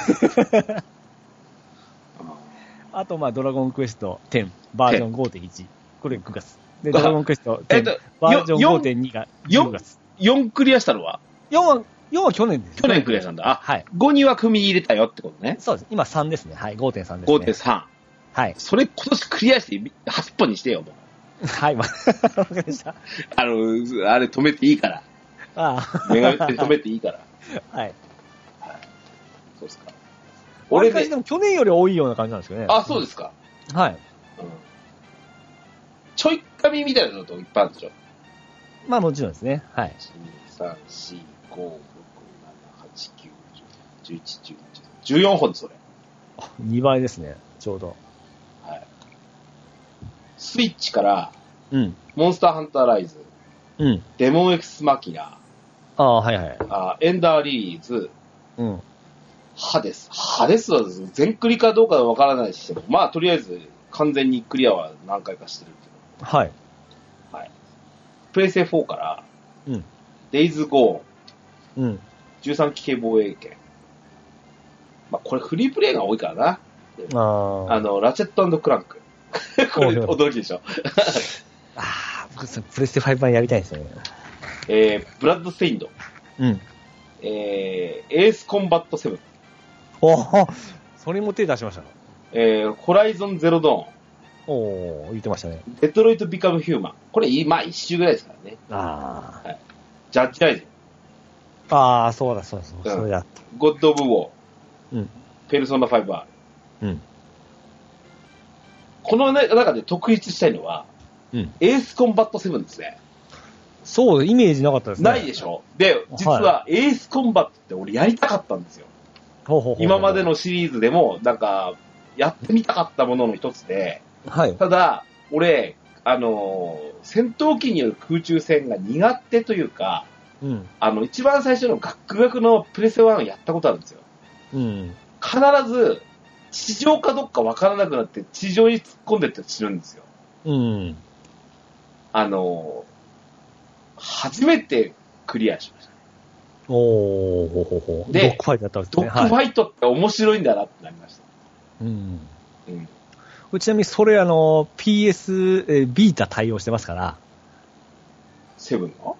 [SPEAKER 2] あと、まあ、ドラゴンクエスト10、バージョン5.1。これ9月。で、ドラゴンクエスト
[SPEAKER 1] えっ
[SPEAKER 2] 10
[SPEAKER 1] と、
[SPEAKER 2] バージョン
[SPEAKER 1] よ
[SPEAKER 2] 5.2が
[SPEAKER 1] よ
[SPEAKER 2] 10月。
[SPEAKER 1] 4クリアしたのは
[SPEAKER 2] 4は、4は去年です。
[SPEAKER 1] 去年クリアしたんだ。あ、
[SPEAKER 2] はい。
[SPEAKER 1] 5には組み入れたよってことね。
[SPEAKER 2] そうです。今3ですね。はい、5.3です、ね。
[SPEAKER 1] 5.3。
[SPEAKER 2] はい。
[SPEAKER 1] それ今年クリアして8本にしてよ、もう。
[SPEAKER 2] はい、まあ、わかりました。
[SPEAKER 1] あの、あれ止めていいから。
[SPEAKER 2] あ
[SPEAKER 1] メガネって止めていい から。
[SPEAKER 2] あ、はい。
[SPEAKER 1] そうですか。俺
[SPEAKER 2] 俺り返し
[SPEAKER 1] ね
[SPEAKER 2] で、も去年より多いような感じなんですよね。
[SPEAKER 1] あ、そうですか。
[SPEAKER 2] す。はい。
[SPEAKER 1] うん。ちょい紙みたいなのといっぱいあるでしょ。
[SPEAKER 2] まあもちろんですね。はい。
[SPEAKER 1] 1、2、3、4、5、6、7、8、9、10、11、12、14本それ。
[SPEAKER 2] 2倍ですね。ちょうど。
[SPEAKER 1] はい。スイッチから、
[SPEAKER 2] うん。
[SPEAKER 1] モンスターハンターライズ、
[SPEAKER 2] うん。
[SPEAKER 1] デモンエクスマキナ、
[SPEAKER 2] ああ、はいはい。
[SPEAKER 1] あエンダーリーズ、
[SPEAKER 2] うん。
[SPEAKER 1] ハデス。ハデスは全クリかどうかはわからないし、まあとりあえず完全にクリアは何回かしてるけど。
[SPEAKER 2] はい。
[SPEAKER 1] プレイセ4から、
[SPEAKER 2] うん
[SPEAKER 1] デイズゴ
[SPEAKER 2] うん。
[SPEAKER 1] ー、13期系防衛権。まあこれフリープレイが多いからな。
[SPEAKER 2] ああ。
[SPEAKER 1] あの、ラチェットクラ ンク。 これ驚きでしょ。
[SPEAKER 2] ああ、僕それプレステ5版やりたいですね。
[SPEAKER 1] えー、ブラッドステインド、
[SPEAKER 2] うん。
[SPEAKER 1] えー、エースコンバットセブン、
[SPEAKER 2] おおそれも手出しましたの
[SPEAKER 1] えー、ホライゾンゼロド
[SPEAKER 2] おお言ってましたね。
[SPEAKER 1] ーン、デトロイトビカムヒューマン。これい、まあ一周ぐらいですからね。
[SPEAKER 2] あ
[SPEAKER 1] ジャッジライズ、
[SPEAKER 2] あ。ああ、そうだ、そうだ、そうだ。
[SPEAKER 1] うん
[SPEAKER 2] それだ。
[SPEAKER 1] ゴッド・オブ・ウォー、
[SPEAKER 2] うん
[SPEAKER 1] ペルソナ 5R。
[SPEAKER 7] うん
[SPEAKER 1] この中で特筆したいのは、
[SPEAKER 7] うん
[SPEAKER 1] エースコンバットセブンですね。
[SPEAKER 2] そう、イメージなかったですね。
[SPEAKER 1] ないでしょで、実はエースコンバットって俺やりたかったんですよ。
[SPEAKER 2] ほうほうほ う
[SPEAKER 1] 今まで。のシリーズでも、なんか、やってみたかったものの一つで、
[SPEAKER 2] はい。
[SPEAKER 1] ただ、俺、あのー戦闘機による空中戦が苦手というか、
[SPEAKER 2] うん。
[SPEAKER 1] あの、一番最初のガックガクのプレセワンをやったことあるんですよ。
[SPEAKER 2] うん。
[SPEAKER 1] 必ず、地上かどっかわからなくなって、地上に突っ込んでって死ぬんですよ。
[SPEAKER 2] うん。
[SPEAKER 1] あのー初めてクリアしました。
[SPEAKER 2] おおほうほうほう。
[SPEAKER 1] で
[SPEAKER 2] ドッグファイトだったんです
[SPEAKER 1] ド
[SPEAKER 2] ね。
[SPEAKER 1] ッグフ
[SPEAKER 2] は
[SPEAKER 1] ァイトって面白いんだなってなりました。
[SPEAKER 2] い、うん。
[SPEAKER 1] うん。
[SPEAKER 2] ちなみにそれあの、PS、えービータ対応してますから、
[SPEAKER 1] セブンの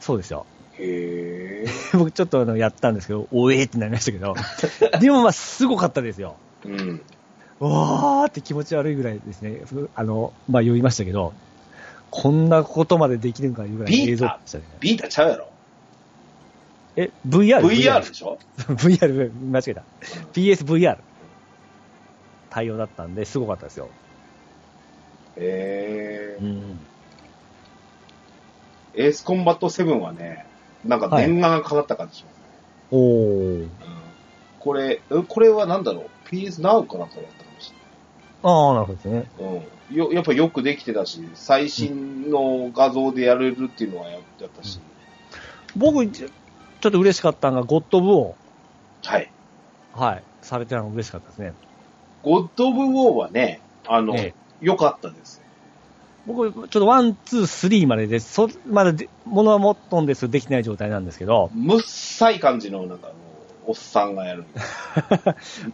[SPEAKER 2] そうですよ。
[SPEAKER 1] へえ。
[SPEAKER 2] 僕ちょっとあのやったんですけど、おえーってなりまし たけど、でもまあすごかったですよ。
[SPEAKER 1] うん。
[SPEAKER 2] わーって気持ち悪いぐらいですね。ふあの、まあ酔いましたけど、こんなことまでできるのかいうぐらいの映像でしたね。
[SPEAKER 1] ビータちゃうやろ。
[SPEAKER 2] え、VR?
[SPEAKER 1] VR でしょ
[SPEAKER 2] VR、間違えた。PSVR。対応だったんで、すごかったですよ。
[SPEAKER 1] へえ。
[SPEAKER 7] うん
[SPEAKER 1] エースコンバットセブンはね、なんか念願がかかった感じしますね。
[SPEAKER 2] おー。
[SPEAKER 1] うんこれ、えこれはなんだろう ?PS Now かなんかでやったかもしれない。
[SPEAKER 2] あああ、なるほどですね。
[SPEAKER 1] うん、よやっぱよくできてたし、最新の画像でやれるっていうのはややったし、
[SPEAKER 2] 僕、ちょちょっと嬉しかったのが、ゴッド・オブ・オ
[SPEAKER 1] はい。
[SPEAKER 2] ー、はい、されてたのが嬉しかったですね。
[SPEAKER 1] ゴッド・オブ・ウォーはね、あの、良、
[SPEAKER 2] ええ
[SPEAKER 1] かったです。
[SPEAKER 2] 僕、ちょっとワン、ツー、スリーまでで、そまだで物は持っとんですよ、できない状態なんですけど、
[SPEAKER 1] むっさい感じの、なんか、おっさんがやる。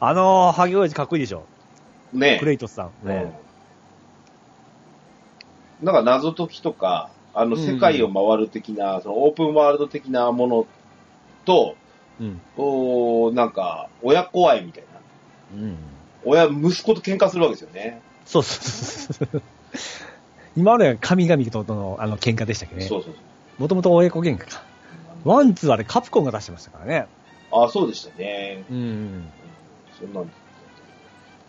[SPEAKER 2] あのー、萩尾親父かっこいいでしょ、
[SPEAKER 1] ね
[SPEAKER 2] クレイトスさん。ね
[SPEAKER 1] うんなんか謎解きとか、あの、
[SPEAKER 2] うん
[SPEAKER 1] 世界を回る的な、そのオープンワールド的なものと、
[SPEAKER 2] うん。
[SPEAKER 1] おーなんか、親子愛みたいな。
[SPEAKER 2] うん。
[SPEAKER 1] 親、息子と喧嘩するわけですよね。
[SPEAKER 2] そうそうそう そう。今までは神々とのあの喧嘩でしたけどね。
[SPEAKER 1] そうそう
[SPEAKER 2] もともと親子喧嘩か。
[SPEAKER 1] そう。
[SPEAKER 2] ワン、ツーあれカプコンが出してましたからね。
[SPEAKER 1] あ、そうでしたね。
[SPEAKER 2] うん。
[SPEAKER 1] そんなんで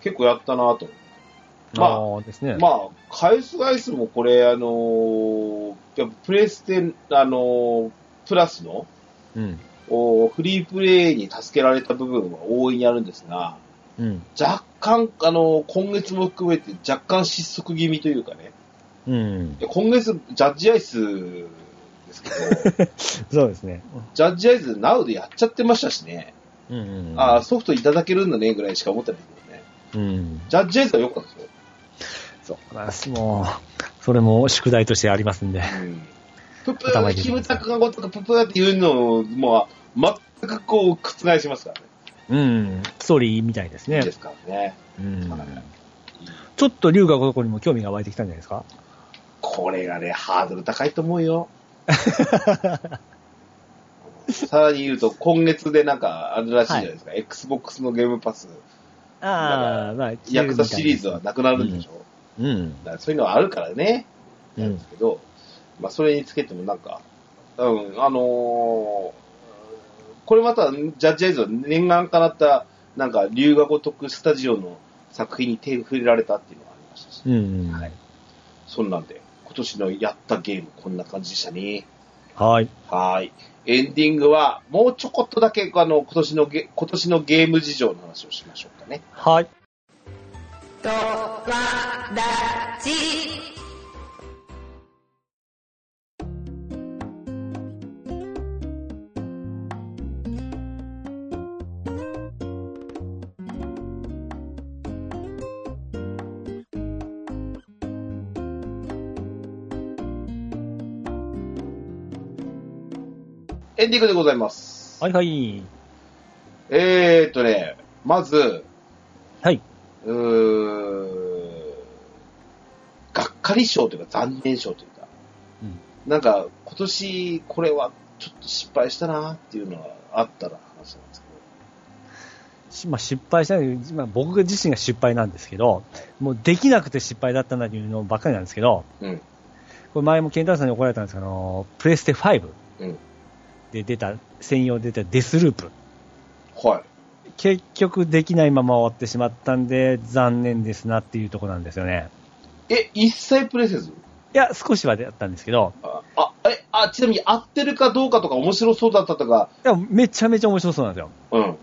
[SPEAKER 1] 結構やったなと。ま
[SPEAKER 2] ま
[SPEAKER 1] あ
[SPEAKER 2] ああ、ですね。
[SPEAKER 1] まあ、返す返すもこれ、あのーやっぱプレステ、あのープラスの
[SPEAKER 2] うん。
[SPEAKER 1] おーフリープレイに助けられた部分は大いにあるんですが、
[SPEAKER 2] うん。
[SPEAKER 1] 若干、あのー今月も含めて若干失速気味というかね、
[SPEAKER 2] うん
[SPEAKER 1] い。や今月、ジャッジアイスですけ ど、
[SPEAKER 2] そうですね。
[SPEAKER 1] ジャッジアイス NOW でやっちゃってましたしね、
[SPEAKER 2] うんうん。
[SPEAKER 1] あーソフトいただけるんだねぐらいしか思ってないけどね、
[SPEAKER 2] うん。
[SPEAKER 1] ジャッジアイスは良かったです よ。
[SPEAKER 2] そうなんです。もう、それも宿題としてありますんで。
[SPEAKER 1] ププー、キムタクがごとくププーって言うのを、もう、全くこう、覆しますからね。
[SPEAKER 2] うん。ストーリーみたいです
[SPEAKER 1] い
[SPEAKER 2] ね
[SPEAKER 1] いで。すからね。
[SPEAKER 2] うん
[SPEAKER 1] まだね
[SPEAKER 2] ちょっと龍が如くにも興味が湧いてきたんじゃないですか
[SPEAKER 1] これがね、ハードル高いと思うよ。 さらに言うと、今月でなんか、あるらしいじゃないですか。Xbox のゲームパス、
[SPEAKER 2] ああ、まあ、
[SPEAKER 1] ヤクザシリーズはなくなるんでしょ。
[SPEAKER 2] うん。
[SPEAKER 1] だからそういうのはあるからね。
[SPEAKER 2] う
[SPEAKER 1] なん
[SPEAKER 2] ん
[SPEAKER 1] です。けど、まあ、それにつけてもなんか、うん、あのーこれまた、ジャッジアイズは念願かなった、なんか、龍が如くスタジオの作品に手を触れられたっていうのがありましたし、
[SPEAKER 2] うん。
[SPEAKER 1] はい。そんなんで、今年のやったゲーム、こんな感じでしたね。
[SPEAKER 2] はい。
[SPEAKER 1] はーい。エンディングは、もうちょこっとだけ、あの、今年のゲ、今年のゲーム事情の話をしましょうかね。
[SPEAKER 2] はい。
[SPEAKER 8] とわらじ。
[SPEAKER 1] エンディングでございます。
[SPEAKER 2] はいはい。
[SPEAKER 1] えーっとね、まず、
[SPEAKER 2] はい。
[SPEAKER 1] うーんがっかり賞というか残念賞というか、
[SPEAKER 2] うん
[SPEAKER 1] なんか今年これはちょっと失敗したなっていうのがあったら話なんですけ
[SPEAKER 2] しまあ、失敗したのまあ、僕自身が失敗なんですけど、もうできなくて失敗だったなというのばっかりなんですけど、
[SPEAKER 1] うん
[SPEAKER 2] これ前もケンタロウさんに怒られたんですけどあの、プレステ5
[SPEAKER 1] うん
[SPEAKER 2] で出た、専用で出たデスループ。
[SPEAKER 1] ど。はい。
[SPEAKER 2] 結局できないまま終わってしまったんで、残念ですなっていうところなんですよね。
[SPEAKER 1] え、一切プレセス
[SPEAKER 2] いや、少しはであったんですけど、
[SPEAKER 1] あ、あえ、あ、ちなみに合ってるかどうかとか面白そうだったとか、
[SPEAKER 2] でもめちゃめちゃ面白そうなんですよ。
[SPEAKER 1] うん。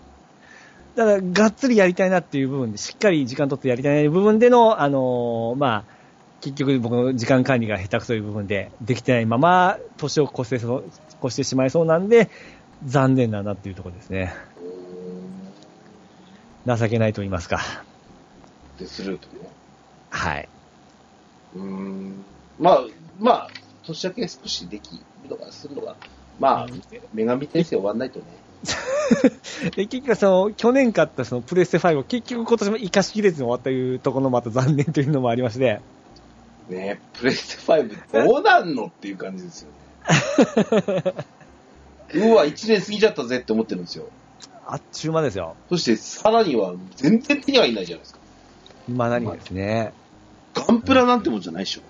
[SPEAKER 2] だから、がっつりやりたいなっていう部分で、しっかり時間取ってやりたい部分での、あのーまあ、結局僕の時間管理が下手くそいう部分で、できてないまま、年を越してそう、越してしまいそうなんで、残念だなっていうところですね。情けないと言いますか。
[SPEAKER 1] デスループね。
[SPEAKER 2] はい。
[SPEAKER 1] うーん。まあ、まあ、年明け少しできるのが、するのが、まあ、女神転生終わんないとね。
[SPEAKER 2] で、結局その、去年買ったそのプレステ5を結局今年も生かしきれずに終わったというところのまた残念というのもありまして、
[SPEAKER 1] ねプレステ5どうなんのっていう感じですよ ね。うわ、1年過ぎちゃったぜって思ってるんですよ。
[SPEAKER 2] あっちゅう間ですよ。
[SPEAKER 1] そして、さらには全然手にはいないじゃないですか。
[SPEAKER 2] 今何がですね。
[SPEAKER 1] ガンプラなんてもんじゃないでしょ。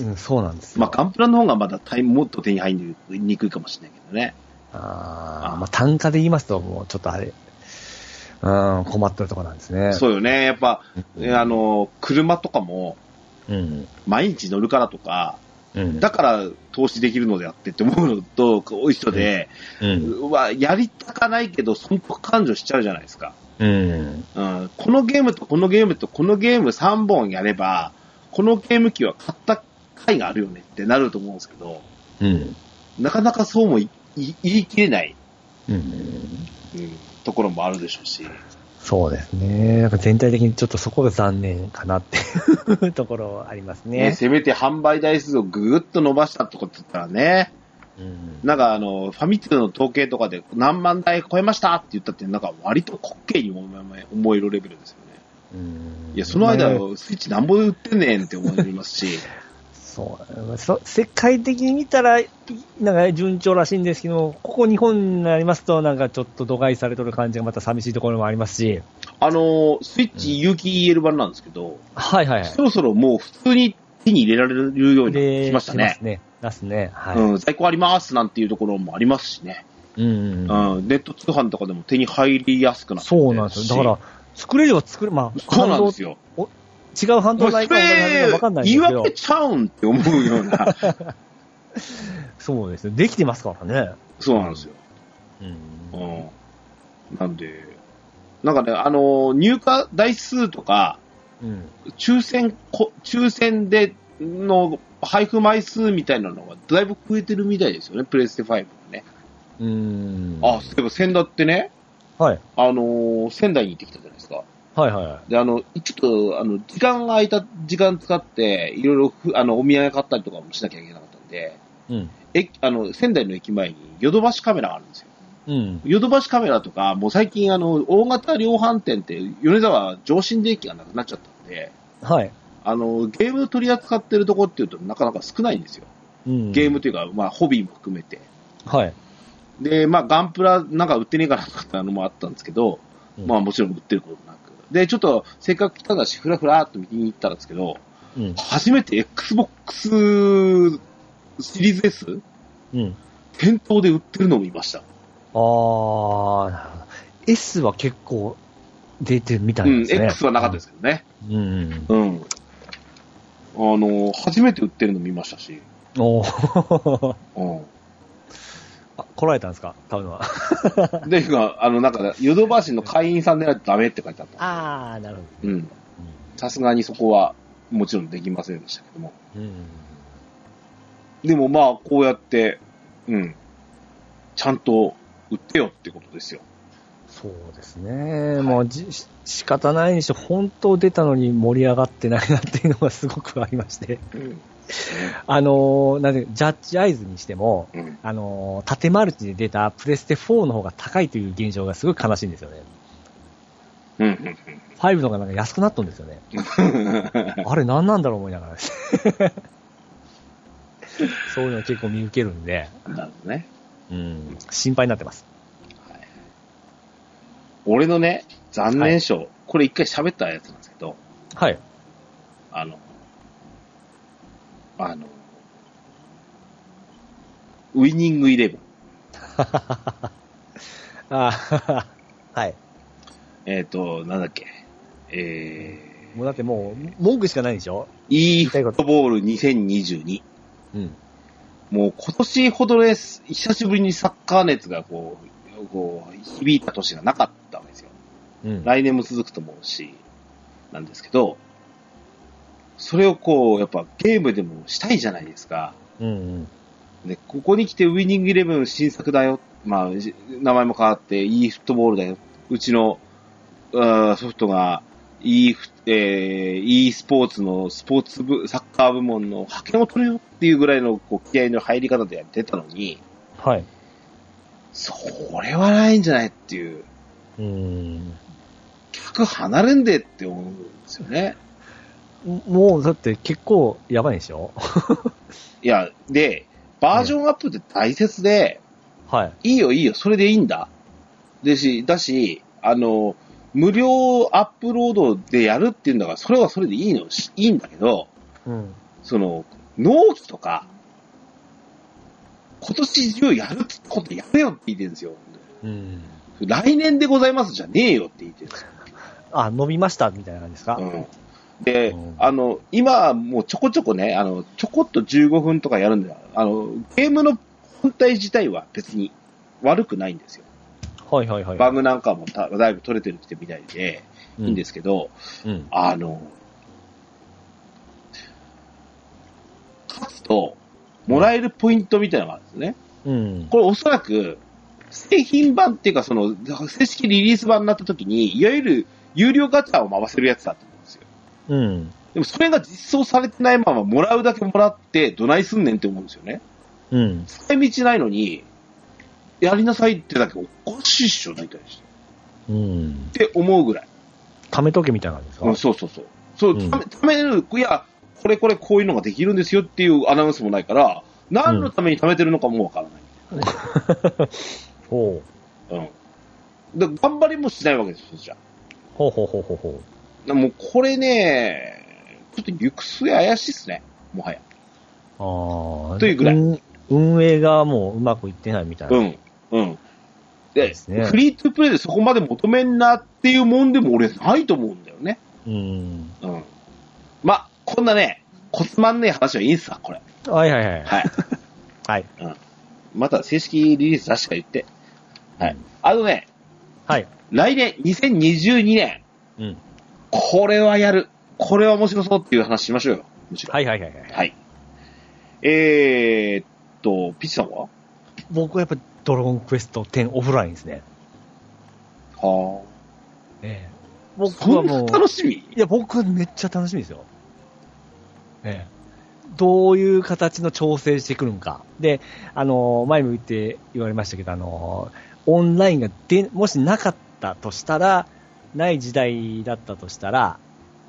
[SPEAKER 2] うん、そうなんですよ。
[SPEAKER 1] まあ、ガンプラの方がまだタイムもっと手に入りにくいかもしれないけどね。
[SPEAKER 2] あーまあ、単価で言いますと、もうちょっとあれ、うん、困ってるところなんですね。
[SPEAKER 1] そうよね。やっぱ、
[SPEAKER 2] うん
[SPEAKER 1] えあの、車とかも、
[SPEAKER 2] うん。
[SPEAKER 1] 毎日乗るからとか、
[SPEAKER 2] うん。
[SPEAKER 1] だから投資できるのであってって思うのと、こう一緒で、
[SPEAKER 2] うん。
[SPEAKER 1] うわ、やりたかないけど、損得感情しちゃうじゃないですか。
[SPEAKER 9] うん。
[SPEAKER 1] うん、このゲームとこのゲームとこのゲーム3本やれば、このゲーム機は買った回があるよねってなると思うんですけど、
[SPEAKER 9] うん。
[SPEAKER 1] なかなかそうもいい言い切れない、
[SPEAKER 9] うん。
[SPEAKER 1] うん、ところもあるでしょうし、
[SPEAKER 2] そうですね。なんか全体的にちょっとそこが残念かなっていうところあります
[SPEAKER 1] ね、
[SPEAKER 2] ね。
[SPEAKER 1] せめて販売台数をぐぐっと伸ばしたとかって言ったらね、
[SPEAKER 9] うん。
[SPEAKER 1] なんかあの、ファミ通の統計とかで何万台超えましたって言ったって、なんか割と滑稽に思え思えるレベルですよね。
[SPEAKER 9] うん
[SPEAKER 1] いや、その間、スイッチなんぼ売ってんねんって思います し、
[SPEAKER 2] そうそ世界的に見たら、いなんか順調らしいんですけど、ここ日本になりますと、なんかちょっと度外視されとる感じがまた寂しいところもありますし。
[SPEAKER 1] あの、スイッチ有機 EL 版なんですけど、
[SPEAKER 2] はいはいは
[SPEAKER 1] そろそろもう普通に手に入れられるよう
[SPEAKER 2] い。
[SPEAKER 1] に
[SPEAKER 2] で、
[SPEAKER 1] しました
[SPEAKER 2] ま
[SPEAKER 1] ね
[SPEAKER 2] す。ね。ますね。はい。
[SPEAKER 1] うん、在庫ありますなんていうところもありますしね、
[SPEAKER 9] うん。
[SPEAKER 1] うん、ネット通販とかでも手に入りやすくなって
[SPEAKER 2] そうなんですよ。だから、作れれば作る、まあ、
[SPEAKER 1] そうなんです
[SPEAKER 2] よ。
[SPEAKER 1] よ。
[SPEAKER 2] 違う半導体
[SPEAKER 1] そ
[SPEAKER 2] かも
[SPEAKER 1] れ
[SPEAKER 2] わかんないん、です
[SPEAKER 1] 言い
[SPEAKER 2] けど
[SPEAKER 1] 訳、ちゃうんって思うような、
[SPEAKER 2] そうですね。できてますからね。
[SPEAKER 1] そうなんですよ。
[SPEAKER 9] うん。
[SPEAKER 1] うん、なんで、なんかね、あの、入荷台数とか、
[SPEAKER 9] うん。
[SPEAKER 1] 抽選、こ抽選での配布枚数みたいなのがだいぶ増えてるみたいですよね、プレステ5もね。
[SPEAKER 9] うん。
[SPEAKER 1] あ、そういえば仙台ってね、
[SPEAKER 2] はい。
[SPEAKER 1] あのー仙台に行ってきたじゃないですか。
[SPEAKER 2] はいはいはい。
[SPEAKER 1] で、あの、ちょっと、あの、時間が空いた時間使って、いろいろふ、あの、お土産買ったりとかもしなきゃいけなかったんで、
[SPEAKER 9] うん。
[SPEAKER 1] え、あの、仙台の駅前にヨドバシカメラがあるんですよ。
[SPEAKER 9] うん。
[SPEAKER 1] ヨドバシカメラとか、もう最近、あの、大型量販店って、米沢上新電機がなくなっちゃったんで、
[SPEAKER 2] はい。
[SPEAKER 1] あの、ゲーム取り扱ってるとこっていうと、なかなか少ないんですよ。
[SPEAKER 2] うん
[SPEAKER 1] ゲームというか、まあ、ホビーも含めて。
[SPEAKER 2] はい。
[SPEAKER 1] で、まあ、ガンプラなんか売ってねえかなとかってのもあったんですけど、
[SPEAKER 9] うん
[SPEAKER 1] まあ、もちろん売ってることもなく。で、ちょっと、せっかく来たんだし、ふらふらっと見に行ったんですけど、
[SPEAKER 9] うん。
[SPEAKER 1] 初めて Xbox シリーズ S?
[SPEAKER 9] うん。
[SPEAKER 1] 店頭で売ってるのを見ました。
[SPEAKER 2] あー、なるほど S は結構出てるみた
[SPEAKER 1] う
[SPEAKER 2] い
[SPEAKER 1] ん、
[SPEAKER 2] ですね。
[SPEAKER 1] X はなかったですけどね。
[SPEAKER 9] うん。
[SPEAKER 1] うん。あの、初めて売ってるの見ましたし、
[SPEAKER 2] おー
[SPEAKER 1] うん。
[SPEAKER 2] あ来られたんですか買うのは。
[SPEAKER 1] で、今あの、なんか、ヨドバシの会員さんでないとダメって書いてあった。
[SPEAKER 2] あー、なるほ
[SPEAKER 1] うん。さすがにそこは、もちろんできませんでしたけども。
[SPEAKER 9] うん。うん。
[SPEAKER 1] でもまあ、こうやって、うん。ちゃんと売ってよってことですよ。
[SPEAKER 2] ど。そうですね。もうじし仕方ないにして、本当出たのに盛り上がってないなっていうのがすごくありまして。
[SPEAKER 1] うん。
[SPEAKER 2] あのー、なんで、ジャッジアイズにしても、
[SPEAKER 1] うん。
[SPEAKER 2] あのー、縦マルチで出たプレステ4の方が高いという現象がすごい悲しいんですよね。
[SPEAKER 1] うんうん。
[SPEAKER 2] 5の方がなんか安くなったんですよね。あれ何なんだろう思いながら です。そういうの結構見受けるんで、
[SPEAKER 1] なるほどね。
[SPEAKER 9] うん。
[SPEAKER 2] 心配になってます。
[SPEAKER 1] 俺のね、残念賞、これ一回喋ったやつなんですけど、
[SPEAKER 2] はい。
[SPEAKER 1] あの、あの、ウィニングイレブン。
[SPEAKER 2] ああ、はい。
[SPEAKER 1] えっ、と、なんだっけ。え
[SPEAKER 2] もうだってもう、文句しかないでしょ
[SPEAKER 1] ー、e
[SPEAKER 2] い
[SPEAKER 1] フ
[SPEAKER 2] たい
[SPEAKER 1] ッ
[SPEAKER 2] こと
[SPEAKER 1] トボール2022。
[SPEAKER 9] うん。
[SPEAKER 1] もう今年ほどです、久しぶりにサッカー熱がこう、こう、響いた年がなかったわけですよ。
[SPEAKER 9] うん。
[SPEAKER 1] 来年も続くと思うし、なんですけど、それをこう、やっぱゲームでもしたいじゃないですか。
[SPEAKER 9] うん。
[SPEAKER 1] で、ここに来てウィニングイレブン新作だよ。まあ、じ名前も変わって、いいフットボールだよ。うちの、あーソフトが、いいフ、えー、いいスポーツの、スポーツ部、サッカー部門の派遣を取るよっていうぐらいの、こう、気合の入り方でやってたのに、
[SPEAKER 9] はい。
[SPEAKER 1] それはないんじゃないっていう、
[SPEAKER 9] うん。
[SPEAKER 1] 客離れんでって思うんですよね。
[SPEAKER 2] もう、だって結構やばいでしょ
[SPEAKER 1] いや、で、バージョンアップって大切で、
[SPEAKER 2] はい。
[SPEAKER 1] いいよいいよ、それでいいんだ。でし、だし、あの、無料アップロードでやるっていうんだから、それはそれでいいの、しいいんだけど、
[SPEAKER 2] うん。
[SPEAKER 1] その、納期とか、今年中やるってことやれよって言ってるんですよ。
[SPEAKER 9] うん。
[SPEAKER 1] 来年でございますじゃねえよって言ってるんですよ。
[SPEAKER 2] あ、飲みましたみたいな感じですか、
[SPEAKER 1] うん、で、
[SPEAKER 9] うん
[SPEAKER 1] あの、今、もうちょこちょこね、あの、ちょこっと15分とかやるんだよ。あの、ゲームの本体自体は別に悪くないんですよ。
[SPEAKER 2] はいはいはい。
[SPEAKER 1] バグなんかもただいぶ取れてるってみたいで、
[SPEAKER 10] うん
[SPEAKER 1] いいんですけど、
[SPEAKER 10] うん。
[SPEAKER 1] あの、勝つと、もらえるポイントみたいなのがあるんですね。
[SPEAKER 10] うん。
[SPEAKER 1] これおそらく、製品版っていうか、その、正式リリース版になった時に、いわゆる有料ガチャを回せるやつだと思うんですよ。
[SPEAKER 10] うん。
[SPEAKER 1] でもそれが実装されてないまま、もらうだけもらって、どないすんねんって思うんですよね。
[SPEAKER 10] うん。
[SPEAKER 1] 使い道ないのに、やりなさいってだけおかしいっしょ、大体して。
[SPEAKER 10] うん。
[SPEAKER 1] って思うぐらい。
[SPEAKER 2] 貯めとけみたいな感じですか
[SPEAKER 1] うん、そうそうそう。そう、
[SPEAKER 10] うん
[SPEAKER 1] ため、ためる、いや、これこれこういうのができるんですよっていうアナウンスもないから、何のために貯めてるのかもわからない。
[SPEAKER 10] ほう。
[SPEAKER 1] うん。で、頑張りもしないわけですよ、じゃあ
[SPEAKER 10] ほうほうほうほうほ
[SPEAKER 1] なもうこれね、ちょっと行く末怪しいっすね、もはや。
[SPEAKER 10] う。ああ。
[SPEAKER 1] というぐらい
[SPEAKER 10] 運運営がもううまくいってないみたいうな。
[SPEAKER 1] ん、うん。
[SPEAKER 10] で
[SPEAKER 1] で、
[SPEAKER 10] すね
[SPEAKER 1] フリートゥープレイでそこまで求めんなっていうもんでも俺ないと思うんだよね。
[SPEAKER 10] うん。
[SPEAKER 1] うん。ま、こんなね、こつまんねえ話はいいんすわ、これ。
[SPEAKER 10] はいはいはい。
[SPEAKER 1] はい。
[SPEAKER 10] はい。
[SPEAKER 1] また正式リリース出しか言って。はい。あとね、
[SPEAKER 10] はい。
[SPEAKER 1] 来年、2022年、
[SPEAKER 10] うん。
[SPEAKER 1] これはやる。これは面白そうっていう話しましょうよ。むしろ。
[SPEAKER 10] はいはいはいはい。
[SPEAKER 1] はい。えーっと、ピッチさんは
[SPEAKER 2] 僕はやっぱドラゴンクエスト10オフラインですね。
[SPEAKER 1] は
[SPEAKER 2] ええ
[SPEAKER 1] あ。
[SPEAKER 2] 僕
[SPEAKER 1] そ
[SPEAKER 2] は
[SPEAKER 1] んな
[SPEAKER 2] もう、
[SPEAKER 1] 楽しみ
[SPEAKER 2] いや、僕はめっちゃ楽しみですよ。ええどういう形の調整してくるんか。で、あの、前も言って言われましたけど、あの、オンラインがで、もしなかったとしたら、ない時代だったとしたら、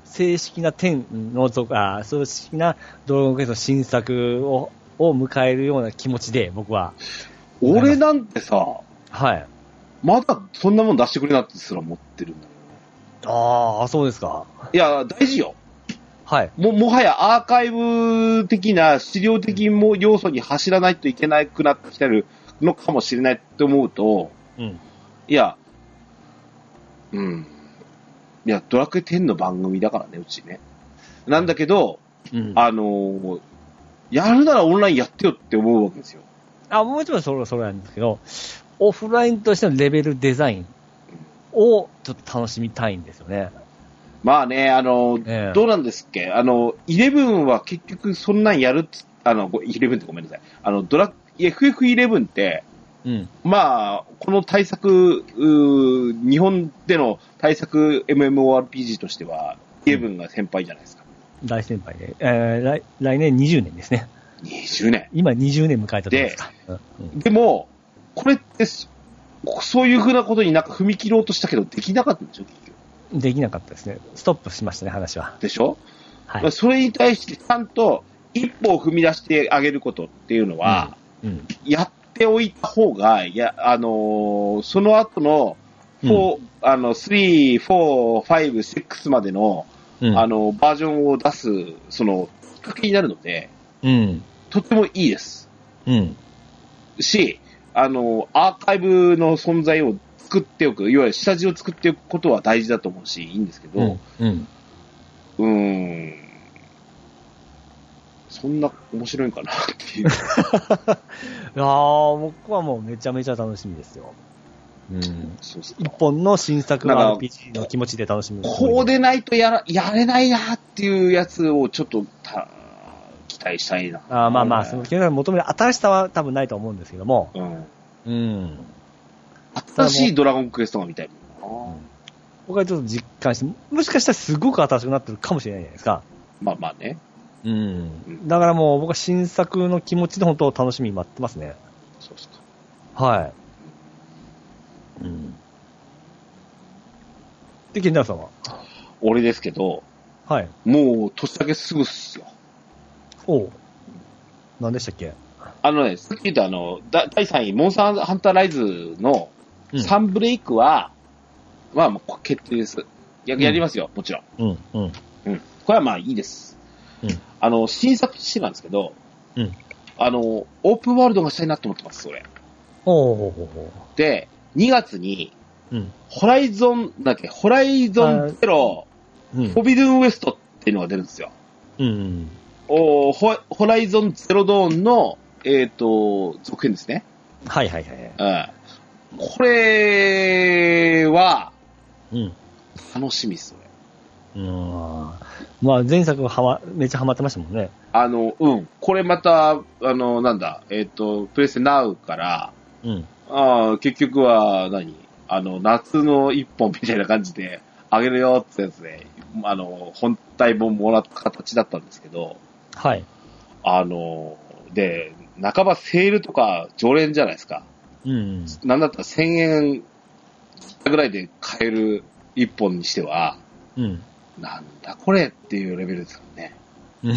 [SPEAKER 2] 正式な10のとか、正式なドラゴンクエストの新作を、を迎えるような気持ちで、僕は。
[SPEAKER 1] 俺なんてさ、
[SPEAKER 2] はい。
[SPEAKER 1] まだそんなもん出してくれなってすら思ってるんだよ。
[SPEAKER 2] ああ、そうですか。
[SPEAKER 1] いや、大事よ。
[SPEAKER 2] はい。
[SPEAKER 1] も、もはやアーカイブ的な、資料的も要素に走らないといけなくなってきてるのかもしれないって思うと、
[SPEAKER 10] うん。
[SPEAKER 1] いや、うん。いや、ドラクエ10の番組だからね、うちね。なんだけど、
[SPEAKER 10] うん。
[SPEAKER 1] あのーやるならオンラインやってよって思うわけですよ。
[SPEAKER 2] あ、もちろんそれはそれなんですけど、オフラインとしてのレベルデザインをちょっと楽しみたいんですよね。
[SPEAKER 1] まあね、あのー
[SPEAKER 2] ええ
[SPEAKER 1] どうなんですっけあの、11は結局そんなんやるっつ、あの、ご11ってごめんなさい。あの、ドラ、FF11 って、
[SPEAKER 10] うん。
[SPEAKER 1] まあ、この対策、うー日本での対策 MMORPG としては、11が先輩じゃないですか。
[SPEAKER 2] 大先輩で。えー来、来年20年ですね。
[SPEAKER 1] 20年。
[SPEAKER 2] 今20年迎えたとこですか。
[SPEAKER 1] でも、これってそ、そういうふうなことになんか踏み切ろうとしたけど、できなかったんでしょ、結局。
[SPEAKER 2] できなかったですね。ストップしましたね、話は。
[SPEAKER 1] でしょ、だか
[SPEAKER 2] はい
[SPEAKER 1] らそれに対して、ちゃんと一歩を踏み出してあげることっていうのは、
[SPEAKER 10] うん。
[SPEAKER 1] やっておいた方が、いや、あのーその後の、4あの、3、4、5、6までの、
[SPEAKER 10] うん。
[SPEAKER 1] あの、バージョンを出す、その、きっかけになるので、
[SPEAKER 10] うん。
[SPEAKER 1] とってもいいです。
[SPEAKER 10] うん。
[SPEAKER 1] し、あの、アーカイブの存在を作っておく、いわゆる下地を作っておくことは大事だと思うし、いいんですけど、う
[SPEAKER 10] うん。
[SPEAKER 1] ーん、そんな面白いんかなっていう。
[SPEAKER 2] いやー、僕はもうめちゃめちゃ楽しみですよ。
[SPEAKER 10] うん。
[SPEAKER 1] そうっす
[SPEAKER 2] 一本の新作の
[SPEAKER 1] なんか
[SPEAKER 2] RPG の気持ちで楽しむ。
[SPEAKER 1] こうでないとやら、やれないなっていうやつをちょっとた、期待したいな。
[SPEAKER 2] あーまあまあ、その、経済求める新しさは多分ないと思うんですけども、
[SPEAKER 1] うん。
[SPEAKER 10] うん。
[SPEAKER 1] 新しいドラゴンクエストが見たいもんな。
[SPEAKER 2] 僕はちょっと実感して、もしかしたらすごく新しくなってるかもしれないじゃないですか。
[SPEAKER 1] まあまあね。
[SPEAKER 10] うん。
[SPEAKER 2] だからもう僕は新作の気持ちで本当楽しみに待ってますね。
[SPEAKER 1] そうっすか。
[SPEAKER 2] は
[SPEAKER 10] うん。
[SPEAKER 2] い。で、ケンダーさんは
[SPEAKER 1] 俺ですけど、
[SPEAKER 2] はい。
[SPEAKER 1] もう年明けすぐっすよ。
[SPEAKER 2] おう。何でしたっけ
[SPEAKER 1] あのね、さっき言ったあの、だ第3位、モンスターハンターライズの
[SPEAKER 10] うん
[SPEAKER 1] サンブレイクは、まあ、もうこ決定です。ややりますよ、もちろん。
[SPEAKER 10] うん。うん。
[SPEAKER 1] うん。これはまあいいです。
[SPEAKER 10] うん
[SPEAKER 1] あの、新作としてなんですけど、
[SPEAKER 10] うん
[SPEAKER 1] あの、オープンワールドがしたいなと思ってます、それ。
[SPEAKER 10] ほうほうほうほ
[SPEAKER 1] で、2月に、
[SPEAKER 10] う。うん。
[SPEAKER 1] ホライゾン、だっけ、ホライゾンゼロ、
[SPEAKER 10] うん
[SPEAKER 1] フォビドゥンウエストっていうのが出るんですよ。
[SPEAKER 10] うん。
[SPEAKER 1] おーホホライゾンゼロドーンの、えっ、と、続編ですね。
[SPEAKER 10] はいはいはい。
[SPEAKER 1] うん。これは、
[SPEAKER 2] うん。
[SPEAKER 1] 楽しみっすね。
[SPEAKER 2] うん。まあ、前作はま、めっちゃハマってましたもんね。
[SPEAKER 1] あの、うん。これまた、あの、なんだ、えっ、と、プレステナウから、
[SPEAKER 2] うん。
[SPEAKER 1] ああ、結局は何、あの、夏の一本みたいな感じで、あげるよってやつで、あの、本体本もらった形だったんですけど、
[SPEAKER 2] はい。
[SPEAKER 1] あの、で、半ばセールとか常連じゃないですか。
[SPEAKER 2] うん。
[SPEAKER 1] なんだったら1000円ぐらいで買える一本にしては、
[SPEAKER 2] うん。
[SPEAKER 1] なんだこれっていうレベルですよね。うん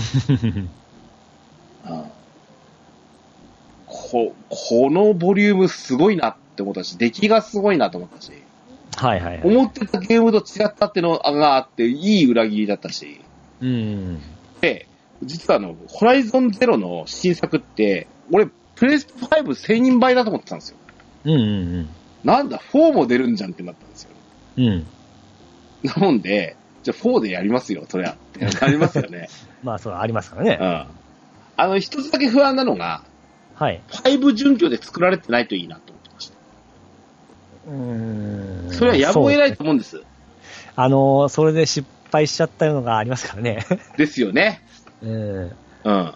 [SPEAKER 1] ここのボリュームすごいなって思ったし、出来がすごいなと思ったし、
[SPEAKER 2] はいはいはい。
[SPEAKER 1] 思ってたゲームと違ったってのがあって、いい裏切りだったし、
[SPEAKER 2] うん。
[SPEAKER 1] で、実はあの、ホライゾンゼロの新作って、俺、プレイス5千人倍だと思ってたんですよ。
[SPEAKER 2] うんうん
[SPEAKER 1] なんだ、4も出るんじゃんってなったんですよ。
[SPEAKER 2] うん。うん。
[SPEAKER 1] なもんで、じゃあ4でやりますよ、そりゃ。ってなりますよ ね。
[SPEAKER 2] まあ、そう、ありますからね
[SPEAKER 1] う。ん。あの、一つだけ不安なのが、
[SPEAKER 2] はい。
[SPEAKER 1] 5準拠で作られてないといいなと思ってました。
[SPEAKER 2] うん
[SPEAKER 1] それはやむを得ない
[SPEAKER 2] そう
[SPEAKER 1] と思うんです。
[SPEAKER 2] あのー、それで失敗しちゃったのがありますからね。
[SPEAKER 1] ですよね。
[SPEAKER 2] うん。
[SPEAKER 1] うん。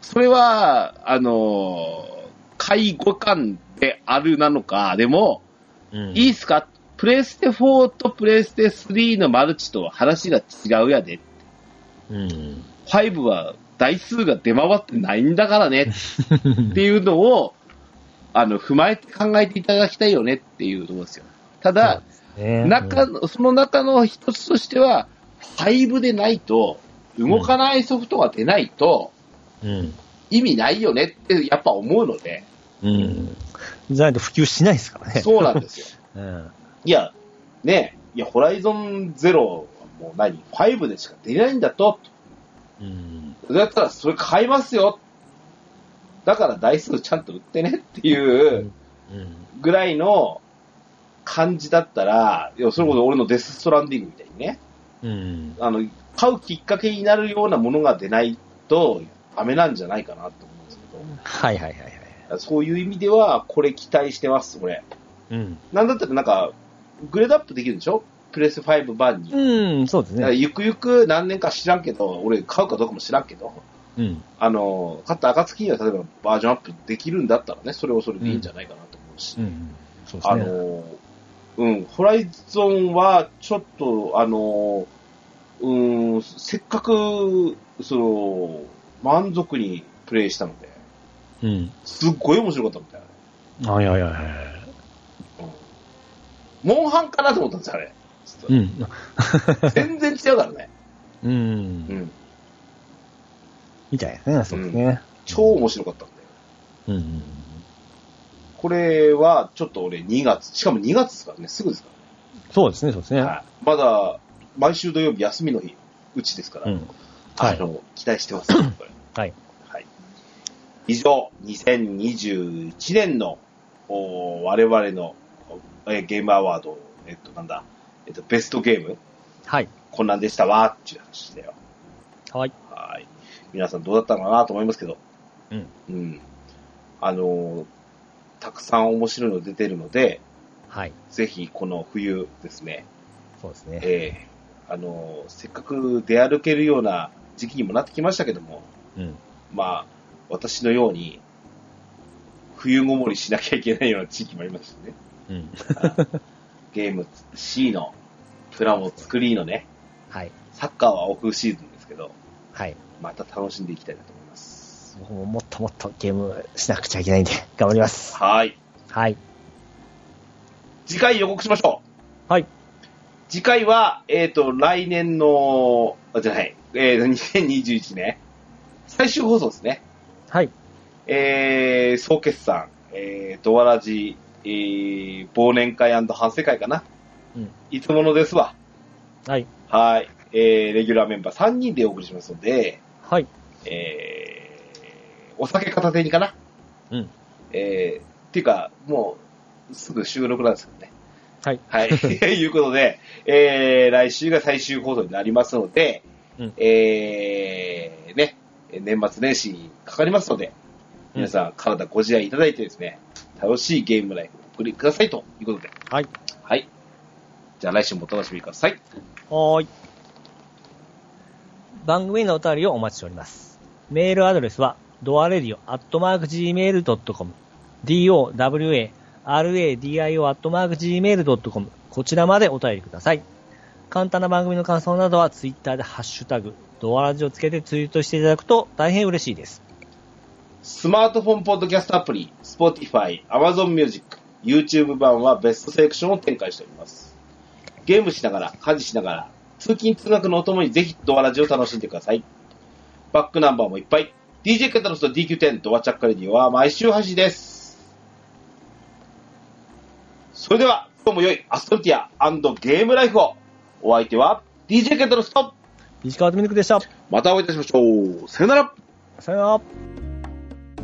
[SPEAKER 1] それは、あの介護官であるなのか、でも、
[SPEAKER 2] うん
[SPEAKER 1] いいっすかプレステ4とプレステ3のマルチとは話が違うやで。
[SPEAKER 2] うん。
[SPEAKER 1] 5は台数が出回ってないんだからね。っていうのを、あの、踏まえて考えていただきたいよねっていうところですよ。ただ、
[SPEAKER 2] ね
[SPEAKER 1] 中の、その中の一つとしては、5でないと、動かないソフトが出ないと、
[SPEAKER 2] うん。
[SPEAKER 1] 意味ないよねってやっぱ思うので、
[SPEAKER 2] うん。じゃないと普及しないですからね。
[SPEAKER 1] そうなんですよ。
[SPEAKER 2] うん。
[SPEAKER 1] いや、ねいや、ホライゾンゼロはもう何 ?5 でしか出ないんだと。
[SPEAKER 2] うん。
[SPEAKER 1] だったらそれ買いますよ。だから台数ちゃんと売ってねっていう
[SPEAKER 2] うん。
[SPEAKER 1] ぐらいの感じだったら、いや、それこそ俺のデスストランディングみたいにね、
[SPEAKER 2] うん。
[SPEAKER 1] あの、買うきっかけになるようなものが出ないとダメなんじゃないかなと思うんですけ
[SPEAKER 2] はいはいはいはい。
[SPEAKER 1] ど、そういう意味ではこれ期待してます、俺。
[SPEAKER 2] うん。
[SPEAKER 1] なんだったらなんか、グレードアップできるんでしょプレス5版に。
[SPEAKER 2] うん、そうです
[SPEAKER 1] だから
[SPEAKER 2] ね。
[SPEAKER 1] ゆくゆく何年か知らんけど、俺買うかどうかも知らんけど、
[SPEAKER 2] うん。
[SPEAKER 1] あの、買った暁には例えばバージョンアップできるんだったらね、それをそれでいいんじゃないかなと思うし、
[SPEAKER 2] うん。そうです
[SPEAKER 1] あ
[SPEAKER 2] ね。
[SPEAKER 1] の、うん、ホライゾンはちょっと、あの、うん、せっかく、その、満足にプレイしたので、
[SPEAKER 2] うん。
[SPEAKER 1] すっごい面白かったみたいな。
[SPEAKER 2] はいはいはいはい。
[SPEAKER 1] モンハンかなと思ったんですよ、あれ。
[SPEAKER 2] うん。
[SPEAKER 1] 全然違うからね。
[SPEAKER 2] う。
[SPEAKER 1] うんん。
[SPEAKER 2] みたいですね、そうですね。
[SPEAKER 1] 超面白かったんだよ。
[SPEAKER 2] うん。
[SPEAKER 1] これは、ちょっと俺2月、しかも2月ですからね、すぐですか
[SPEAKER 2] そうですね、そうですね
[SPEAKER 1] ら。ね。はいまだ、毎週土曜日休みの日、うちですから、
[SPEAKER 2] うん。
[SPEAKER 1] あ
[SPEAKER 2] はい。
[SPEAKER 1] の、期待してます、これ
[SPEAKER 2] はい。
[SPEAKER 1] はい。以上、2021年の、おー我々の、えーゲームアワード、えっと、なんだ、えっと、ベストゲーム、
[SPEAKER 2] はい。
[SPEAKER 1] こんなんでしたわ、っていう話だよ。
[SPEAKER 2] はい。
[SPEAKER 1] はい。皆さんどうだったのかなと思いますけど。
[SPEAKER 2] うん。
[SPEAKER 1] うん。あのーたくさん面白いの出てるので、
[SPEAKER 2] はい。
[SPEAKER 1] ぜひこの冬ですね、
[SPEAKER 2] そうですね。
[SPEAKER 1] えーあのーせっかく出歩けるような時期にもなってきましたけども、
[SPEAKER 2] うん。
[SPEAKER 1] まあ、私のように、冬ごもりしなきゃいけないような地域もありますし ね。
[SPEAKER 2] うん。
[SPEAKER 1] ゲーム C の、プラモ作りのね、
[SPEAKER 2] はい。
[SPEAKER 1] サッカーはオフシーズンですけど、
[SPEAKER 2] はい。
[SPEAKER 1] また楽しんでいきたいなと思います。
[SPEAKER 2] 僕ももっともっとゲームしなくちゃいけないんで、頑張ります。
[SPEAKER 1] はい。
[SPEAKER 2] はい。
[SPEAKER 1] 次回予告しましょう。
[SPEAKER 2] はい。
[SPEAKER 1] 次回は、えっ、と、来年の、あじゃない、えーと、2021年、最終放送ですね。
[SPEAKER 2] はい。
[SPEAKER 1] えー、総決算、えー、ドアラジ、えー、忘年会反省会かな。
[SPEAKER 2] うん
[SPEAKER 1] いつものですわ。
[SPEAKER 2] はい。
[SPEAKER 1] はい。えー、レギュラーメンバー3人でお送りしますので、
[SPEAKER 2] はい。
[SPEAKER 1] えー、お酒片手にかな。
[SPEAKER 2] うん。
[SPEAKER 1] えー、っていうか、もう、すぐ収録なんですけどね。
[SPEAKER 2] はい。
[SPEAKER 1] はい。いうことで、えー、来週が最終放送になりますので、
[SPEAKER 2] うん
[SPEAKER 1] えー、ね、年末年始にかかりますので、皆さん体ご自愛いただいてですね、楽しいゲームライフをお送りくださいということで。
[SPEAKER 2] はい。
[SPEAKER 1] はい。じゃあ来週もお楽しみください。
[SPEAKER 2] はーい。番組へのお便りをお待ちしております。メールアドレスは、ドアレディオアットマーク Gmail.com、DOWA、RADIO アットマーク Gmail.com、こちらまでお便りください。簡単な番組の感想などは、ツイッターでハッシュタグ、ドアラジをつけてツイートしていただくと大変嬉しいです。
[SPEAKER 1] スマートフォンポッドキャストアプリ、Spotify、Amazon Music、YouTube 版はベストセレクションを展開しております。ゲームしながら、家事しながら、通勤通学のお供にぜひドアラジを楽しんでください。バックナンバーもいっぱい。DJ ケタロスと DQ10 ドアチャッカレディオは毎週配信です。それでは、今日も良いアストルティアゲームライフを。お相手は DJ ケタロスと、
[SPEAKER 2] 石川とみぬくでした。
[SPEAKER 1] またお会いいたしましょう。さよなら。
[SPEAKER 2] さよなら。